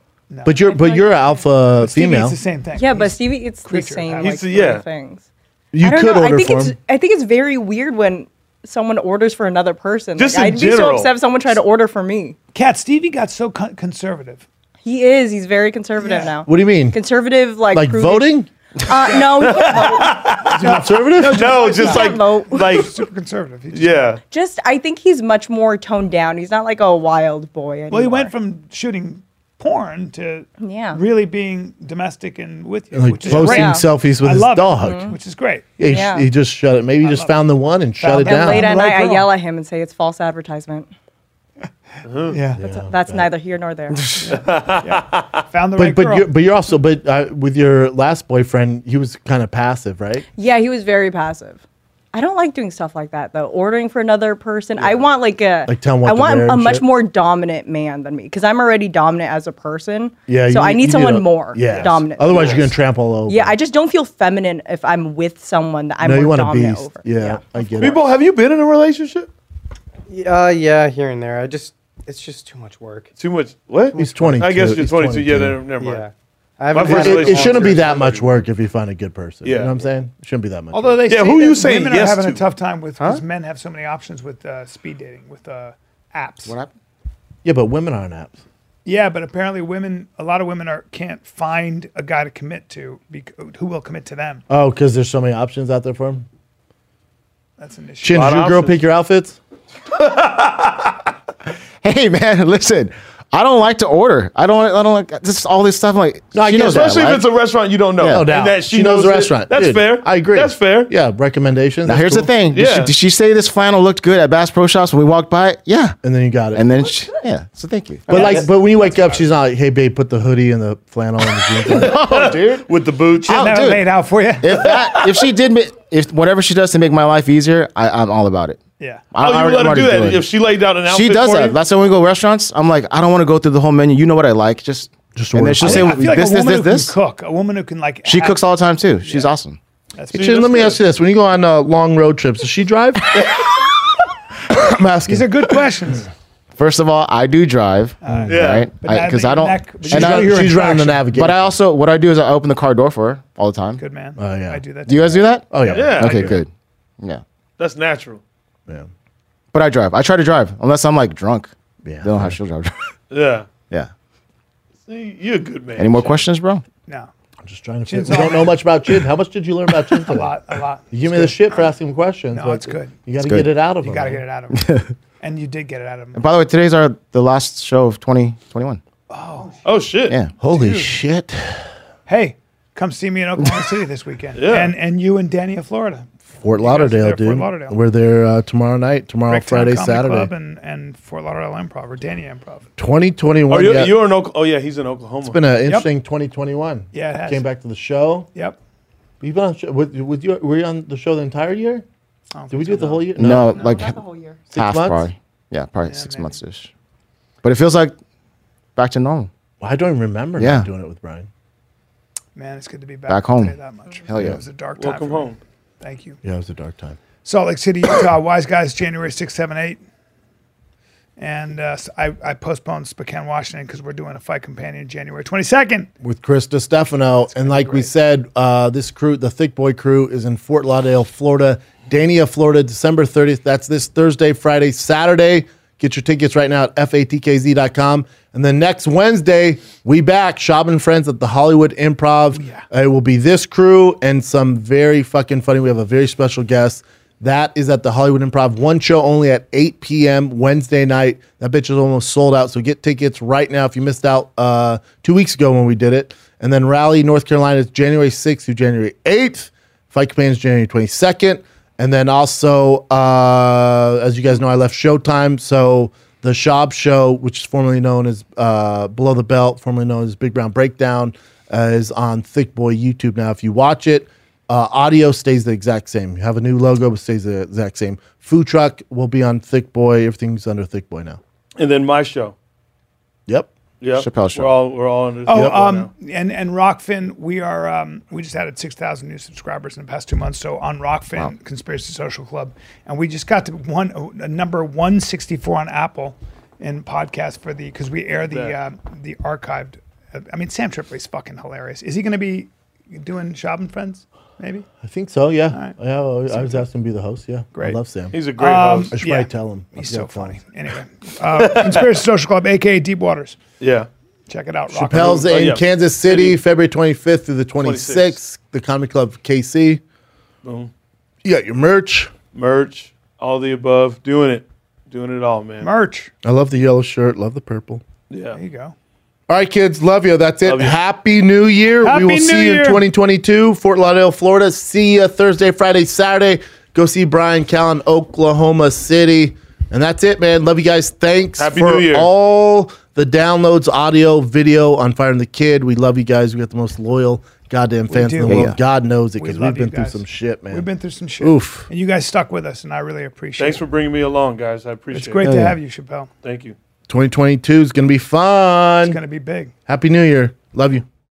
but you're but you're alpha Stevie, female. It's the same thing. Yeah, but He's- Stevie, it's the creature same habit. like, He's- sort of yeah. things. You I don't could know. order I think for it's him. I think it's very weird when someone orders for another person. Just like, in I'd general. be so upset if someone tried to order for me. Cat Stevie got so con- conservative. He is. He's very conservative Yeah. now. What do you mean? Conservative, like Like prudish- voting? Uh, no, he can't vote. Is he conservative? No, just like Vote. like Super conservative. He just- yeah. just I think he's much more toned down. He's not like a wild boy anymore. Well, he went from shooting porn to Yeah. really being domestic and with you, like which is posting great. Yeah. selfies with I his love it, dog. which is great. He, sh- Mm-hmm. Yeah. he just shut it. Maybe he just found the one and shut Found it the and down. one. late I'm at the right night, I girl. yell at him and say it's false advertisement. Yeah, Oh, That's neither here nor there. found the But right but girl. you're, but you're also but uh, with your last boyfriend, he was kind of passive, right? yeah, he was very passive. I don't like doing stuff like that though. Ordering for another person, I want like a Like, tell him what I to want wear a and much shit? more dominant man than me because I'm already dominant as a person. Yeah. so you I need you someone a- more yes. dominant. than Otherwise, me. you're gonna trample all over. yeah, I just don't feel feminine if I'm with someone that I'm no, you more want a dominant beast. over. Yeah, I get it. People, have you been in a relationship? Uh, yeah, here and there. I just It's just too much work. Too much. What? He's 22. I guess you're He's 22. Yeah, 22. never, never mind. Yeah. I haven't My had first It, a it- it relationship- shouldn't be Yeah. that much work if you find a good person. You Yeah. know what I'm saying? It shouldn't be that much. Although work. they Yeah, say who that you saying women yes are having to? a tough time with because men have so many options with uh, speed dating with uh, apps. What happened? yeah, but women aren't apps. Yeah, but apparently women, a lot of women are can't find a guy to commit to bec- who will commit to them. Oh, because there's so many options out there for them. That's an issue. Chin, Lot did of your girl options. pick your outfits? Hey man, listen. I don't like to order. I don't. I don't like this. All this stuff. I'm like, No, I she get knows it. that, Especially right? if it's a restaurant you don't know. No And doubt. that she, knows the it. restaurant. That's Dude, fair. I agree. That's fair. Yeah, recommendations. Now that's here's the cool. thing. Did, Yeah. she, did she say this flannel looked good at Bass Pro Shops when we walked by? it? Yeah. And then you got it. And then she, yeah. So thank you. but like, but when you wake up, she's not like, "Hey, babe, put the hoodie and the flannel and the jeans." on." oh, dude. With the boots. Oh, Now dude. laid out for you. If that, if she did, ma- if whatever she does to make my life easier, I, I'm all about it. yeah. Oh, I, I you already- let I'm her do already that. doing it. If she laid down an outfit She does for that. you, That's when we go to restaurants. I'm like, I don't want to go through the whole menu. You know what I like? Just Just and order. then she'll I say I feel like this, a woman this, who this, can cook, a woman who can like. She ha- cooks all the time too. She's awesome. Hey, Chin, let me ask you this: When you go on uh, long road trips, does she drive? I'm asking. These are good questions. First of all, I do drive, yeah. right? But now Because that I, you're don't. neck- but and you're I- not- you're she's running the attraction. navigation. but I also, what I do is I open the car door for her all the time. Good man. Oh, yeah. I do that. Do you guys do that? oh yeah. Yeah. I okay, do. good. Yeah, That's natural. yeah, but I drive. I try to drive unless I'm like drunk. yeah. They don't have she'll drive. Yeah. yeah. See, you're a good man. Any more Chad. questions, bro? No, I'm just trying to. Chin's Fit. We all- don't know much about Chin. How much did you learn about Chin? a lot, a lot. You give me the shit for asking him questions. No, but it's good. You got to It's get good. it out of You him. got to get it out of him. and you did get it out of him. By the way, today's our the last show of 2021. Oh shit. Yeah. Holy shit! Hey, come see me in Oklahoma City this weekend. Yeah. And and you in Dania, Florida. Fort guys are Lauderdale, there, Fort dude. Lauderdale. We're there uh, tomorrow night, tomorrow, Breaktown Friday, Comedy Club Saturday, and, and Fort Lauderdale Improv or Dania Improv. Oh, 2021. you're, yeah. you're in Oklahoma. Oh yeah, he's in Oklahoma. It's been an interesting 2021. Yeah, it has. Came back to the show. Yep. You've been on show, with, with you. Were you on the show the entire year? I don't Did think we do it the whole year? No, like Not the whole year. Six half months? probably. Yeah, probably six maybe. months ish. But it feels like back to normal. Well, I don't even remember Yeah. not doing it with Brian. Man, it's good to be back, Back I'll tell home. you That much. Hell yeah. It was a dark time. Welcome for me. home. Thank you. Yeah, it was a dark time. Salt Lake City, Utah. Wise Guys, January 6, 7, 8. And uh, s- I, I postponed Spokane, Washington because we're doing a fight companion January 22nd. with Chris Stefano. And like we said, uh, this crew, the Thick Boy crew, is in Fort Lauderdale, Florida, Dania, Florida, December 30th. That's this Thursday, Friday, Saturday. Get your tickets right now at fatkz.com. And then next Wednesday, we back, Shab and Friends at the Hollywood Improv. It will be this crew and some very fucking funny. We have a very special guest. That is at the Hollywood Improv. One show only at 8 p.m. Wednesday night. That bitch is almost sold out. So get tickets right now if you missed out uh, two weeks ago when we did it. And then Raleigh, North Carolina is January 6th through January 8th. Fight Command is January 22nd. And then also, uh, as you guys know, I left Showtime. So the Shab Show, which is formerly known as uh, Below the Belt, formerly known as Big Brown Breakdown, uh, is on Thick Boy YouTube now. If you watch it, uh, audio stays the exact same. You have a new logo, but stays the exact same. Food truck will be on Thick Boy. Everything's under Thick Boy now. And then my show. Yep. Yeah. Chappelle show. We're all we're all under. Oh, Yep. um, and and Rockfin, we are um, we just added six thousand new subscribers in the past two months. So on Rockfin, Conspiracy Social Club, and we just got to one uh, number one sixty four on Apple in podcast for the because we air the Yeah. uh, the archived. Uh, I mean, Sam Tripoli's fucking hilarious. Is he going to be doing Shab and Friends? Maybe. I think so. Yeah. right. Yeah. I was asked him to be the host. Yeah. I Great. love Sam. he's a great Um, host. I should probably tell him. He's I've so got funny. plans. Anyway, uh, Conspiracy Social Club, aka Deep Waters. Yeah. Check it out. Rockfin. Chappelle's Oh, in yeah. Kansas City, February 25th through the 26th. 26th. The Comedy Club KC. You got your merch. Merch. All the above. Doing it. Doing it all, man. merch. I love the yellow shirt. Love the purple. Yeah. There you go. All right, kids. Love you. That's it. Love you. Happy New Year. Happy we will New see you in Year. 2022, Fort Lauderdale, Florida. See you Thursday, Friday, Saturday. Go see Brian Callen, Oklahoma City. And that's it, man. Love you guys. Thanks Happy for New Year. all the downloads, audio, video on Fire and the Kid. We love you guys. We got the most loyal goddamn fans in the do. world. Yeah. God knows it because love we've been you through guys. some shit, man. We've been through some shit. Oof. And you guys stuck with us, and I really appreciate Thanks it. for bringing me along, guys. I appreciate It's great Hell to yeah. have you, Chappelle. it. Thank you. 2022 is going to be It's fun. going to be big. Happy New Year. Love you.